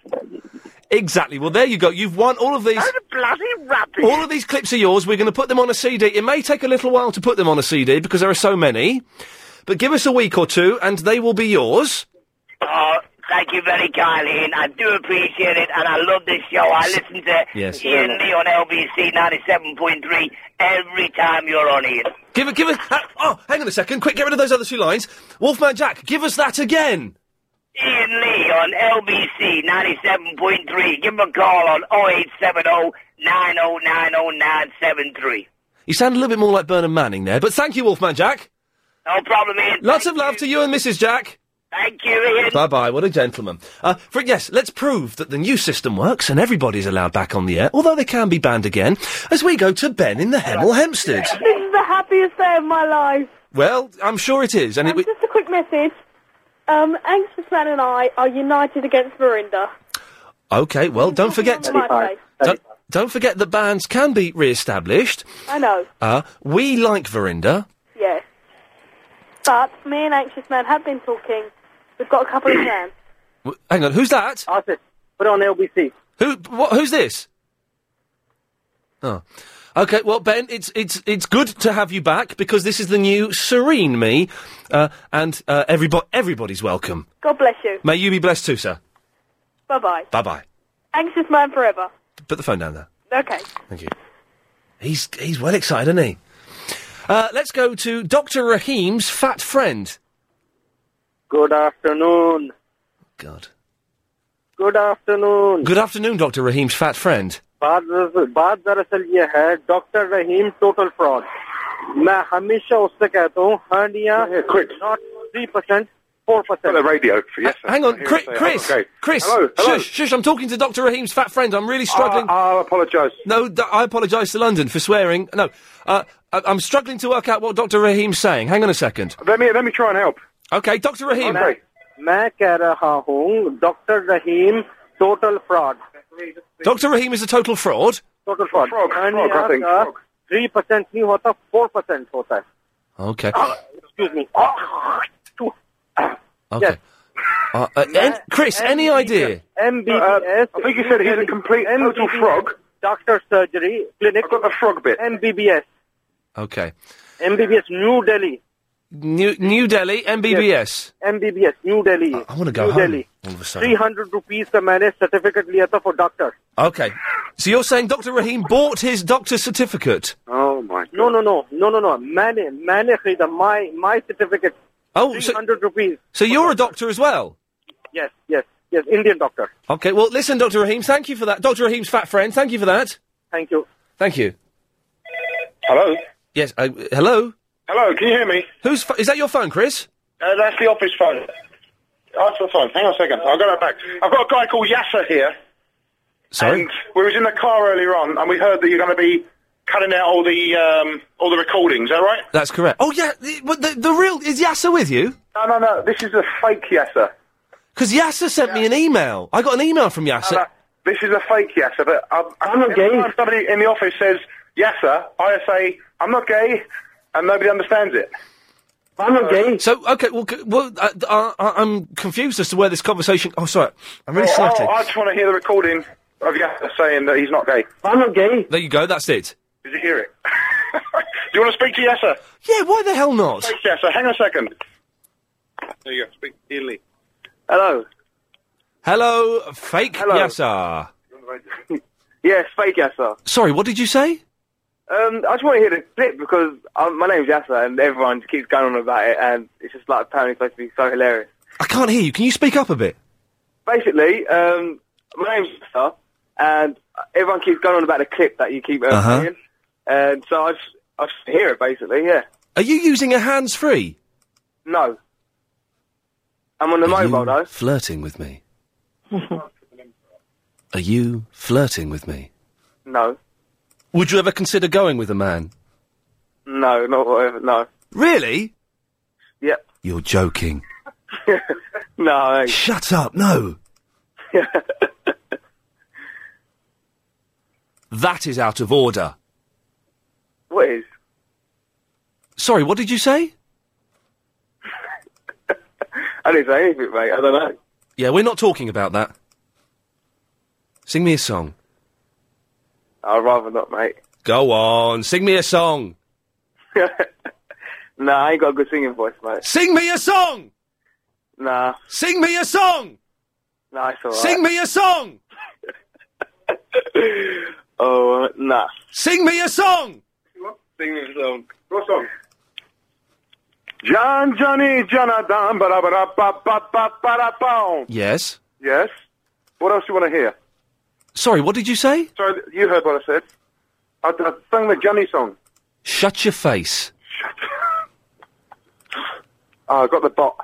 Speaker 2: Exactly. Well, there you go. You've won all of these.
Speaker 32: Bloody rubbish.
Speaker 2: All of these clips are yours. We're going to put them on a CD. It may take a little while to put them on a CD because there are so many. But give us a week or two, and they will be yours.
Speaker 32: Oh, thank you very kindly, Ian. I do appreciate it, and I love this show. I listen to
Speaker 2: Yes.
Speaker 32: Ian Lee on LBC 97.3 every time you're on, Ian.
Speaker 2: Give it. Give us. Uh, oh, hang on a second. Quick, get rid of those other two lines. Wolfman Jack, give us that again.
Speaker 32: Ian Lee on LBC 97.3. Give him a call on 0870 9090973.
Speaker 2: You sound a little bit more like Bernard Manning there, but thank you, Wolfman Jack.
Speaker 32: No problem, Ian.
Speaker 2: Lots of love to you and Mrs. Jack.
Speaker 32: Thank you, Ian.
Speaker 2: Bye bye. What a gentleman. Uh, for, yes, let's prove that the new system works and everybody's allowed back on the air, although they can be banned again, as we go to Ben in the Hemel Hempstead.
Speaker 9: This is the happiest day of my life.
Speaker 2: Well, I'm sure it is, and it. We-
Speaker 9: Just a quick message. Um, Anxious Man and I are united against Verinda.
Speaker 2: okay, well, don't forget.
Speaker 9: on the right way.
Speaker 2: Don't, don't forget that bans can be re-established.
Speaker 9: I know.
Speaker 2: Uh, we like Verinda.
Speaker 9: Yes. But me and Anxious Man have been talking. We've got a couple of plans.
Speaker 2: W- hang on, who's that?
Speaker 11: Artist, put on LBC.
Speaker 2: Who? What? Who's this? Oh. Okay, well, Ben, it's it's it's good to have you back because this is the new serene me, uh, and uh, everybody everybody's welcome.
Speaker 9: God bless you.
Speaker 2: May you be blessed too, sir.
Speaker 9: Bye bye.
Speaker 2: Bye bye.
Speaker 9: Anxious Man forever.
Speaker 2: Put the phone down there.
Speaker 9: Okay.
Speaker 2: Thank you. He's he's well excited, isn't he? Uh, let's go to Doctor Raheem's fat friend.
Speaker 11: Good afternoon.
Speaker 2: God.
Speaker 11: Good afternoon.
Speaker 2: Good afternoon, Doctor Raheem's fat friend.
Speaker 11: बात दरअसल बात दरअसल ये है doctor Raheem total fraud मैं हमेशा उससे कहता हूँ hernia not three percent four percent
Speaker 27: the radio. Yes, sir.
Speaker 2: Hang on,
Speaker 27: Here,
Speaker 2: Chris.
Speaker 27: sir.
Speaker 2: Chris,
Speaker 27: Okay.
Speaker 2: Chris
Speaker 27: Hello. Hello.
Speaker 2: Shush, shush, I'm talking to Dr. Raheem's fat friend. I'm really struggling.
Speaker 27: I apologise.
Speaker 2: No, d- I apologise to London for swearing. No, uh, I- I'm struggling to work out what Dr. Raheem's saying. Hang on a second.
Speaker 27: Let me let me try and help.
Speaker 2: Okay, Dr. Raheem.
Speaker 11: मैं, मैं कह रहा हूँ doctor Raheem total fraud
Speaker 2: Dr. Raheem is a total fraud.
Speaker 11: Total fraud
Speaker 27: Frog, frog, I think,
Speaker 11: hernia three percent नहीं होता four percent होता है
Speaker 2: Okay.
Speaker 27: Oh,
Speaker 11: excuse me
Speaker 2: Okay. Uh, uh, an- Chris, any idea?
Speaker 11: MBBS.
Speaker 27: I think you said he's a complete total frog.
Speaker 11: Doctor surgery clinic. I've
Speaker 27: got the frog bit.
Speaker 11: MBBS.
Speaker 2: Okay.
Speaker 11: MBBS New Delhi.
Speaker 2: New New Delhi, MBBS.
Speaker 11: MBBS New Delhi.
Speaker 2: I want to go
Speaker 11: New
Speaker 2: home
Speaker 11: Delhi.
Speaker 2: all of a
Speaker 11: three
Speaker 2: sudden.
Speaker 11: Hundred rupees का मैंने certificate लिया था for doctor
Speaker 2: Okay. So you're saying Dr. Raheem bought his doctor's certificate?
Speaker 27: Oh my.
Speaker 11: No no no no no no मैंने मैंने खरीदा my my certificate
Speaker 2: Oh,
Speaker 11: three hundred rupees
Speaker 2: So you're a doctor as well?
Speaker 11: Yes yes yes Indian doctor
Speaker 2: Okay, well, listen, Dr. Raheem, thank you for that. Dr. Raheem's fat friend, thank you for that.
Speaker 11: Thank you.
Speaker 2: Thank you.
Speaker 27: Hello.
Speaker 2: Yes, uh, hello?
Speaker 27: Hello, can you hear me?
Speaker 2: Who's pho- is that your phone, Chris?
Speaker 27: Uh, that's the office phone. Answer the phone. Hang on a second. I'll go that back. I've got a guy called Yasser here.
Speaker 2: Sorry?
Speaker 27: And we was in the car earlier on, and we heard that you're going to be cutting out all the um, all the recordings. Is that right?
Speaker 2: That's correct. Oh, yeah, the, but the, the real. Is Yasser with you?
Speaker 27: No, no, no. This is a fake Yasser.
Speaker 2: Because Yasser sent me an email. I got an email from Yasser.
Speaker 27: This is a fake Yasser. But um,
Speaker 2: I'm not
Speaker 27: every
Speaker 2: gay.
Speaker 27: time somebody in the office says Yasser, I say I'm not gay, and nobody understands it.
Speaker 2: I'm not gay. So, okay, well, c- well uh, I, I, I'm confused as to where this conversation. Oh, sorry. I'm really
Speaker 27: Oh,
Speaker 2: slighted.
Speaker 27: oh, I just want to hear the recording of Yasser saying that he's not gay.
Speaker 2: I'm not gay. There you go, that's it.
Speaker 27: Did you hear it? Do you want to speak to Yasser?
Speaker 2: Yeah, why the hell not?
Speaker 27: Speak to Yasser. Hang on a second. There you go. Speak to Ian Lee.
Speaker 11: Hello.
Speaker 2: Hello, fake
Speaker 27: Hello.
Speaker 2: Yasser.
Speaker 11: yes fake Yasser
Speaker 2: Sorry, what did you say?
Speaker 11: Um, I just want to hear the clip because um, my name's Yasser and everyone keeps going on about it and it's just like apparently supposed to be so hilarious.
Speaker 2: I can't hear you. Can you speak up a bit?
Speaker 11: Basically, um, my name's Yasser and everyone keeps going on about the clip that you keep uh,
Speaker 2: Uh-huh.
Speaker 11: playing. And so I just, I just hear it basically, yeah.
Speaker 2: Are you using a hands free?
Speaker 11: No. I'm on the mobile though.
Speaker 2: Flirting with me. Are you flirting with me?
Speaker 11: No.
Speaker 2: Would you ever consider going with a man?
Speaker 11: No, not whatever, no.
Speaker 2: Really?
Speaker 11: Yep.
Speaker 2: You're joking.
Speaker 11: no.
Speaker 2: Shut up, no. That is out of order.
Speaker 11: What is?
Speaker 2: Sorry, what did you say?
Speaker 11: I didn't say anything, mate. I don't know.
Speaker 2: Yeah, we're not talking about that. Sing me a song.
Speaker 11: I'd rather not, mate.
Speaker 2: Go on, sing me a song.
Speaker 11: Nah, I ain't got a good singing voice, mate.
Speaker 2: Sing me a song!
Speaker 11: Nah.
Speaker 2: Sing me a song!
Speaker 11: Nah, it's alright.
Speaker 2: Sing me a song!
Speaker 11: Oh, uh, nah.
Speaker 2: Sing me a song!
Speaker 27: Sing me a song. What song? John, Johnny, Jonathan, ba da ba da ba ba ba ba da boom.
Speaker 2: Yes?
Speaker 27: Yes. What else do you want to hear?
Speaker 2: Sorry, what did you say?
Speaker 27: Sorry, you heard what I said. I, I sang the Johnny song.
Speaker 2: Shut your face.
Speaker 27: Oh, I got the bot.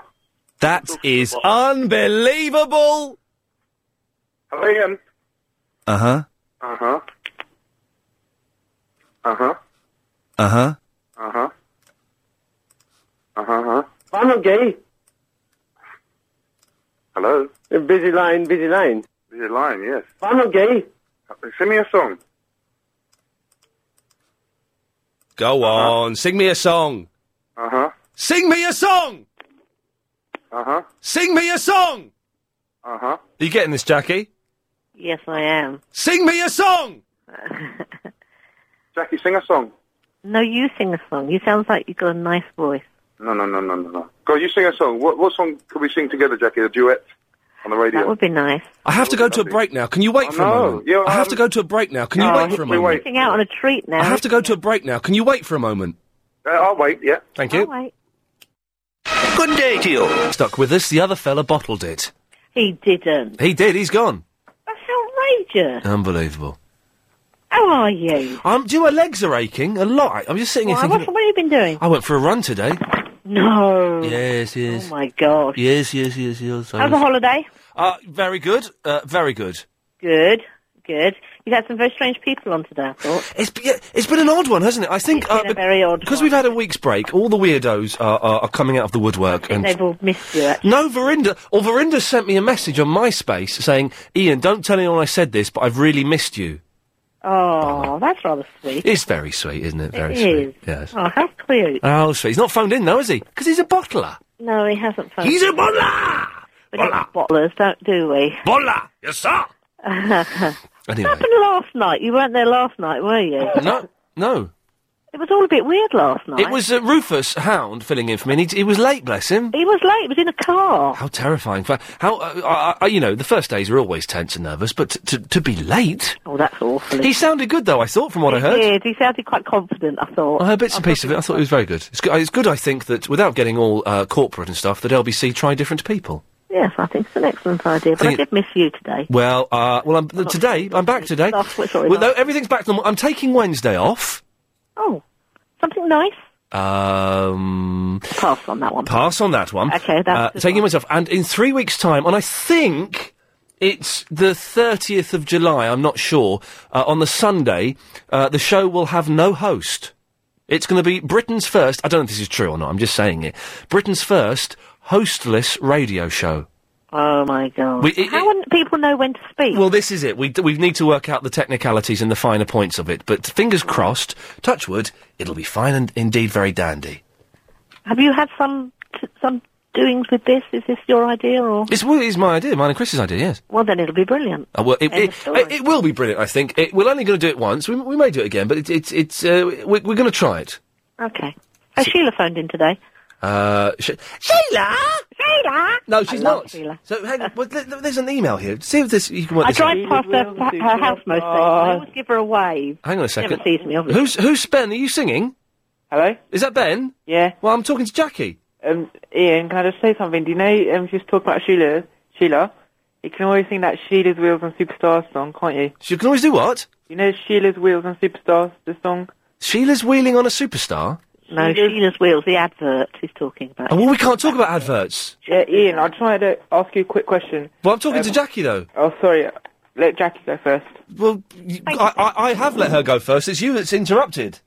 Speaker 2: That is unbelievable.
Speaker 5: Hello, Ian.
Speaker 2: Uh huh.
Speaker 5: Uh
Speaker 31: Uh-huh.
Speaker 5: huh. Uh huh.
Speaker 2: Uh huh.
Speaker 5: Uh
Speaker 31: Uh-huh.
Speaker 5: huh. Uh huh. I'm not gay. Hello.
Speaker 33: Busy line, busy line.
Speaker 5: You're lying, yes.
Speaker 33: I'm not gay.
Speaker 5: Sing me a song.
Speaker 2: Go on, sing me a song.
Speaker 5: Uh huh.
Speaker 2: Sing me a song.
Speaker 5: Uh huh.
Speaker 31: Uh-huh.
Speaker 2: Sing me a song.
Speaker 5: Uh huh.
Speaker 2: Are you getting this, Jackie?
Speaker 3: Yes, I am.
Speaker 2: Sing me a song.
Speaker 5: Jackie, sing a song.
Speaker 3: No, you sing a song. You sounds like you've got a nice voice.
Speaker 5: No, no, no, no, no, no. Go, you sing a song. What, what song could we sing together, Jackie? A duet on the radio.
Speaker 3: That would be nice.
Speaker 2: I have to go to a break now. Can you wait for
Speaker 5: Oh, no.
Speaker 2: a moment?
Speaker 5: Yeah, um,
Speaker 2: I have to go to a break now. Can you
Speaker 3: Oh,
Speaker 2: wait for a
Speaker 3: you're
Speaker 2: moment?
Speaker 3: missing out on a treat now.
Speaker 2: I have to go to a break now. Can you wait for a moment?
Speaker 5: Uh, I'll wait. Yeah.
Speaker 2: Thank you.
Speaker 3: Wait.
Speaker 2: Good day to you. Stuck with us. The other fella bottled it.
Speaker 3: He didn't.
Speaker 2: He did. He's gone.
Speaker 3: Outrageous.
Speaker 2: Unbelievable.
Speaker 3: How are you?
Speaker 2: Um, do your legs are aching a lot. I'm just sitting here
Speaker 3: Why,
Speaker 2: thinking.
Speaker 3: what's, what have you been doing?
Speaker 2: I went for a run today.
Speaker 3: No.
Speaker 2: Yes, yes.
Speaker 3: Oh my gosh.
Speaker 2: Yes, yes, yes, yes. I
Speaker 3: How's the
Speaker 2: was-
Speaker 3: holiday?
Speaker 2: Uh, very good. Uh, very good.
Speaker 3: Good. Good. You've had some very strange people on today, I thought.
Speaker 2: It's be- yeah, it's been an odd one, hasn't it? I think uh, very odd because we've had a week's break. All the weirdos are, are, are coming out of the woodwork. And
Speaker 3: They've all missed you, actually.
Speaker 2: no, Verinda. Or Verinda sent me a message on MySpace saying, "Ian, don't tell anyone I said this, but I've really missed you."
Speaker 3: Oh, that's rather sweet.
Speaker 2: It's very sweet, isn't it? Very
Speaker 3: It
Speaker 2: sweet.
Speaker 3: is.
Speaker 2: Yes.
Speaker 3: Oh, how cute.
Speaker 2: Oh, sweet. He's not phoned in though, is he? Because he's a bottler.
Speaker 3: No, he hasn't phoned.
Speaker 2: He's a bottler.
Speaker 3: We don't have bottlers, don't do we?
Speaker 2: Bottler. Yes, sir.
Speaker 3: What
Speaker 2: Anyway,
Speaker 3: happened last night? You weren't there last night, were you?
Speaker 2: no, no.
Speaker 3: It was all a bit weird last night.
Speaker 2: It was uh, Rufus Hound filling in for me. And he, he was late, bless him.
Speaker 3: He was late. He was in a car.
Speaker 2: How terrifying! For how uh, I, I, you know, the first days are always tense and nervous, but t- to to be late.
Speaker 3: Oh, that's awful.
Speaker 2: He sounded good though. I thought from what I heard.
Speaker 3: He did. He sounded quite confident. I thought.
Speaker 2: I heard bits and pieces of it. I thought it was very good. It's good. It's good. I think that without getting all uh, corporate and stuff, that LBC try different people.
Speaker 3: Yes, I think it's an excellent idea. But
Speaker 2: Thing
Speaker 3: I
Speaker 2: is-
Speaker 3: did miss you today.
Speaker 2: Well, uh, well, I'm, today I'm back today. Well, no, everything's back to normal. I'm taking Wednesday off.
Speaker 3: Oh, something nice.
Speaker 2: Um,
Speaker 3: pass on that one.
Speaker 2: Pass on that one.
Speaker 3: Okay, that's
Speaker 2: uh,
Speaker 3: good
Speaker 2: taking myself. And in three weeks' time, and I think it's the thirtieth of July. I'm not sure. Uh, on the Sunday, uh, the show will have no host. It's going to be Britain's first. I don't know if this is true or not. I'm just saying it. Britain's first hostless radio show.
Speaker 3: Oh my god.
Speaker 2: We- it-
Speaker 3: How wouldn't people know when to speak?
Speaker 2: Well, this is it. We, d- we need to work out the technicalities and the finer points of it. But fingers crossed, touch wood, it'll be fine and indeed very dandy.
Speaker 3: Have you had some t- some doings with this? Is this your idea or?
Speaker 2: It's, well, it's my idea, mine and Chris's idea, yes.
Speaker 3: Well, then it'll be brilliant.
Speaker 2: Uh, well, it,
Speaker 3: End
Speaker 2: it,
Speaker 3: of story.
Speaker 2: it, it will be brilliant, I think. It, we're only going to do it once. We, we may do it again, but it, it's it's uh, we're, we're going to try it.
Speaker 3: Okay. Has Sheila phoned in today?
Speaker 2: Uh, sh-
Speaker 3: Sheila. Sheila.
Speaker 2: no, she's
Speaker 3: I love
Speaker 2: not.
Speaker 3: Sheila.
Speaker 2: So hang on, well, th- th- there's an email here. See if this you can work
Speaker 3: I
Speaker 2: this
Speaker 3: drive
Speaker 2: out.
Speaker 3: past her, her house most days.
Speaker 2: Oh.
Speaker 3: I always give her a wave.
Speaker 2: Hang on a second.
Speaker 3: Never sees me, obviously.
Speaker 2: Who's who's Ben? Are you singing?
Speaker 8: Hello?
Speaker 2: Is that Ben?
Speaker 8: Yeah.
Speaker 2: Well, I'm talking to Jackie.
Speaker 8: Um, Ian, can I just say something? Do you know, um, just talk about Sheila, Sheila, you can always sing that Sheila's Wheels and Superstars song, can't you?
Speaker 2: She can always do what?
Speaker 8: You know Sheila's Wheels and Superstars, the song?
Speaker 2: Sheila's wheeling on a superstar.
Speaker 3: No, Sheila's wheels. The advert he's talking about.
Speaker 2: Oh, well, we can't talk about adverts.
Speaker 8: Yeah, Ian, I just wanted to ask you a quick question.
Speaker 2: Well, I'm talking
Speaker 8: Um,
Speaker 2: to Jackie though.
Speaker 8: Oh, sorry, let Jackie go first.
Speaker 2: Well, you, I, I I have let her go first. It's you that's interrupted.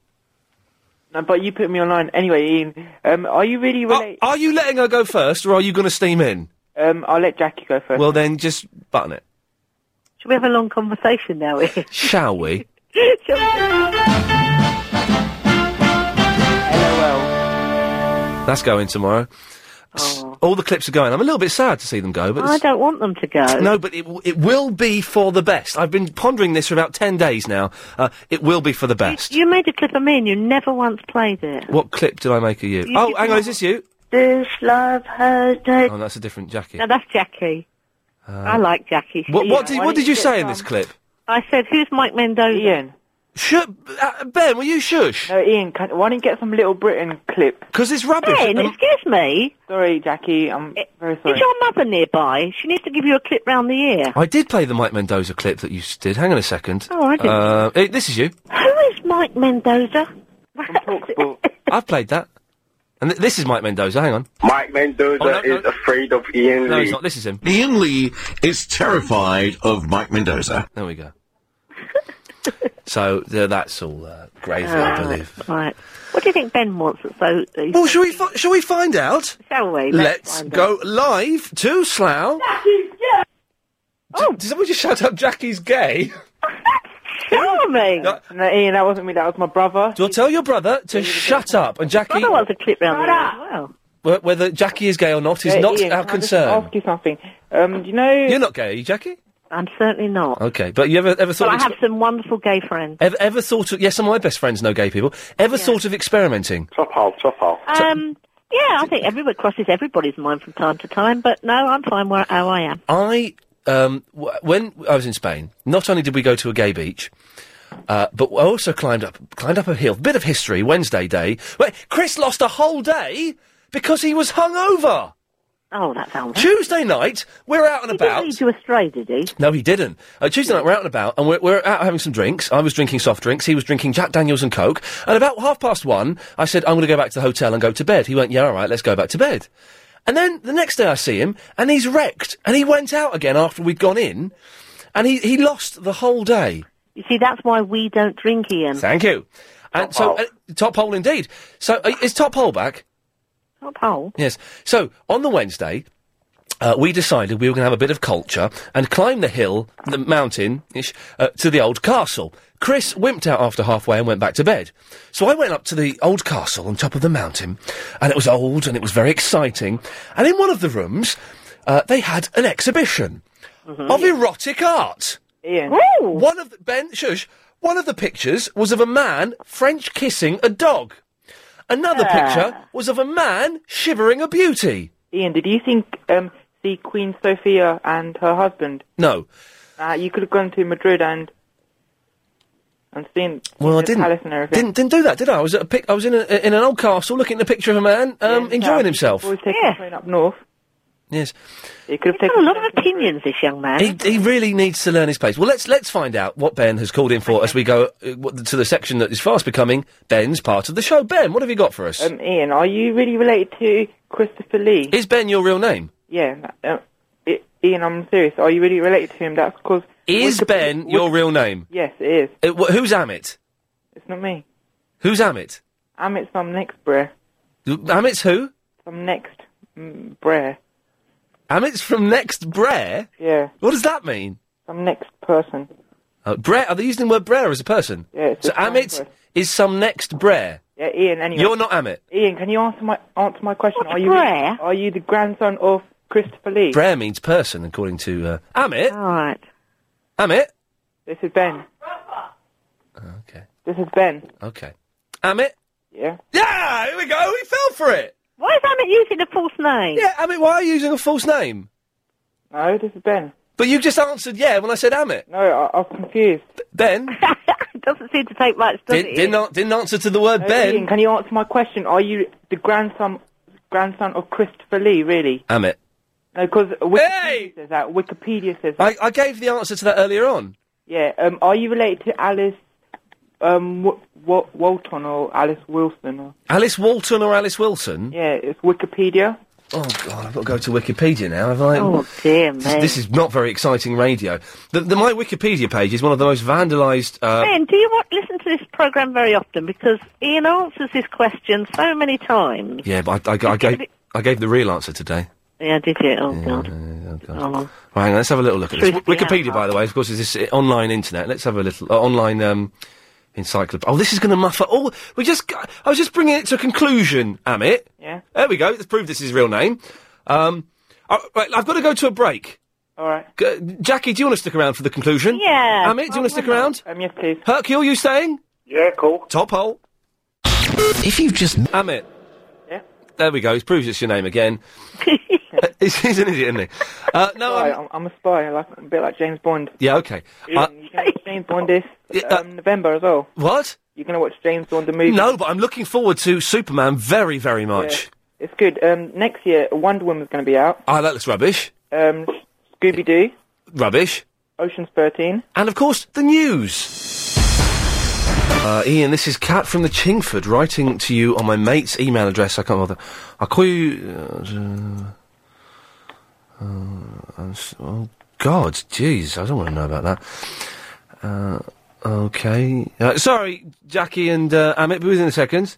Speaker 8: No, but you put me online. Anyway, Ian, um, are you really related?
Speaker 2: Are you letting her go first, or are you going to steam in?
Speaker 8: um, I'll let Jackie go first.
Speaker 2: Well, then just button it,
Speaker 3: Should we have a long conversation now? Ian?
Speaker 2: shall we? That's going tomorrow. S- All the clips are going. I'm a little bit sad to see them go, but
Speaker 3: Oh. I
Speaker 2: it's-
Speaker 3: don't want them to go.
Speaker 2: no, but it w- it will be for the best. I've been pondering this for about ten days now. Uh, it will be for the best.
Speaker 3: You made a clip of me and you never once played it.
Speaker 2: What clip did I make of you?
Speaker 3: You
Speaker 2: oh,
Speaker 3: did
Speaker 2: hang on,
Speaker 3: not.
Speaker 2: is this you?
Speaker 3: This love has
Speaker 2: Oh, that's a different Jackie.
Speaker 3: Now that's Jackie.
Speaker 2: Uh,
Speaker 3: I like Jackie.
Speaker 2: What,
Speaker 3: She-
Speaker 2: what did what did you say in this clip?
Speaker 3: I said, who's Mike Mendoza?
Speaker 8: Ian.
Speaker 2: Shush, uh, Ben, will you shush?
Speaker 8: No, Ian, can, why don't you get some Little Britain clip?
Speaker 2: Because it's rubbish.
Speaker 3: Ben, excuse me.
Speaker 8: Sorry, Jackie, I'm very
Speaker 3: Is
Speaker 8: sorry.
Speaker 3: your mother nearby? She needs to give you a clip round the ear.
Speaker 2: I did play the Mike Mendoza clip that you s- did. Hang on a second.
Speaker 3: Oh, I didn't.
Speaker 2: Uh, eh, this is you.
Speaker 3: Who is Mike Mendoza?
Speaker 2: I've played that. And th- this is Mike Mendoza. Hang on.
Speaker 7: Mike Mendoza
Speaker 2: Oh, no, no.
Speaker 7: is afraid of Ian
Speaker 2: No,
Speaker 7: Lee.
Speaker 2: he's not. This is him.
Speaker 7: Ian Lee is terrified of Mike Mendoza.
Speaker 2: There we go. So th- that's all uh, gravely, I
Speaker 3: Ah,
Speaker 2: believe.
Speaker 3: Right. What do you think Ben wants? So uh,
Speaker 2: Well, shall we fi- shall we find out?
Speaker 3: Shall we?
Speaker 2: Let's
Speaker 3: find
Speaker 2: go
Speaker 3: out.
Speaker 2: live to Slough. Oh, did someone just shout out Jackie's gay?
Speaker 3: Charming.
Speaker 8: No, Ian, that wasn't me. That was my brother.
Speaker 2: Do I tell your brother to shut up? And Jackie,
Speaker 8: Brother
Speaker 3: wants a clip round
Speaker 8: there as
Speaker 3: well.
Speaker 2: Wh- whether Jackie is gay or not is
Speaker 8: Hey,
Speaker 2: not
Speaker 8: Uh, Ian,
Speaker 2: our
Speaker 8: can I just
Speaker 2: concern.
Speaker 8: ask you something. Um, do you know?
Speaker 2: You're not gay, are you, Jackie?
Speaker 3: I'm certainly not.
Speaker 2: Okay, but you ever ever
Speaker 3: But
Speaker 2: thought
Speaker 3: I
Speaker 2: of
Speaker 3: have some wonderful gay friends.
Speaker 2: ever, ever thought of yes, some of my best friends know gay people. Ever thought of experimenting? Top hole, top hole.
Speaker 3: Um, yeah, I think everybody crosses everybody's mind from time to time, but no, I'm fine where, how I am.
Speaker 2: I um, w- when I was in Spain, not only did we go to a gay beach, uh, but I also climbed up climbed up a hill. Bit of history. Wednesday day. Wait, Chris lost a whole day because he was hungover.
Speaker 3: Oh, that sounds.
Speaker 2: Tuesday night, we're out and about.
Speaker 3: He didn't lead you astray, did he?
Speaker 2: No, he didn't. Uh, Tuesday night, we're out and about, and we're, we're out having some drinks. I was drinking soft drinks. He was drinking Jack Daniels and Coke. And about half past one, I said, I'm going to go back to the hotel and go to bed. He went, Yeah, all right, let's go back to bed. And then the next day, I see him, and he's wrecked. And he went out again after we'd gone in, and he, he lost the whole day.
Speaker 3: You see, that's why we don't drink, Ian.
Speaker 2: Thank you. And so, uh, top hole indeed. So, uh, is top hole back?
Speaker 3: Top hole.
Speaker 2: Yes. So on the Wednesday, uh, we decided we were going to have a bit of culture and climb the hill, the mountain ish, uh, to the old castle. Chris wimped out after halfway and went back to bed. So I went up to the old castle on top of the mountain, and it was old and it was very exciting. And in one of the rooms, uh, they had an exhibition
Speaker 1: Mm-hmm.
Speaker 2: of erotic art.
Speaker 8: Ian.
Speaker 2: One of the, Ben, shush. One of the pictures was of a man French kissing a dog. Another
Speaker 8: Ah.
Speaker 2: picture was of a man shivering a beauty.
Speaker 8: Ian, did you think um, see Queen Sophia and her husband?
Speaker 2: No.
Speaker 8: Uh, you could have gone to Madrid and and seen
Speaker 2: Well, I
Speaker 8: the
Speaker 2: didn't-
Speaker 8: palace and everything.
Speaker 2: Didn't didn't do that, did I? I was at a pic- I was in a, in an old castle looking at a picture of a man um, enjoying himself.
Speaker 8: Always taking the train up north.
Speaker 2: Yes.
Speaker 8: He could have
Speaker 3: taken a lot of opinions. This young man.
Speaker 2: He, he really needs to learn his place. Well, let's let's find out what Ben has called in for as we go uh, what- to the section that is fast becoming Ben's part of the show. Ben, what have you got for us?
Speaker 8: Um, Ian, are you really related to Christopher Lee?
Speaker 2: is Ben your real name?
Speaker 8: Yeah. Uh, I- Ian, I'm serious. Are you really related to him? That's because
Speaker 2: Is Ben your real name?
Speaker 8: yes, it is.
Speaker 2: Uh, wh- who's Amit?
Speaker 8: It's not me.
Speaker 2: Who's Amit?
Speaker 8: I'm at some next brer.
Speaker 2: Amit's who?
Speaker 8: Some next mm, brer.
Speaker 2: Amit's from Next Brer.
Speaker 8: Yeah.
Speaker 2: What does that mean?
Speaker 8: Some next person.
Speaker 2: Uh, Brer? Are they using the word Brer as a person?
Speaker 8: Yeah, it's
Speaker 2: so
Speaker 8: a slang
Speaker 2: Amit
Speaker 8: word.
Speaker 2: is some next Brer.
Speaker 8: Yeah, Ian. Anyway,
Speaker 2: You're not Amit.
Speaker 8: Ian, can you answer my answer my question? are you
Speaker 3: Brer?
Speaker 8: are you the grandson of Christopher Lee?
Speaker 2: Brer means person, according to uh, Amit. All
Speaker 3: right.
Speaker 2: Amit.
Speaker 8: This is Ben.
Speaker 2: okay.
Speaker 8: This is Ben.
Speaker 2: Okay. Amit.
Speaker 8: Yeah.
Speaker 2: Yeah. Here we go. We fell for it.
Speaker 3: Why is Amit using a false name?
Speaker 2: Yeah, Amit. Why are you using a false name?
Speaker 8: No, this is Ben.
Speaker 2: But you just answered yeah when I said Amit.
Speaker 8: No, I, I was confused.
Speaker 2: Ben
Speaker 3: Doesn't seem to take much, does
Speaker 2: did,
Speaker 3: it?
Speaker 2: didn't an- didn't answer to the word
Speaker 8: No,
Speaker 2: Uh, Ben.
Speaker 8: Oh, Ian, can you answer my question? Are you the grandson grandson of Christopher Lee? Really?
Speaker 2: Amit.
Speaker 8: No, because Wikipedia says that. Wikipedia says that.
Speaker 2: I, I gave the answer to that earlier on.
Speaker 8: yeah. Um, are you related to Alice um, w- w- Walton or Alice Wilson? Or,
Speaker 2: Alice Walton or Alice Wilson?
Speaker 8: yeah, it's Wikipedia.
Speaker 2: Oh God, I've got to go to Wikipedia now, have I?
Speaker 8: Oh, dear
Speaker 2: Um, This,
Speaker 8: me.
Speaker 2: this is not very exciting radio. The, the, my Wikipedia page is one of the most vandalised. Uh,
Speaker 3: Ben, do you want, listen to this program very often? Because Ian answers this question so many times.
Speaker 2: yeah, but I, I, I gave I gave the real answer today.
Speaker 3: Yeah, did you? Oh, God. Oh.
Speaker 2: Right, hang on, let's have a little look at this.
Speaker 3: Truth be
Speaker 2: Wikipedia, by the way, of course, is this uh, online internet. Let's have a little uh, online um, encyclopedia. Oh, this is going to muffle all. We just. g- I was just bringing it to a conclusion, Amit.
Speaker 8: Yeah.
Speaker 2: There we go. Let's prove this is his real name. Um, all right, I've got to go to a break.
Speaker 8: All right.
Speaker 2: G- Jackie, do you want to stick around for the conclusion?
Speaker 8: Yeah.
Speaker 2: Amit, do you want to stick around?
Speaker 8: Um, yes, please.
Speaker 2: Hercule, you staying?
Speaker 5: Yeah, cool.
Speaker 2: Top hole. If you've just. Amit.
Speaker 8: Yeah.
Speaker 2: There we go. He proves it's your name again. he's, he's an idiot, isn't he? Uh, no,
Speaker 8: Spy,
Speaker 2: I'm-
Speaker 8: I'm, I'm a spy, like a bit like James Bond.
Speaker 2: Yeah, okay.
Speaker 8: Ian,
Speaker 2: Uh,
Speaker 8: you can watch James Bond this um, November as well.
Speaker 2: What?
Speaker 8: You're gonna watch James Bond the movie?
Speaker 2: No, but I'm looking forward to Superman very, very much.
Speaker 8: It's good. Um, next year, Wonder Woman's gonna be out.
Speaker 2: Ah, that looks rubbish.
Speaker 8: Um, Scooby Doo,
Speaker 2: Rubbish.
Speaker 8: Ocean's Thirteen.
Speaker 2: And of course, the news. Uh, Ian, this is Kat from the Chingford writing to you on my mate's email address. I can't bother. I'll call you. Uh, uh, I'm s- oh, God, jeez, I don't want to know about that. Uh, okay. Uh, sorry, Jackie and uh, Amit, be within a second.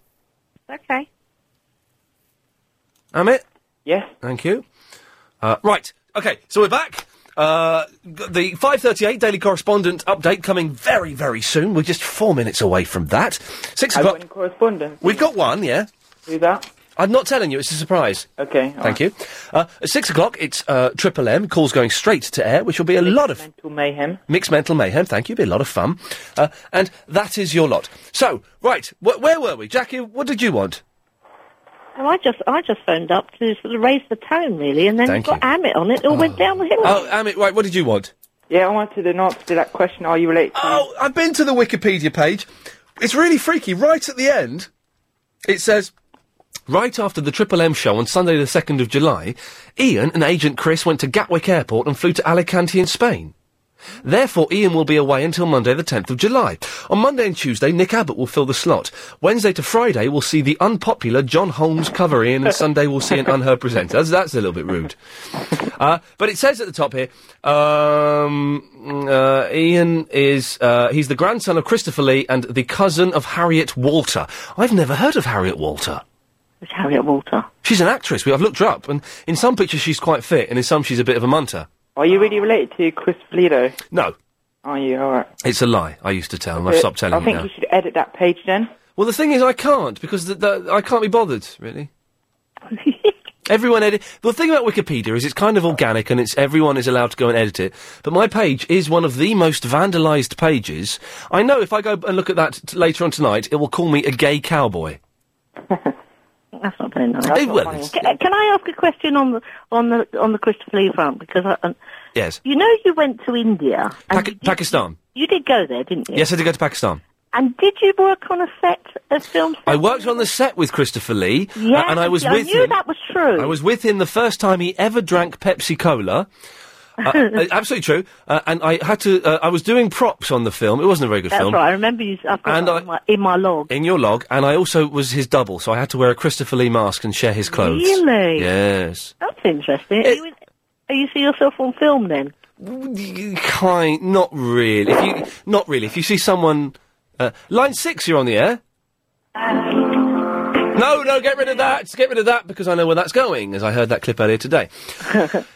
Speaker 3: Okay.
Speaker 2: Amit? Yes. Thank you. Uh, right. Okay. So we're back. Uh, g- the 538 Daily Correspondent update coming very, very soon. We're just four minutes away from that. Six
Speaker 8: I've
Speaker 2: o'clock.
Speaker 8: got any correspondence.
Speaker 2: We've got one, yeah.
Speaker 8: Who's that?
Speaker 2: I'm not telling you, it's a surprise.
Speaker 8: Okay. all
Speaker 2: Thank you. Uh, at six o'clock, it's uh, Triple M, calls going straight to air, which will be a lot of. Mental
Speaker 8: mayhem.
Speaker 2: Mixed mental mayhem, thank you, be a lot of fun. Uh, and that is your lot. So, right, wh- where were we? Jackie, what did you want?
Speaker 3: And I just, I just phoned up to sort of raise the tone, really, and then
Speaker 2: Thank
Speaker 3: got Amit on it, and went downhill.
Speaker 2: Oh, Amit, right, what did you want?
Speaker 8: Yeah, I wanted an answer to that question. Are you related? To
Speaker 2: Oh, I've been to the Wikipedia page. It's really freaky. Right at the end, it says. Right after the Triple M show on Sunday, the 2nd of July, Ian and agent Chris went to Gatwick Airport and flew to Alicante in Spain. Therefore, Ian will be away until Monday, the 10th of July. On Monday and Tuesday, Nick Abbott will fill the slot. Wednesday to Friday, we'll see the unpopular John Holmes cover Ian, and Sunday we'll see an unheard presenter. That's, that's a little bit rude. Uh, but it says at the top here, um, uh, Ian is, uh, he's the grandson of Christopher Lee and the cousin of Harriet Walter. I've never heard of Harriet Walter.
Speaker 3: It's Harriet Walter.
Speaker 2: She's an actress. We- I've looked her up, and in some pictures she's quite fit, and in some she's a bit of a munter.
Speaker 8: Are you really related to Chris Lido?
Speaker 2: No,
Speaker 8: Are you? All right.
Speaker 2: it's a lie. I used to tell, and I've
Speaker 8: But
Speaker 3: Uh,
Speaker 2: stopped telling
Speaker 8: I
Speaker 2: it
Speaker 8: think
Speaker 2: now.
Speaker 8: you should edit that page then.
Speaker 2: Well, the thing is, I can't because the, the, I can't be bothered, really. everyone edit. The thing about Wikipedia is it's kind of organic and it's everyone is allowed to go and edit it. But my page is one of the most vandalised pages. I know if I go and look at that t- later on tonight, it will call me a gay cowboy.
Speaker 3: That's not very nice.
Speaker 2: Hey, well, it's-
Speaker 3: Can, uh, can I ask a question on the on the on the Christopher Lee front? Because I, um,
Speaker 2: yes,
Speaker 3: you know, you went to India. And
Speaker 2: Paki- Pakistan.
Speaker 3: you did go there, didn't you?
Speaker 2: Yes, I did go to Pakistan.
Speaker 3: And did you work on a set of films?
Speaker 2: I worked on the set with Christopher Lee, uh,
Speaker 3: Yes,
Speaker 2: and I was
Speaker 3: I
Speaker 2: with
Speaker 3: knew
Speaker 2: him.
Speaker 3: that was true.
Speaker 2: I was with him the first time he ever drank Pepsi Cola. Uh, uh, absolutely true. Uh, and I had to. Uh, I was doing props on the film. It wasn't a very good
Speaker 3: That's
Speaker 2: film.
Speaker 3: right. I remember you. I've got
Speaker 2: And
Speaker 3: that
Speaker 2: I-
Speaker 3: in, my, in my log.
Speaker 2: In your log, and I also was his double, so I had to wear a Christopher Lee mask and share his clothes.
Speaker 3: Really? Oh.
Speaker 2: Yes.
Speaker 3: That's interesting. Are you, in- are you see yourself on film then?
Speaker 2: Kind, not really. If you, not really. If you see someone, uh, line six, you're on the air. No, no, get rid of that. Get rid of that because I know where that's going. As I heard that clip earlier today,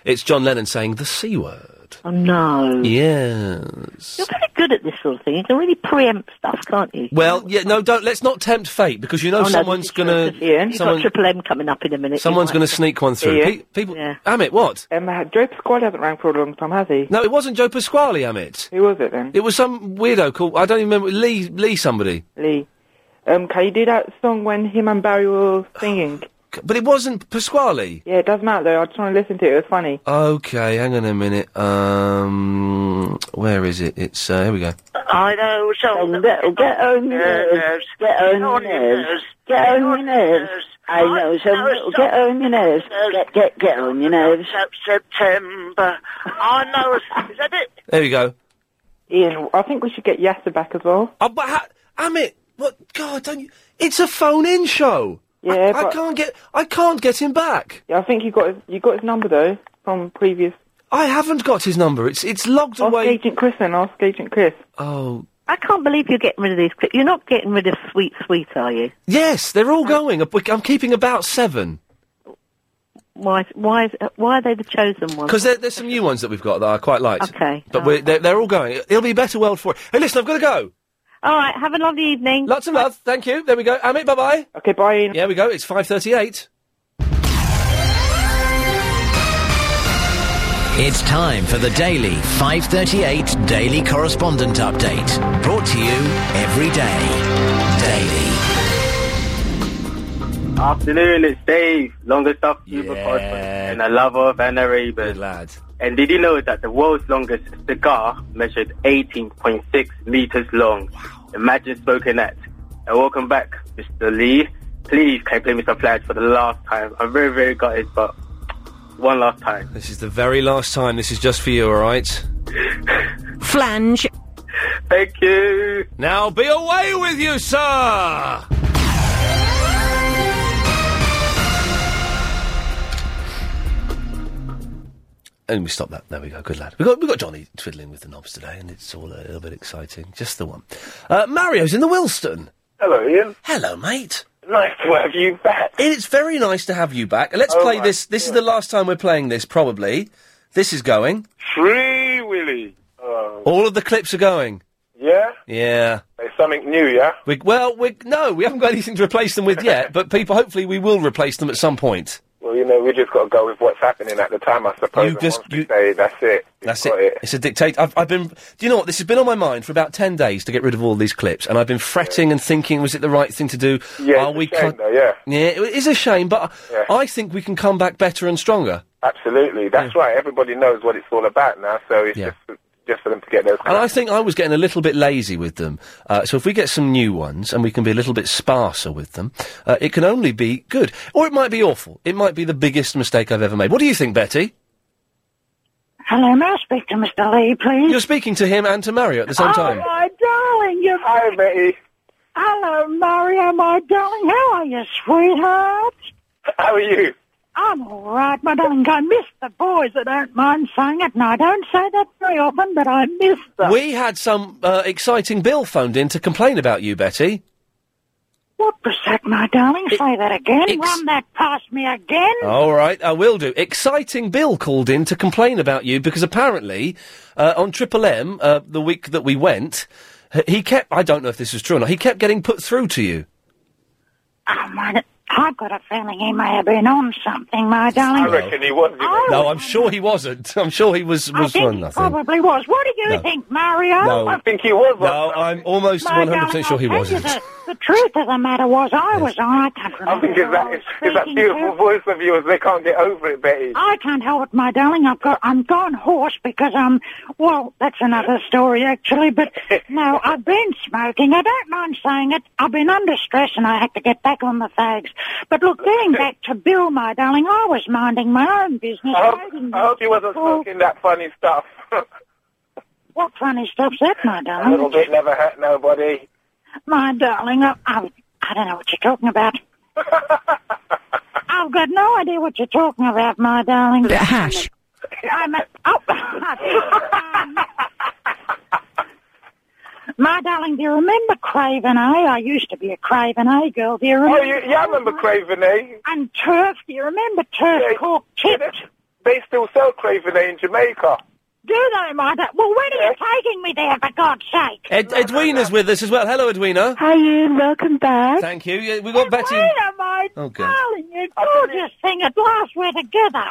Speaker 2: it's John Lennon saying the c word.
Speaker 3: Oh no.
Speaker 2: Yes.
Speaker 3: You're very good at this sort of thing. You can really preempt stuff, can't you?
Speaker 2: Well, yeah, no, don't. Let's not tempt fate because you know
Speaker 3: Oh, no, this
Speaker 2: someone's
Speaker 3: is true,
Speaker 2: gonna.
Speaker 3: 'cause Ian, You've
Speaker 2: someone-
Speaker 3: got Triple M coming up in a minute. You
Speaker 2: Someone's
Speaker 3: might-
Speaker 2: going to sneak one through.
Speaker 8: Yeah.
Speaker 2: Pe- people, Amit, what?
Speaker 8: Um, uh, Joe Pasquale hasn't rang for a long time, has he?
Speaker 2: No, it wasn't Joe Pasquale, Amit.
Speaker 8: Who was it then?
Speaker 2: It was some weirdo called I don't even remember Lee Lee somebody.
Speaker 8: Lee. Um, can you do that song when him and Barry were singing?
Speaker 2: But it wasn't Pasquale.
Speaker 8: Yeah, it doesn't matter though. I just want to listen to it. It was funny.
Speaker 2: Okay, hang on a minute. Um, where is it? It's uh, here we go.
Speaker 1: I know something. Get, get on your nerves. Get on your nerves. Get on your nerves. I know something. Get on your nerves. Get, get, get on your nerves. September. I know. Is that it?
Speaker 2: There we go.
Speaker 8: Ian, I think we should get Yasser back as well.
Speaker 2: Oh, but ha- Amit, what? God, don't you? It's a phone-in show.
Speaker 8: Yeah,
Speaker 2: I, I
Speaker 8: but-
Speaker 2: can't get I can't get him back.
Speaker 8: Yeah, I think you got his, you got his number though from previous.
Speaker 2: I haven't got his number. It's it's logged
Speaker 8: ask
Speaker 2: away.
Speaker 8: Agent Chris then. Ask Agent Chris.
Speaker 2: Oh
Speaker 3: I can't believe you're getting rid of these. cli- You're not getting rid of Sweet Sweet, are you?
Speaker 2: yes, they're all going. I'm keeping about seven.
Speaker 3: Why? Why? is- uh, Why are they the chosen ones?
Speaker 2: Because there, there's some new ones that we've got that I quite liked.
Speaker 3: Okay.
Speaker 2: But we're, they're, they're all going. It'll be a better world for it. Hey, listen, I've got to go.
Speaker 3: All right. Have a lovely evening.
Speaker 2: Lots of love. Thank you. There we go. Amit, bye-bye.
Speaker 8: Okay, bye. Ian.
Speaker 2: Yeah, we go. It's 5.38.
Speaker 9: It's time for the daily 538 Daily Correspondent Update. Brought to you every day. Daily.
Speaker 31: Afternoon, it's Dave, longest stuff Uber correspondent and a lover of Anna Raven. Good
Speaker 2: lad.
Speaker 31: And did you know that the world's longest cigar measured 18.6 meters long? Imagine smoking that. And welcome back, Mr. Lee. Please, can you play Mr. Flash for the last time? I'm very, very gutted, but one last time.
Speaker 2: This is the very last time. This is just for you, all right?
Speaker 10: Flange.
Speaker 27: Thank you.
Speaker 2: Now be away with you, sir! And we stop that. There we go. Good lad. We got we got Johnny twiddling with the knobs today, and it's all a little bit exciting. Just the one. Uh, Mario's in the Wilston.
Speaker 27: Hello, Ian.
Speaker 2: Hello, mate.
Speaker 27: Nice to have you back.
Speaker 2: It's very nice to have you back. Let's
Speaker 27: Oh,
Speaker 2: play
Speaker 27: my
Speaker 2: this. This is the last time we're playing this, probably. This is going.
Speaker 27: Free Willy. Oh,
Speaker 2: All of the clips are going.
Speaker 27: yeah?
Speaker 2: Yeah.
Speaker 27: It's something new, yeah?
Speaker 2: We, well, we, no, we haven't got anything to replace them with yet, but people, hopefully, we will replace them at some point.
Speaker 27: Well, you know, we just got to go with what's happening at the time, I suppose.
Speaker 2: You just-
Speaker 27: and once we say that's it.
Speaker 2: That's it. It's a dictate. I've, I've been. Do you know what? This has been on my mind for about ten days to get rid of all these clips, and I've been fretting and thinking, was it the right thing to do?
Speaker 27: Yeah, it's a shame
Speaker 2: con-
Speaker 27: though, yeah.
Speaker 2: Yeah, it is a shame, but
Speaker 27: Yeah.
Speaker 2: I think we can come back better and stronger.
Speaker 27: Absolutely. That's right. Everybody knows what it's all about now, so it's
Speaker 2: Yeah.
Speaker 27: just just for them to get those.
Speaker 2: And I think I was getting a little bit lazy with them. Uh, so if we get some new ones and we can be a little bit sparser with them, uh, it can only be good. Or it might be awful. It might be the biggest mistake I've ever made. What do you think, Betty?
Speaker 10: Hello, may I speak to Mr. Lee, please?
Speaker 2: You're speaking to him and to Mario at the same
Speaker 10: oh,
Speaker 2: time.
Speaker 10: my darling, you're...
Speaker 27: Hi, Betty.
Speaker 10: Hello, Mario, my darling. How are you, sweetheart?
Speaker 27: How are you?
Speaker 10: I'm all right, my darling. I miss the boys. I don't mind saying it, and I don't say that very often, but I miss them.
Speaker 2: We had some uh, exciting Bill phoned in to complain about you, Betty.
Speaker 10: What was that, my darling? say that again. Run that past me again.
Speaker 2: All right, I will do. Exciting Bill called in to complain about you because apparently uh, on Triple M uh, the week that we went, h- he kept. I don't know if this is true or not. He kept getting put through to you.
Speaker 10: Oh, my... I've got a feeling he may have been on something, my darling.
Speaker 27: he was.
Speaker 2: No, I'm sure he wasn't. I'm sure he was
Speaker 10: I
Speaker 2: was
Speaker 10: think
Speaker 2: on
Speaker 10: he
Speaker 2: nothing.
Speaker 10: probably was. What do you
Speaker 2: No.
Speaker 10: think, Mario?
Speaker 2: No,
Speaker 27: think he was.
Speaker 2: No, I'm almost
Speaker 10: My
Speaker 2: 100 percent sure he
Speaker 10: darling, I'll tell you
Speaker 2: wasn't.
Speaker 10: The, the truth of the matter was, I was on. I can't
Speaker 27: I
Speaker 10: remember.
Speaker 27: think it's that, it's, it's that
Speaker 10: speaking
Speaker 27: beautiful
Speaker 10: to-
Speaker 27: voice of yours. They can't get over it, Betty.
Speaker 10: I can't help it, my darling. I've got, I'm gone hoarse because I'm, well, that's another story actually, but no, I've been smoking. I don't mind saying it. I've been under stress and I had to get back on the fags. But look, getting back to Bill, my darling, I was minding my own business.
Speaker 27: I
Speaker 2: Uh-huh.
Speaker 27: hope, I hope you wasn't smoking that funny stuff.
Speaker 10: What funny stuff's that, my
Speaker 27: A
Speaker 10: darling?
Speaker 27: little bit never hurt nobody.
Speaker 10: My darling, I, I, I don't know what you're talking about. I've got no idea what you're talking about, my darling. hash. I'm a, oh, my darling, do you remember Craven A? I used to be a Craven A girl. Do you
Speaker 27: Oh,
Speaker 10: remember?
Speaker 27: you, yeah, I remember Craven A.
Speaker 10: And Turf. Do you remember Turf
Speaker 27: Yeah.
Speaker 10: Cork Tipped?
Speaker 27: They still sell Craven A in Jamaica.
Speaker 10: Do they, my darling? Well, when are you taking me there, for God's sake?
Speaker 2: Ed- Edwina's with us as well. Hello, Edwina.
Speaker 10: Hi, Ian. Welcome back.
Speaker 2: Thank you. Yeah, we got Betty.
Speaker 10: Edwina, my
Speaker 2: Oh, God.
Speaker 10: darling, you gorgeous thing. At last we're together.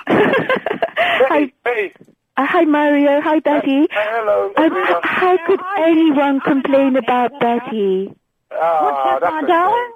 Speaker 27: Betty, Betty.
Speaker 12: Uh, hi Mario, hi Betty.
Speaker 27: Uh, hello.
Speaker 12: Um, h- how could anyone complain about Betty?
Speaker 27: Ah, that's a shame.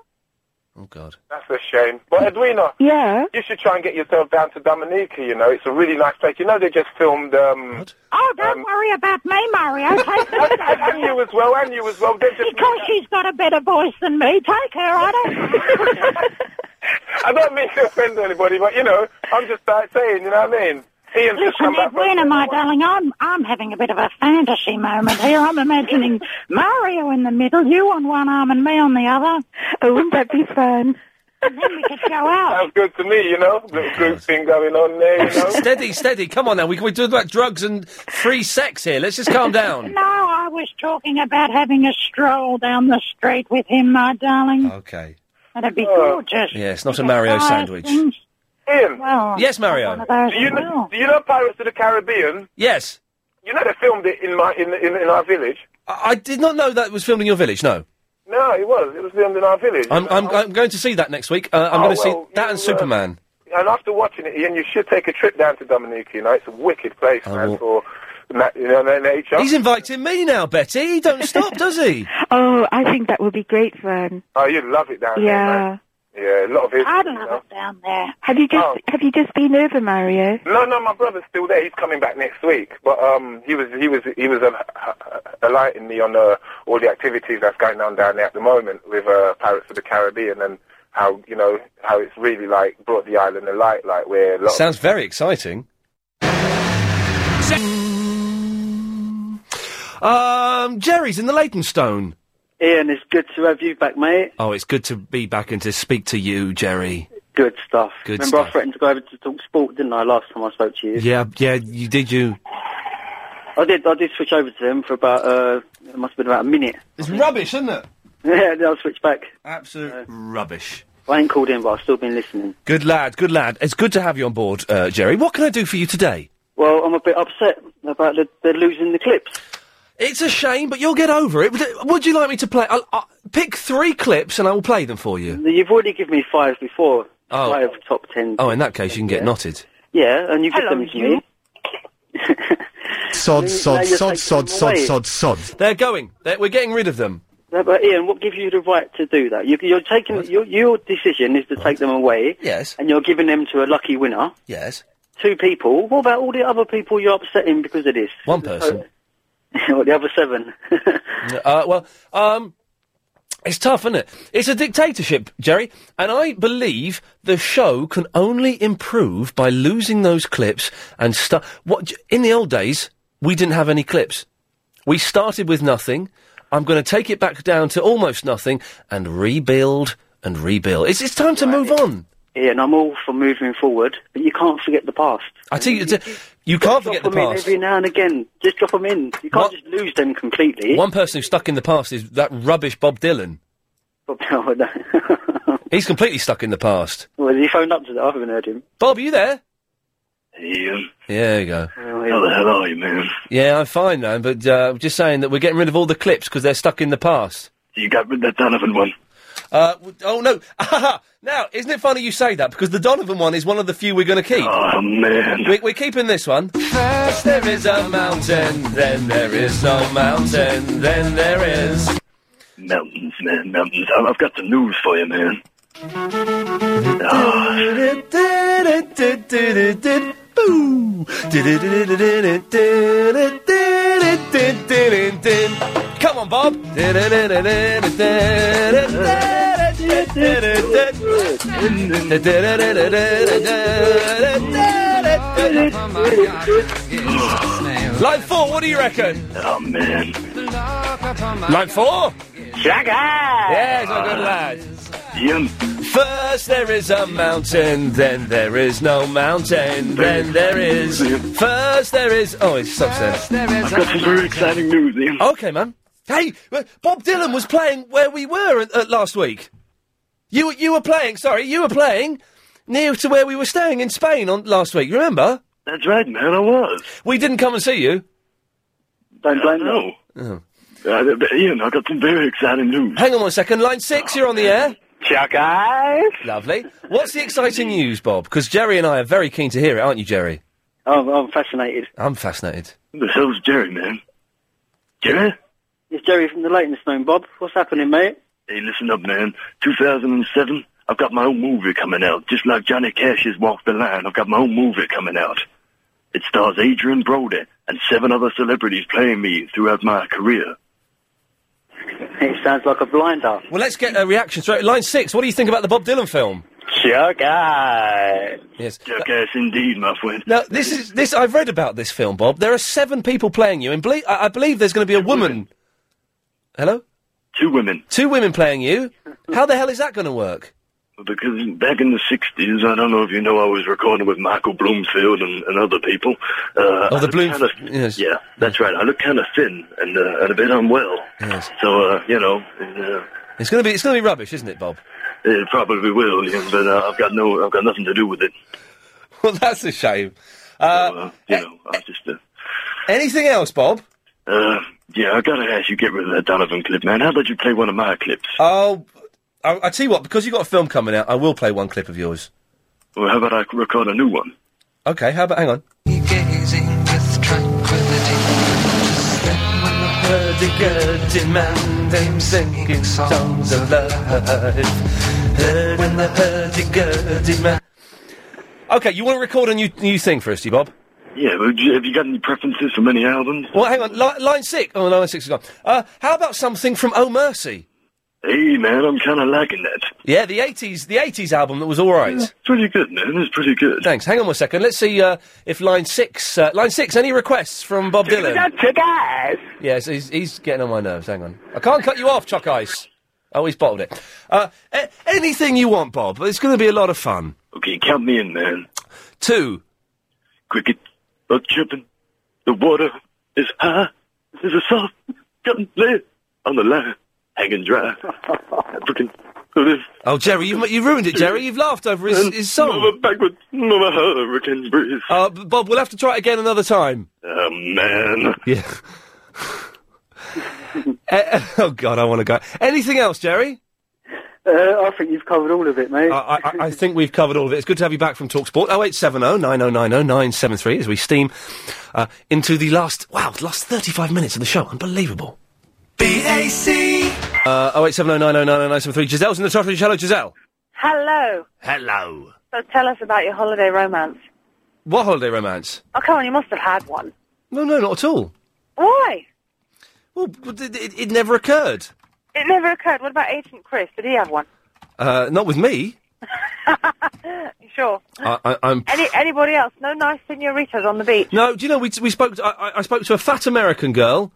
Speaker 2: Oh, God.
Speaker 27: That's a shame. But Edwina,
Speaker 12: Yeah.
Speaker 27: you should try and get yourself down to Dominica, you know. It's a really nice place. You know, they just filmed, um...
Speaker 10: Oh, don't worry about me, Mario. Take me.
Speaker 27: and, and you as well, and you as well. They just...
Speaker 10: Because she's got a better voice than me. Take her, I don't.
Speaker 27: I don't mean to offend anybody, but, you know, I'm just uh, saying, you know what I mean? Ian's just
Speaker 10: Listen,
Speaker 27: come back from...
Speaker 10: Edwina, my darling, I'm I'm having a bit of a fantasy moment here. I'm imagining Mario in the middle, you on one arm and me on the other.
Speaker 12: Oh, wouldn't that be fun?
Speaker 10: And then we could go out.
Speaker 27: Sounds good to me, you know? Little group thing going on there, you know?
Speaker 2: steady, steady. Come on now. We can we do about drugs and free sex here. Let's just calm down.
Speaker 10: No, I was talking about having a stroll down the street with him, my darling.
Speaker 2: Okay.
Speaker 10: That'd
Speaker 27: Uh,
Speaker 10: be gorgeous.
Speaker 2: Yes, not a Uh, Mario
Speaker 10: Fire
Speaker 2: sandwich.
Speaker 10: things.
Speaker 27: Ian.
Speaker 10: Well,
Speaker 2: Yes, Mario.
Speaker 10: one of
Speaker 27: Do
Speaker 10: those
Speaker 27: you,
Speaker 10: as
Speaker 27: know,
Speaker 10: well.
Speaker 27: do you know Pirates of the Caribbean?
Speaker 2: Yes.
Speaker 27: You know they filmed it in my in in, in our village.
Speaker 2: I, I did not know that was filmed in your village. No.
Speaker 27: No, it was. It was filmed in our village.
Speaker 2: I'm, I'm, I'm going to see that next week. Uh, I'm
Speaker 27: Oh,
Speaker 2: going to
Speaker 27: well,
Speaker 2: see that and
Speaker 27: uh,
Speaker 2: Superman.
Speaker 27: And after watching it, Ian, you should take a trip down to Dominica. You know, it's a wicked place, man, for na- you know na- nature.
Speaker 2: He's inviting me now, Betty. He don't stop, does he?
Speaker 12: Oh, I think that would be great fun.
Speaker 27: oh, you'd love it down
Speaker 12: Yeah.
Speaker 27: there. Yeah, a lot of it.
Speaker 10: I'd love it down there.
Speaker 12: Have you just
Speaker 27: Oh.
Speaker 12: have you just been over, Mario?
Speaker 27: No, no, my brother's still there. He's coming back next week. But um, he was he was he was uh, enlightening me on uh, all the activities that's going on down there at the moment with uh, Pirates of the Caribbean and how you know how it's really like brought the island alight, like where a lot. of-
Speaker 2: Sounds very exciting. Um, Jerry's in the Leytonstone.
Speaker 21: Ian, it's good to have you back, mate.
Speaker 2: Oh, it's good to be back and to speak to you, Jerry.
Speaker 21: Good stuff.
Speaker 2: Good
Speaker 21: Remember, I
Speaker 2: stuff.
Speaker 21: threatened to go over to talk sport, didn't I? Last time I spoke to you,
Speaker 2: Yeah, yeah, you did you.
Speaker 21: I did. I did switch over to them for about. Uh, it must have been about a minute.
Speaker 2: It's rubbish, isn't it?
Speaker 21: yeah, then I'll switch back.
Speaker 2: Absolute rubbish.
Speaker 21: I ain't called in, but I've still been listening.
Speaker 2: Good lad, good lad. It's good to have you on board, uh, Jerry. What can I do for you today?
Speaker 21: Well, I'm a bit upset about the, the losing the clips.
Speaker 2: It's a shame, but you'll get over it. Would- Would you like me to play? I'll, i pick three clips and I will play them for you.
Speaker 21: You've already given me five before.
Speaker 2: Oh.
Speaker 21: Five top ten.
Speaker 2: Oh, in that case, you can get knotted.
Speaker 21: Yeah, and you give them to me.
Speaker 2: Sod,
Speaker 21: sod, you're sod, taking sod, them sod, away. sod,
Speaker 2: sod. They're going. They're, we're getting rid of them.
Speaker 21: No, but Ian, what gives you the right to do that? You, you're taking your, your decision is to take them away.
Speaker 2: Yes.
Speaker 21: And you're giving them to a lucky winner.
Speaker 2: Yes.
Speaker 21: Two people. What about all the other people you're upsetting because of this?
Speaker 2: One person.
Speaker 21: What the other seven?
Speaker 2: uh, well, um, it's tough, isn't it? It's a dictatorship, Jerry, and I believe the show can only improve by losing those clips and stuff. What in the old days we didn't have any clips. We started with nothing. I'm going to take it back down to almost nothing and rebuild and rebuild. It's it's time to move on.
Speaker 21: Ian, I'm all for moving forward, but you can't forget the past.
Speaker 2: I tell you, you can't forget the
Speaker 21: drop them in
Speaker 2: past.
Speaker 21: every now and again. Just drop them in. You can't just lose them completely.
Speaker 2: One person who's stuck in the past is that rubbish Bob Dylan.
Speaker 21: Bob Dylan, no.
Speaker 2: He's completely stuck in the past.
Speaker 21: Well, he phoned up to that. I haven't heard him.
Speaker 2: Bob, are you there?
Speaker 14: Ian,
Speaker 2: Yeah, there you go.
Speaker 14: how the hell are you, man?
Speaker 2: Yeah, I'm fine, man, but uh, just saying that we're getting rid of all the clips because they're stuck in the past.
Speaker 14: You got rid of that Donovan one.
Speaker 2: Uh, w- oh, no. now, isn't it funny you say that? Because the Donovan one is one of the few we're going to keep.
Speaker 14: Oh, man.
Speaker 2: We- we're keeping this one. First there is a mountain, then there is no mountain, then there is.
Speaker 14: Mountains, man, mountains. I- I've got some news for you, man. Ah,
Speaker 2: Come on, Bob. Line four, what do you reckon?
Speaker 14: Oh,
Speaker 11: Um,
Speaker 14: man.
Speaker 2: Line four? Shagger! Yes, a good lad. First there is a mountain, then there is no mountain, then there is. First there is. Oh, it's so sad.
Speaker 14: I've got some very exciting news, Ian.
Speaker 2: Okay, man. Hey, well, Bob Dylan was playing where we were at, at last week. You were- you were playing. Sorry, you were playing near to where we were staying in Spain on last week. Remember?
Speaker 14: That's right, man. I was.
Speaker 2: We didn't come and see you.
Speaker 21: Don't blame
Speaker 14: no. Uh, but Ian, I've got some very exciting news.
Speaker 2: Hang on one second. Line six, you're on the air. Chuck eyes. Lovely. What's the exciting news, Bob? Because Jerry and I are very keen to hear it, aren't you, Jerry?
Speaker 21: I'm, I'm fascinated.
Speaker 2: I'm fascinated.
Speaker 14: The hell's Jerry, man? Jerry?
Speaker 21: It's Jerry from the Leytonstone, Bob. What's happening, mate?
Speaker 14: Hey, listen up, man. 2007, I've got my own movie coming out. Just like Johnny Cash's Walk the Line, I've got my own movie coming out. It stars Adrian Brody and seven other celebrities playing me throughout my career.
Speaker 21: It sounds like a blinder.
Speaker 2: Well, let's get a reaction straight. Line six, what do you think about the Bob Dylan film?
Speaker 14: Chuck eyes.
Speaker 2: Yes.
Speaker 14: Chuck ass indeed, my friend.
Speaker 2: Now, this is this. I've read about this film, Bob. There are seven people playing you, and ble- I, I believe there's going to be a woman. Hello.
Speaker 14: Two women.
Speaker 2: Two women playing you. How the hell is that going to work?
Speaker 14: Because back in the 60s, I don't know if you know, I was recording with Michael Bloomfield and, and other people. Uh,
Speaker 2: Oh, the Bloom-
Speaker 14: Kind of, Yeah, that's right. I looked kind of thin and, uh, and a bit unwell.
Speaker 2: Yes.
Speaker 14: So, uh, you know, uh,
Speaker 2: It's going to be. It's going to be rubbish, isn't it, Bob?
Speaker 14: It probably will, yeah, but uh, I've got no, I've got nothing to do with it.
Speaker 2: Well, that's a shame. Uh,
Speaker 14: you know, I just, uh,
Speaker 2: anything else, Bob?
Speaker 14: uh, yeah, I gotta ask you, get rid of that Donovan clip, man. How about you play one of my clips?
Speaker 2: Oh, I, I tell you what. Because you've got a film coming out, I will play one clip of yours.
Speaker 14: Or how about I record a new one?
Speaker 2: Okay. How about? Hang on.
Speaker 17: hurdy-gurdy man, them singing songs of love. Heard when the hurdy-gurdy man...
Speaker 2: Okay, you want to record a new new thing for us, do you, Bob?
Speaker 14: Yeah, well, j- have you got any preferences from any albums?
Speaker 2: Well, hang on. Li- line six. Oh, line six is gone. Uh, how about something from Oh Mercy?
Speaker 14: Hey, man, I'm kind of liking that.
Speaker 2: Yeah, the eighties, the eighties album that was all right. It's
Speaker 14: pretty good, man. It's pretty good.
Speaker 2: Thanks. Hang on one second. Let's see uh, if line six, uh, line six, any requests from Bob Dylan? Yes, he's, he's getting on my nerves. Hang on. I can't cut you off, Chuck Ice. Oh, he's bottled it. Uh, a- anything you want, Bob. It's going to be a lot of fun.
Speaker 14: Okay, count me in, man.
Speaker 2: Two.
Speaker 14: Cricket are chirping. The water is high. There's a soft cotton layer on the line, hanging dry. African.
Speaker 2: Oh, Jerry, you've, you ruined it, Jerry. You've laughed over his, his song.
Speaker 14: Backward, no a hurricane breeze.
Speaker 2: Uh, b- Bob, we'll have to try it again another time.
Speaker 14: Oh,
Speaker 27: Um,
Speaker 14: man.
Speaker 2: Yeah. Eh, oh, God, I want to go. Anything else, Jerry?
Speaker 34: Uh, I think you've covered all of it, mate.
Speaker 2: I, I, I think we've covered all of it. It's good to have you back from TalkSport. Oh, 0870 9090 973 as we steam uh, into the last, wow, the last 35 minutes of the show. Unbelievable.
Speaker 35: BAC.
Speaker 2: Uh, 0870 9090 973. Giselle's in the Trottery. Hello, Giselle.
Speaker 9: Hello.
Speaker 2: Hello.
Speaker 9: So tell us about your holiday romance.
Speaker 2: What holiday romance?
Speaker 9: Oh, come on, you must have had one.
Speaker 2: No, no, not at all.
Speaker 9: Why?
Speaker 2: Well, b- it, it, it never occurred.
Speaker 9: It never occurred. What about Agent Chris? Did he have one?
Speaker 2: Uh, not with me.
Speaker 9: You sure?
Speaker 2: I, I, I'm.
Speaker 9: Any anybody else? No nice senoritas on the beach.
Speaker 2: No, do you know we we spoke? To, I, I- I spoke to a fat American girl,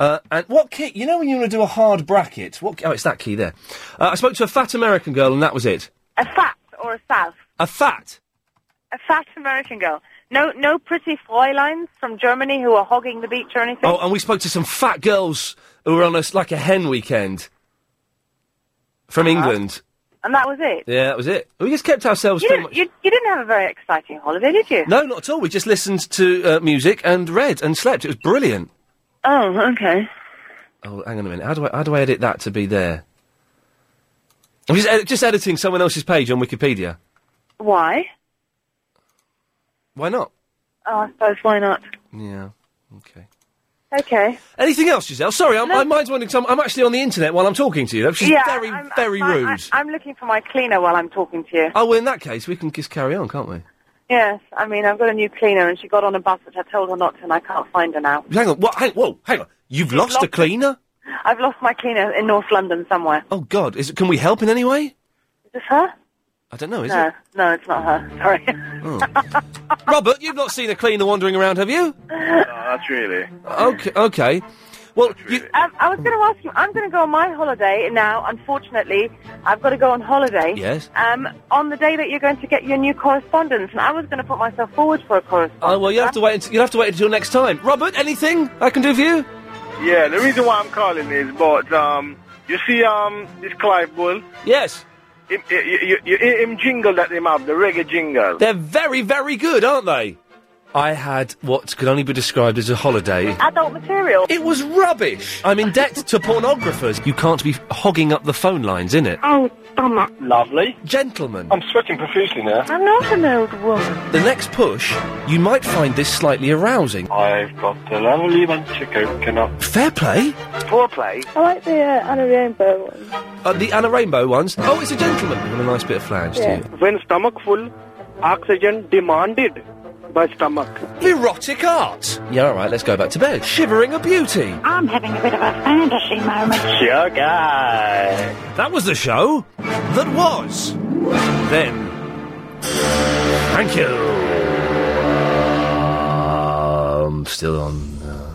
Speaker 2: uh, and what key? You know when you want to do a hard bracket? What? key- Oh, it's that key there. Uh, I spoke to a fat American girl, and that was it.
Speaker 9: A fat or a south?
Speaker 2: A fat.
Speaker 9: A fat American girl. No, no pretty Fräuleins from Germany who are hogging the beach or anything.
Speaker 2: Oh, and we spoke to some fat girls who were on us like a hen weekend from England.
Speaker 9: And that was it.
Speaker 2: Yeah, that was it. We just kept ourselves
Speaker 9: You
Speaker 2: pretty
Speaker 9: didn't,
Speaker 2: much.
Speaker 9: you, you didn't have a very exciting holiday, did you?
Speaker 2: No, not at all. We just listened to uh, music and read and slept. It was brilliant.
Speaker 9: Oh, okay.
Speaker 2: Oh, hang on a minute. How do I how do I edit that to be there? I'm just, ed- just editing someone else's page on Wikipedia.
Speaker 9: Why?
Speaker 2: Why not?
Speaker 9: Oh, I suppose why not?
Speaker 2: Yeah.
Speaker 9: Okay.
Speaker 2: Anything else, Giselle? Sorry, I'm, my mind's wandering. 'cause I'm, I'm actually on the internet while I'm talking to you. She's
Speaker 9: yeah,
Speaker 2: very,
Speaker 9: I'm,
Speaker 2: very
Speaker 9: I'm,
Speaker 2: rude.
Speaker 9: I, am looking for my cleaner while I'm talking to you.
Speaker 2: oh, well, in that case, we can just carry on, can't we?
Speaker 9: Yes, I mean, I've got a new cleaner and she got on a bus which I told her not to and I can't find her now.
Speaker 2: Hang on. What? Hang, whoa, hang on. You've lost,
Speaker 9: lost
Speaker 2: a cleaner?
Speaker 9: I've lost my cleaner in North London somewhere.
Speaker 2: Oh, God. Is it, can we help in any way?
Speaker 9: Is this her?
Speaker 2: I don't know, is
Speaker 9: no,
Speaker 2: it?
Speaker 9: no, it's not her. Sorry.
Speaker 2: Oh. Robert, you've not seen a cleaner wandering around, have you?
Speaker 14: that's really.
Speaker 2: Okay, okay. Well, you,
Speaker 9: Um, I was going to ask you. I'm going to go on my holiday now. Unfortunately, I've got to go on holiday.
Speaker 2: Yes.
Speaker 9: Um, on the day that you're going to get your new correspondence, and I was going to put myself forward for a correspondence.
Speaker 2: oh, well, you have to wait. Until, you'll have to wait until next time. Robert, anything I can do for you?
Speaker 11: Yeah, the reason why I'm calling is, but um, you see, um, this Clive Bull.
Speaker 2: Yes.
Speaker 11: Him, you, you, you hear him jingle that him have the reggae jingle.
Speaker 2: They're very, very good, aren't they? I had what could only be described as a holiday.
Speaker 9: Adult material.
Speaker 2: It was rubbish. I'm in debt to pornographers. You can't be hogging up the phone lines, innit?
Speaker 9: Oh, bummer.
Speaker 11: Lovely.
Speaker 2: Gentlemen.
Speaker 11: I'm sweating profusely now.
Speaker 9: I'm not an old woman.
Speaker 2: The next push, you might find this slightly arousing.
Speaker 36: I've got a lovely bunch of coconut.
Speaker 2: Fair play.
Speaker 11: Foreplay.
Speaker 37: I like the uh, Anna Rainbow one.
Speaker 2: Uh, the Anna Rainbow ones. Oh, it's a gentleman. With a nice bit of flange to you.
Speaker 5: When stomach full, oxygen demanded by stomach.
Speaker 2: Erotic art. Yeah, all right, let's go back to bed. Shivering a beauty.
Speaker 10: I'm having a bit of a fantasy moment.
Speaker 2: Sure guy. That was the show that was. Then. Thank you. Um, still on. uh,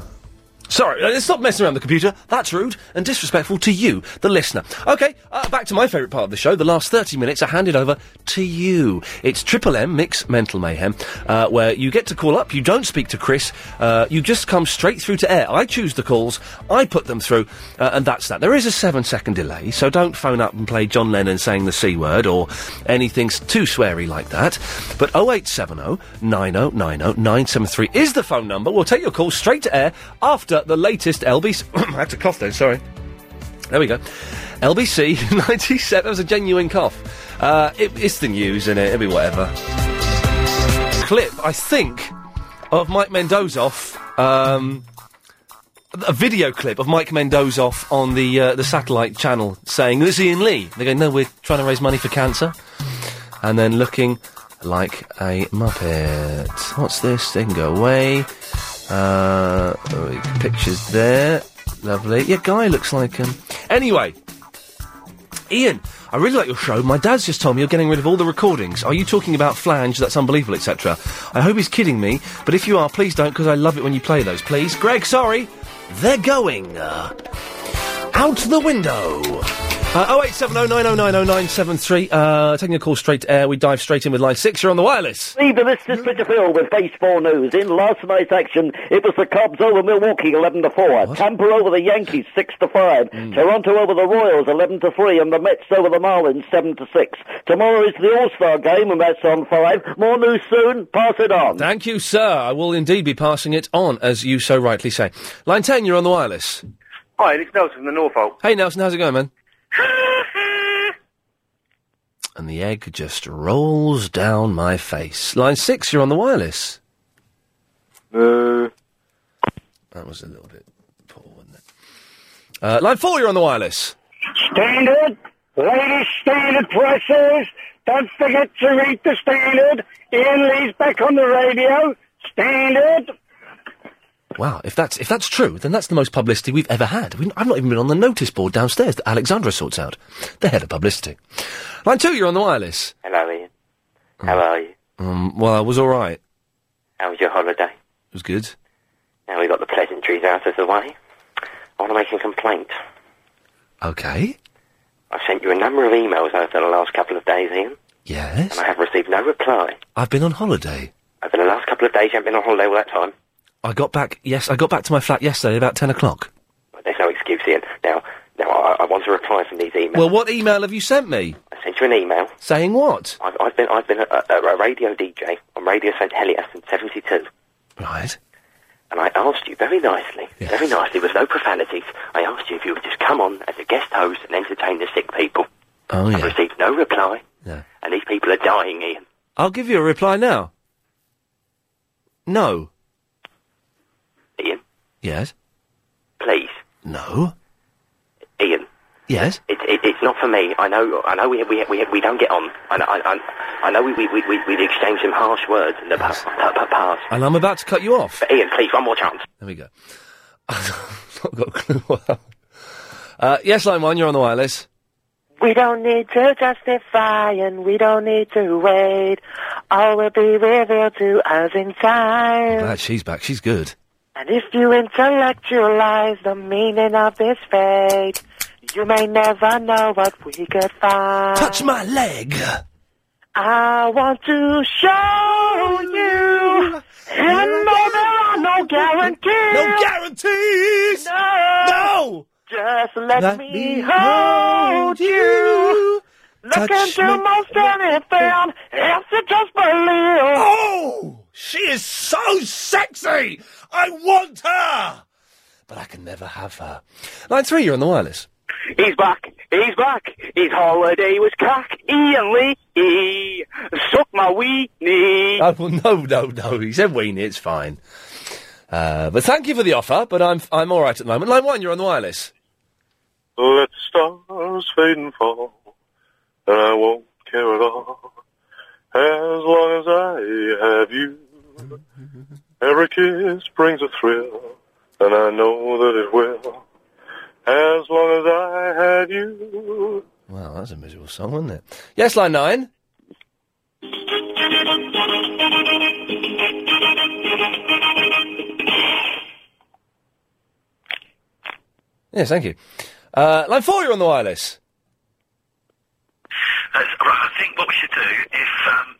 Speaker 2: Sorry, uh, stop messing around with the computer. That's rude and disrespectful to you, the listener. Okay, uh, back to my favourite part of the show. The last 30 minutes are handed over to you. It's Triple M Mix Mental Mayhem, uh, where you get to call up, you don't speak to Chris, uh, you just come straight through to air. I choose the calls, I put them through, uh, and that's that. There is a seven second delay, so don't phone up and play John Lennon saying the C word or anything s- too sweary like that. But 0870 9090 973 is the phone number. We'll take your call straight to air after the latest LBC. I had to cough then, sorry. There we go. LBC 97. That was a genuine cough. Uh, it, it's the news, and it? It'll be whatever. Clip, I think, of Mike Mendozoff. Um, a video clip of Mike Mendozoff on the uh, the satellite channel saying, "This is Ian Lee." They go, "No, we're trying to raise money for cancer," and then looking like a muppet. What's this? They can go away. Uh, oh, pictures there. Lovely. Yeah, guy looks like um. Anyway, Ian, I really like your show. My dad's just told me you're getting rid of all the recordings. Are you talking about Flange? That's unbelievable, etc. I hope he's kidding me, but if you are, please don't, because I love it when you play those. Please, Greg. Sorry, they're going uh, out the window. Oh eight seven oh nine oh nine oh nine seven three. Uh, Taking a call straight to air. We dive straight in with line six. You're on the wireless.
Speaker 15: See the Mr. Spitterfield with baseball news. In last night's action, it was the Cubs over Milwaukee 11 to 4, Tampa over the Yankees 6 to 5, Toronto over the Royals 11 to 3, and the Mets over the Marlins 7 to 6. Tomorrow is the All-Star game, and that's on 5. More news soon. Pass it on.
Speaker 2: Thank you, sir. I will indeed be passing it on, as you so rightly say. Line ten. You're on the wireless.
Speaker 38: Hi, it's Nelson from the Norfolk.
Speaker 2: Hey Nelson, how's it going, man? and the egg just rolls down my face. Line six, you're on the wireless.
Speaker 11: No.
Speaker 2: That was a little bit poor, wasn't it? Uh, line four, you're on the wireless.
Speaker 39: Standard, latest standard presses. Don't forget to read the standard. Ian Lee's back on the radio. Standard.
Speaker 2: Wow, if that's if that's true, then that's the most publicity we've ever had. We, I've not even been on the notice board downstairs that Alexandra sorts out. The head of publicity. Line two, you're on the wireless.
Speaker 15: Hello, Ian. How are you?
Speaker 2: Um, well, I was all right. It
Speaker 15: How was your holiday?
Speaker 2: was good.
Speaker 15: Now we got the pleasantries out of the way. I want to make a complaint.
Speaker 2: Okay.
Speaker 15: I've sent you a number of emails over the last couple of days, Ian.
Speaker 2: Yes.
Speaker 15: And I have received no reply.
Speaker 2: I've been on holiday.
Speaker 15: Over the last couple of days, you haven't been on holiday all that time.
Speaker 2: I got back. Yes, I got back to my flat yesterday about ten o'clock.
Speaker 15: But there's no excuse, Ian. Now, now I, I want a reply from these emails.
Speaker 2: Well, what email have you sent me?
Speaker 15: I sent you an email.
Speaker 2: Saying what?
Speaker 15: I've, I've been, I've been a, a, a radio DJ on Radio St Helier since 72.
Speaker 2: Right.
Speaker 15: And I asked you very nicely, very nicely, with no profanities, I asked you if you would just come on as a guest host and entertain the sick people.
Speaker 2: Oh
Speaker 15: I've
Speaker 2: yeah.
Speaker 15: received no reply.
Speaker 2: No.
Speaker 15: And these people are dying, Ian.
Speaker 2: I'll give you a reply now. No.
Speaker 15: Ian,
Speaker 2: Yes.
Speaker 15: please.
Speaker 2: No.
Speaker 15: Ian,
Speaker 2: Yes.
Speaker 15: it, it, it's not for me. I know, I know we, we, we, we don't get on. I know, I, I, I know we, we, we, we- we've exchanged some harsh words in the past. past.
Speaker 2: And I'm about to cut you off.
Speaker 15: But Ian, please, one more chance.
Speaker 2: There we go. I've not got a clue what. happened. Uh, yes, line one. You're on the wireless.
Speaker 17: We don't need to justify and we don't need to wait. All will be revealed to us in time.
Speaker 2: Glad she's back. She's good.
Speaker 17: And if you intellectualize the meaning of this fate, you may never know what we could find. Touch
Speaker 2: my leg!
Speaker 17: I want to show you, and no, there are no guarantees.
Speaker 2: No guarantees!
Speaker 17: No!
Speaker 2: No!
Speaker 17: Just let,
Speaker 2: Let
Speaker 17: me hold you. Look
Speaker 2: Touch
Speaker 17: into
Speaker 2: me.
Speaker 17: most anything if you just believe.
Speaker 2: Oh! She is so sexy. I want her, but I can never have her. Line three. You're on the wireless.
Speaker 40: He's back. He's back. His holiday was crack. Ian Lee. He suck my weenie.
Speaker 2: Oh, well, no, no, no. He said weenie. It's fine. Uh, but thank you for the offer. But I'm I'm all right at the moment. Line one. You're on the wireless.
Speaker 11: Let the stars fade and fall, and I won't care at all. As long as I have you, every kiss brings a thrill, and I know that it will. As long as I have you.
Speaker 2: Wow, that's a miserable song, wasn't it? Yes, line nine. Yes, thank you. Uh, line four. You're on the wireless.
Speaker 1: Right, I think what we should do, if um,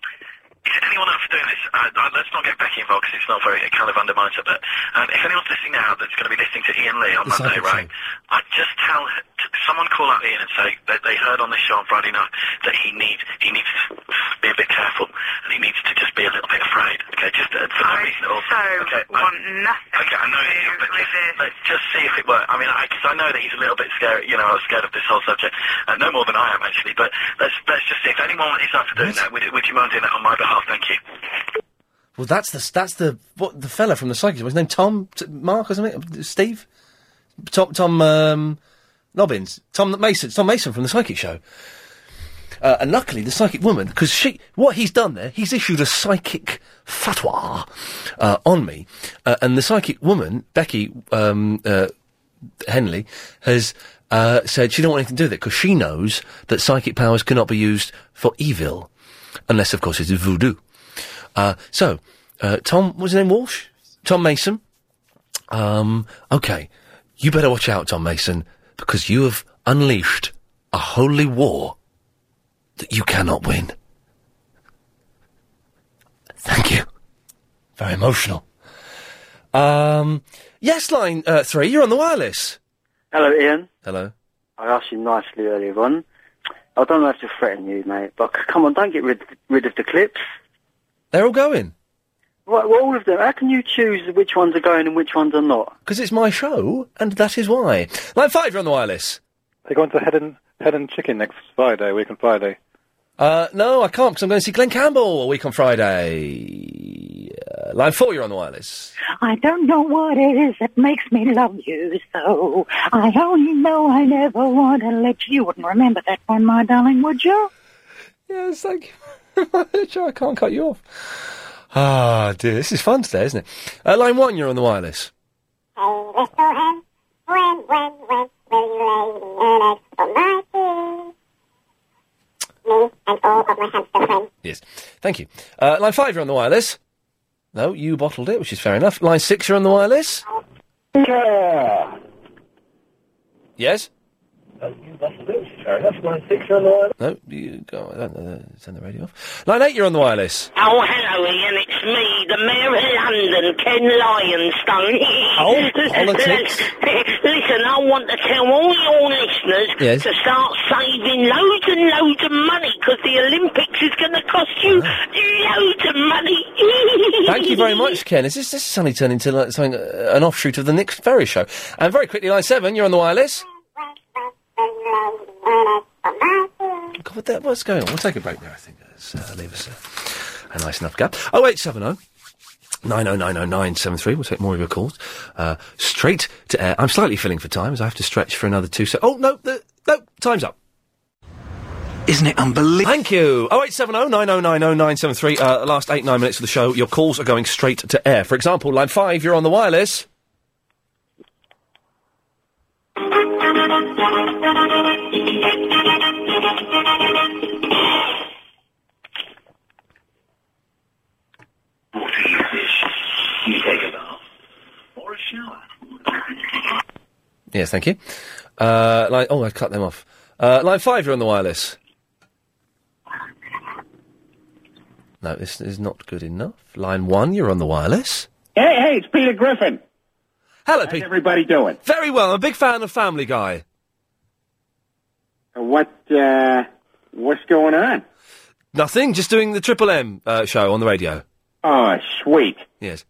Speaker 1: if anyone else is doing this, uh, uh, let's not get Becky involved because it's not very, it kind of undermines her. But um, if anyone's listening now that's going to be listening to Ian Lee on
Speaker 15: Yes, I
Speaker 1: Monday,
Speaker 15: think so.
Speaker 1: right, I'd just tell her- t- someone call up Ian and say that they heard on this show on Friday night that he needs he needs to be a bit careful and he needs to just be a little bit afraid. Okay, just uh, for that reason. Also, okay, want nothing okay, I know it is, but just, let's just see if it works. I mean, because I, know that he's a little bit scared. You know, I was scared of this whole subject, uh, no more than I am actually. But let's let's just see if anyone is after doing that. Would, would you mind doing that on my behalf? Thank you.
Speaker 2: Well, that's the that's the what the fella from the psychic. His name Tom T- Mark or something. Steve, Tom Tom um, Nobbins, Tom Mason, Tom Mason from the psychic show. Uh, and luckily, the psychic woman, because she, what he's done there, he's issued a psychic fatwa uh, on me, uh, and the psychic woman, Becky um, uh, Henley, has uh, said she don't want anything to do with it because she knows that psychic powers cannot be used for evil, unless, of course, it's voodoo. Uh, so, uh, Tom, was his name Walsh? Tom Mason? Um, okay. You better watch out, Tom Mason, because you have unleashed a holy war that you cannot win. Thank you. Very emotional. Um, yes, line uh, three, you're on the wireless.
Speaker 13: Hello, Ian.
Speaker 2: Hello.
Speaker 13: I asked you nicely earlier on. I don't have to threaten you, mate, but c- come on, don't get rid, rid of the clips.
Speaker 2: They're all going.
Speaker 13: Right, well, all of them. How can you choose which ones are going and which ones are not?
Speaker 2: Because it's my show, and that is why. Line five, you're on the wireless.
Speaker 1: They're going to Head and, Head and Chicken next Friday, week on Friday.
Speaker 2: Uh, no, I can't because I'm going to see Glenn Campbell a week on Friday. Uh, line four, you're on the wireless.
Speaker 10: I don't know what it is that makes me love you so. I only know I never want to let you. You wouldn't remember that one, my darling, would you?
Speaker 2: Yes, thank you. I can't cut you off. Ah, dear, this is fun today, isn't it? Uh, line one, you're on the wireless. Yes, thank you. Uh, line five, you're on the wireless. No, you bottled it, which is fair enough. Line six, you're on the wireless.
Speaker 17: Yeah.
Speaker 2: Yes.
Speaker 17: Fair enough. Line six on the line.
Speaker 2: No, you go. I don't know. Turn the radio off. Line eight, you're on the wireless.
Speaker 3: Oh, hello, Ian. It's me, the Mayor of London, Ken Lionstone.
Speaker 2: Oh, politics.
Speaker 3: Listen, I want to tell all your listeners
Speaker 2: Yes.
Speaker 3: to start saving loads and loads of money because the Olympics is going to cost you loads of money.
Speaker 2: Thank you very much, Ken. Is this this suddenly turned into like, something uh, an offshoot of the Nick Ferry show? And very quickly, line seven, you're on the wireless. God, what the, what's going on? We'll take a break there. I think let's uh, leave us a, a nice enough gap. Oh eight seven oh. 9090973. We'll take more of your calls. Uh, straight to air. I'm slightly filling for time as I have to stretch for another two seconds. Oh, no, the, no, time's up. Isn't it unbelievable? Thank you. Oh, 0870 9090973. Uh, the last eight, nine minutes of the show. Your calls are going straight to air. For example, line five, you're on the wireless. Yes, thank you. Uh, line, oh, I cut them off. Uh, line five, you're on the wireless. No, this is not good enough. Line one, you're on the wireless.
Speaker 7: Hey, hey, it's Peter Griffin.
Speaker 2: Hello, Peter.
Speaker 7: everybody doing?
Speaker 2: Very well. I'm a big fan of Family Guy.
Speaker 7: What, uh, what's going on?
Speaker 2: Nothing, just doing the Triple M uh, show on the radio.
Speaker 7: Oh, sweet.
Speaker 2: Yes.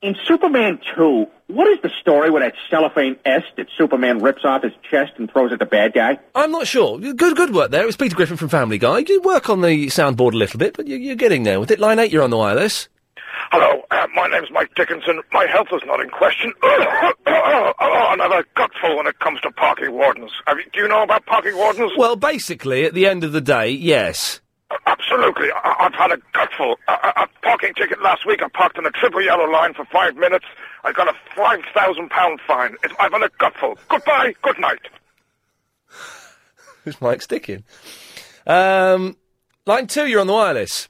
Speaker 7: In Superman 2, what is the story with that cellophane S that Superman rips off his chest and throws at the bad guy?
Speaker 8: Uh,
Speaker 2: I'm not sure. Good, good work there. It was Peter Griffin from Family Guy. You work on the soundboard a little bit, but you, you're getting there with it. Line eight, you're on the wireless.
Speaker 41: Hello, uh, my name's Mike Dickinson. My health is not in question. oh, another gutful when it comes to parking wardens. Have you, do you know about parking wardens?
Speaker 2: Well, basically, at the end of the day, yes.
Speaker 41: Absolutely. I- I've had a gutful. A-, a-, a parking ticket last week. I parked in a triple yellow line for five minutes. I got a five thousand pound fine. It's- I've had a gutful. Goodbye. Good night.
Speaker 2: Who's Mike sticking? Um, line two, you're on the wireless.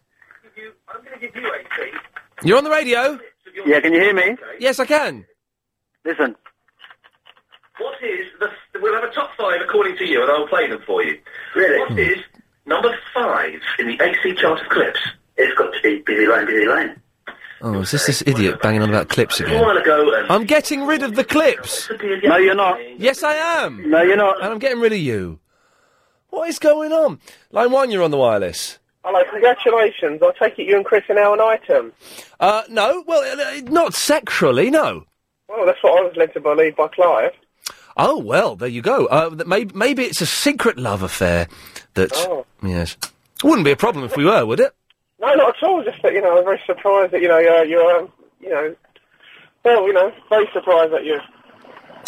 Speaker 2: You're on the radio.
Speaker 13: Yeah, can you hear me?
Speaker 2: Yes, I can.
Speaker 13: Listen,
Speaker 8: What is the? We'll have a top five according to you, and I'll play them for you. Really?
Speaker 7: Hmm.
Speaker 8: What is number five in the AC chart of clips? It's got to be Busy Line, Busy Line.
Speaker 2: Oh, is this this idiot banging on about clips
Speaker 8: A while
Speaker 2: again?
Speaker 8: ago, um,
Speaker 2: I'm getting rid of the clips.
Speaker 8: No, you're
Speaker 2: not. Yes, I am. No, you're not. And I'm getting rid of you. What is going on? Line one, you're on the wireless.
Speaker 33: Hello, congratulations. I take it you and Chris are now an item.
Speaker 2: Uh, no, well, uh, not sexually, no.
Speaker 33: Well, Oh, that's what I was led to believe by Clive.
Speaker 2: Oh well, there you go. Uh, maybe, maybe it's a secret love affair. That
Speaker 33: Oh.
Speaker 2: yes, wouldn't be a problem if we were, would it?
Speaker 33: No, not at all. Just that, you know, I'm very surprised that, you know, you're, you're um, you know, well, you know, very surprised that you...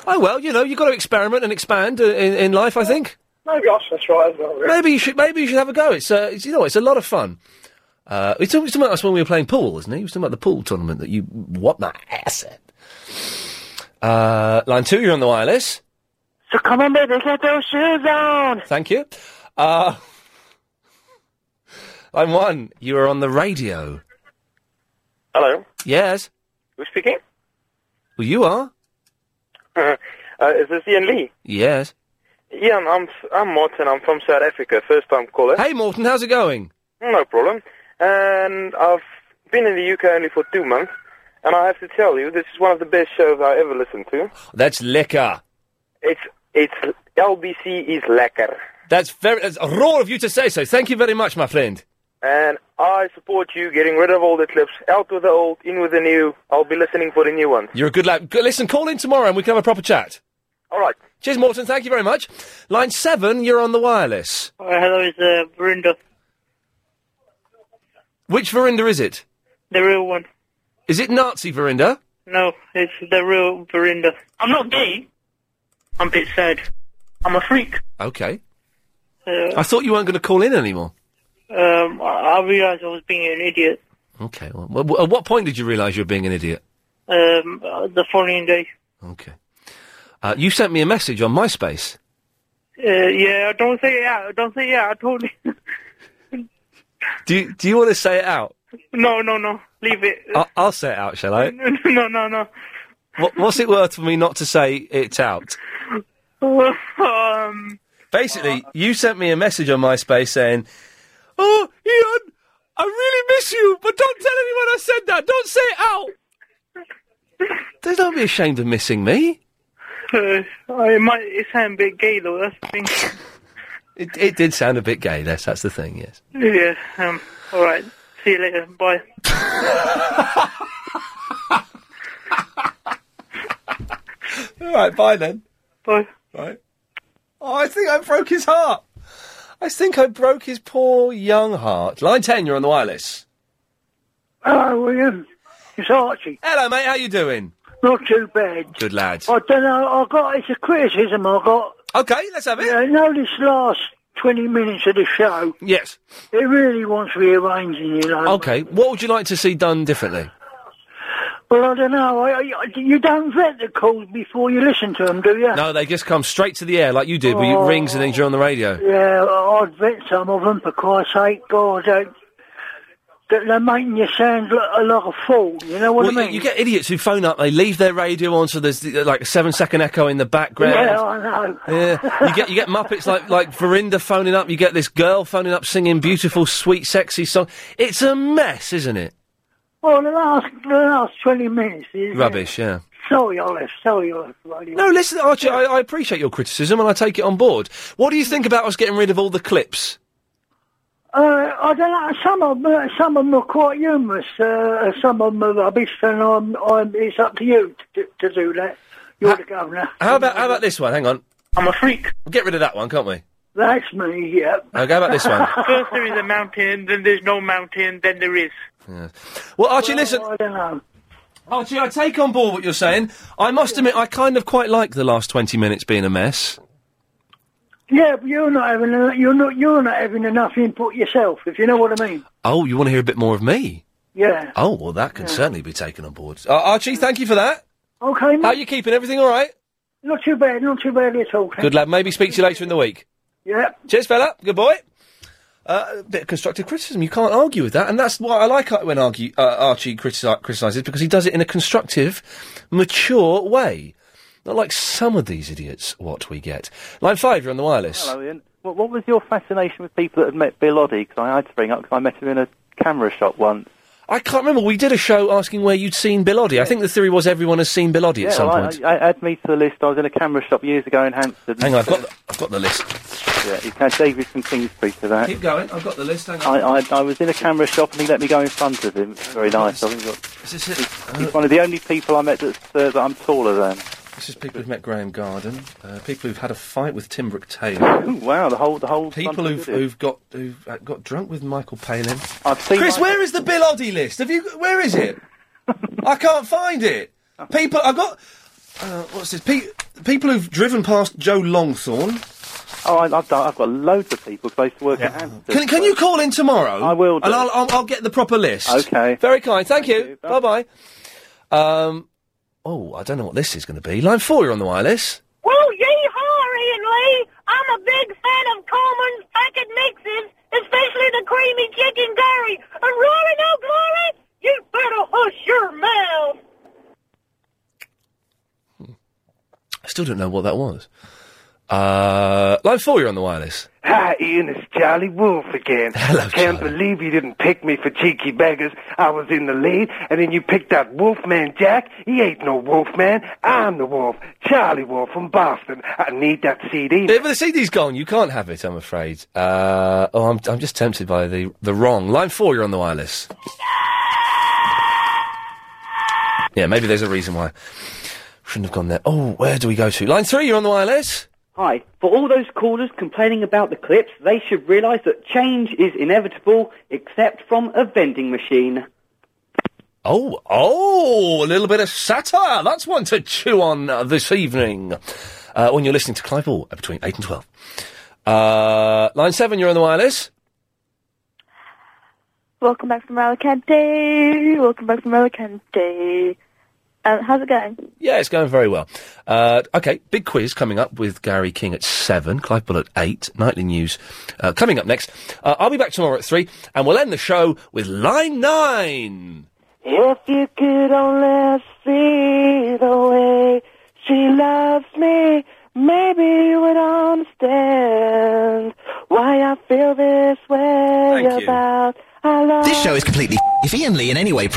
Speaker 2: Oh well, you know, you've got to experiment and expand uh, in, in life. I think
Speaker 33: Maybe I should try as well, really.
Speaker 2: maybe you should maybe you should have a go. It's, uh, it's you know, it's a lot of fun. Uh, we talked we talked about us when we were playing pool, isn't he? He was talking about the pool tournament that you what my ass at. Uh, line two, you're on the wireless.
Speaker 21: So come on, baby, get those shoes on.
Speaker 2: Thank you. Uh, line one, you are on the radio.
Speaker 9: Hello,
Speaker 2: Yes.
Speaker 9: who's speaking?
Speaker 2: Well, you are.
Speaker 9: uh, is this Ian Lee?
Speaker 2: Yes.
Speaker 9: Ian, I'm I'm Morten. I'm from South Africa. First time caller.
Speaker 2: Hey, Morton, how's it going?
Speaker 9: No problem. And I've been in the UK only for two months, and I have to tell you, this is one of the best shows I ever listened to.
Speaker 2: That's liquor.
Speaker 9: It's it's LBC is lekker,
Speaker 2: That's very that's raw of you to say so. Thank you very much, my friend.
Speaker 9: and I support you getting rid of all the clips. Out with the old, in with the new. I'll be listening for the new ones.
Speaker 2: You're a good lad. Go- Listen, call in tomorrow and we can have a proper chat.
Speaker 9: All right.
Speaker 2: Cheers, Morton. Thank you very much. Line seven, you're on the wireless.
Speaker 12: hello, it's uh, Brenda,
Speaker 2: Which Verinda is it?
Speaker 12: the real one.
Speaker 2: Is it Nazi Verinda?
Speaker 12: No, it's the real Verinda. I'm not gay. I'm a bit sad. I'm a freak.
Speaker 2: Okay.
Speaker 12: Uh,
Speaker 2: I thought you weren't going to call in anymore.
Speaker 12: um, I, I realised I was being an idiot.
Speaker 2: Okay. Well, w- at what point did you realise you were being an idiot?
Speaker 12: Um, uh, the following day.
Speaker 2: Okay. Uh, you sent me a message on MySpace.
Speaker 12: Uh, yeah, don't say it out. Don't say it out. I told you.
Speaker 2: Do you, do you want to say it out?
Speaker 12: No, no, no. Leave it.
Speaker 2: I'll, I'll say it out, shall I?
Speaker 12: Uh, no, no, no.
Speaker 2: What, what's it worth for me not to say it out?
Speaker 12: um,
Speaker 2: Basically, you sent me a message on MySpace saying, Oh, Ian, I really miss you, but don't tell anyone I said that. Don't say it out. "Don't- don't be ashamed of missing me.
Speaker 12: uh, I might it sound a bit gay though. That's the thing.
Speaker 2: It, it did sound a bit gay, yes, that's the thing, yes.
Speaker 12: yeah. Um. All right. See you later. Bye.
Speaker 2: All right, bye then.
Speaker 12: Bye.
Speaker 2: Right. Oh, I think I broke his heart. I think I broke his poor young heart. Line 10, you're on the wireless.
Speaker 31: Hello, William. Ah, It's Archie.
Speaker 2: Hello, mate, how you doing?
Speaker 31: Not too bad.
Speaker 2: Good lad.
Speaker 31: I don't know. I got it's a criticism. I got.
Speaker 2: Okay, let's have it.
Speaker 31: Yeah, I know this last twenty minutes of the show.
Speaker 2: Yes.
Speaker 31: It really wants rearranging, you know.
Speaker 2: Okay, what would you like to see done differently?
Speaker 31: Well, I don't know. I, I, you don't vet the calls before you listen to them, do you?
Speaker 2: No, they just come straight to the air like you did, where you
Speaker 31: Oh.
Speaker 2: rings and things you're on the radio.
Speaker 31: Yeah, I- I'd vet some of them for Christ's sake. God, uh, that they're making you sound like, like a fool. You know what
Speaker 2: Well,
Speaker 31: I
Speaker 2: you-
Speaker 31: mean?
Speaker 2: You get idiots who phone up, they leave their radio on, so there's uh, like a seven second echo in the background.
Speaker 31: yeah, I know.
Speaker 2: Yeah. you get you get Muppets like like Verinda phoning up. You get this girl phoning up singing beautiful, sweet, sexy song. It's a mess, isn't it?
Speaker 31: Well, the last the last twenty minutes is
Speaker 2: Rubbish. Yeah.
Speaker 31: Sorry, Olive. Sorry, Olive. Radio.
Speaker 2: No, listen, Archie. I, I appreciate your criticism and I take it on board. What do you think about us getting rid of all the clips?
Speaker 31: Uh, I don't know. Some of them, uh, some of them are quite humorous. Uh, some of them are rubbish, and I'm, I'm, it's up to you to, to do that. You're the governor.
Speaker 2: How about how about this one? Hang on. I'm a freak. Get rid of that one, can't we?
Speaker 31: That's me. Yeah.
Speaker 2: Okay, how about this one?
Speaker 12: First there is a mountain, then there's no mountain, then there is.
Speaker 2: Yeah. Well, Archie, listen.
Speaker 31: I don't know.
Speaker 2: Archie, I take on board what you're saying. I must admit, I kind of quite like the last twenty minutes being a mess.
Speaker 31: Yeah, but you're not having en- you're not you're not having enough input yourself, if you know what I mean.
Speaker 2: Oh, you want to hear a bit more of me?
Speaker 31: Yeah.
Speaker 2: Oh, well, that can certainly be taken on board. Uh, Archie, thank you for that.
Speaker 31: Okay.
Speaker 2: How you keeping? Everything all right?
Speaker 31: Not too bad. Not too bad at all.
Speaker 2: Good lad. Maybe speak to you later in the week.
Speaker 31: Yeah.
Speaker 2: Cheers, fella. Good boy. Uh, a bit of constructive criticism. You can't argue with that, and that's why I like when argue, uh, Archie critici- criticises because he does it in a constructive, mature way, not like some of these idiots. What we get. Line five, you're on the wireless.
Speaker 16: Hello, Ian. What, what was your fascination with people that had met Bill Oddie? Because I had to bring up because I met him in a camera shop once.
Speaker 2: I can't remember. We did a show asking where you'd seen Bill Oddie. I think the theory was everyone has seen Bill Oddie at some
Speaker 16: well,
Speaker 2: point.
Speaker 16: I, I, add me to the list. I was in a camera shop years ago in Hampstead.
Speaker 2: Hang on, I've got the, I've got the list.
Speaker 16: Yeah, you can add David from Kingsbury to that.
Speaker 2: Keep going. I've got the list. Hang
Speaker 16: I,
Speaker 2: on.
Speaker 16: I, I was in a camera shop and he let me go in front of him. Very nice. I think that-
Speaker 2: Is this it?
Speaker 16: he's one of the only people I met that's, uh, that I'm taller than.
Speaker 2: This is people who've met Graham Garden, uh, people who've had a fight with Tim Brooke Taylor.
Speaker 16: wow, the whole the whole
Speaker 2: People
Speaker 16: bunch
Speaker 2: who've,
Speaker 16: did it.
Speaker 2: who've got who've uh, got drunk with Michael Palin.
Speaker 16: I've seen
Speaker 2: Chris,
Speaker 16: Michael-
Speaker 2: where is the Bill Oddie list? Have you? Where is it? I can't find it. People, I've got. Uh, what's this? Pe- people who've driven past Joe Longthorn.
Speaker 16: Oh, I, I've, done, I've got loads of people because I used to work at Hampstead.
Speaker 2: Can, can you call in tomorrow? I will. And I'll, I'll, I'll get the proper list.
Speaker 16: Okay.
Speaker 2: Very kind. Thank, you. Bye bye. Um. Oh, I don't know what this is going to be. Line four, you're on the wireless.
Speaker 3: Well, yeehaw!
Speaker 17: I'm a big fan of Coleman's packet mixes, especially the creamy chicken curry. And Rory O'Glory, you better hush your mouth.
Speaker 2: I still don't know what that was. Uh, line four, you're on the wireless.
Speaker 4: Hi, Ian, it's Charlie Wolf again. Hello, Can't believe you didn't pick me for cheeky beggars. I was in the lead, and then you picked out Wolfman Jack. He ain't no Wolfman. I'm the Wolf. Charlie Wolf from Boston. I need that CD.
Speaker 2: Yeah, but the CD's gone. You can't have it, I'm afraid. Uh, oh, I'm, I'm just tempted by the, the wrong. Line four, you're on the wireless. Yeah, maybe there's a reason why. Shouldn't have gone there. Oh, where do we go to? Line three, you're on the wireless.
Speaker 21: Hi. For all those callers complaining about the clips, they should realise that change is inevitable, except from a vending machine.
Speaker 2: Oh, oh, a little bit of satire. That's one to chew on uh, this evening uh, when you're listening to Clive Ball uh, between 8 and 12. Uh, line 7, you're on the wireless.
Speaker 9: Welcome back from Alicante. Welcome back from Alicante. Um, how's it going?
Speaker 2: Yeah, it's going very well. Uh, okay, big quiz coming up with Gary King at 7, Clive Bull at 8, Nightly News uh, coming up next. Uh, I'll be back tomorrow at 3, and we'll end the show with Line 9.
Speaker 17: If you could only see the way she loves me, maybe you would understand why I feel this way
Speaker 16: Thank you.
Speaker 17: about our love.
Speaker 16: This show is completely. If Ian Lee in any way.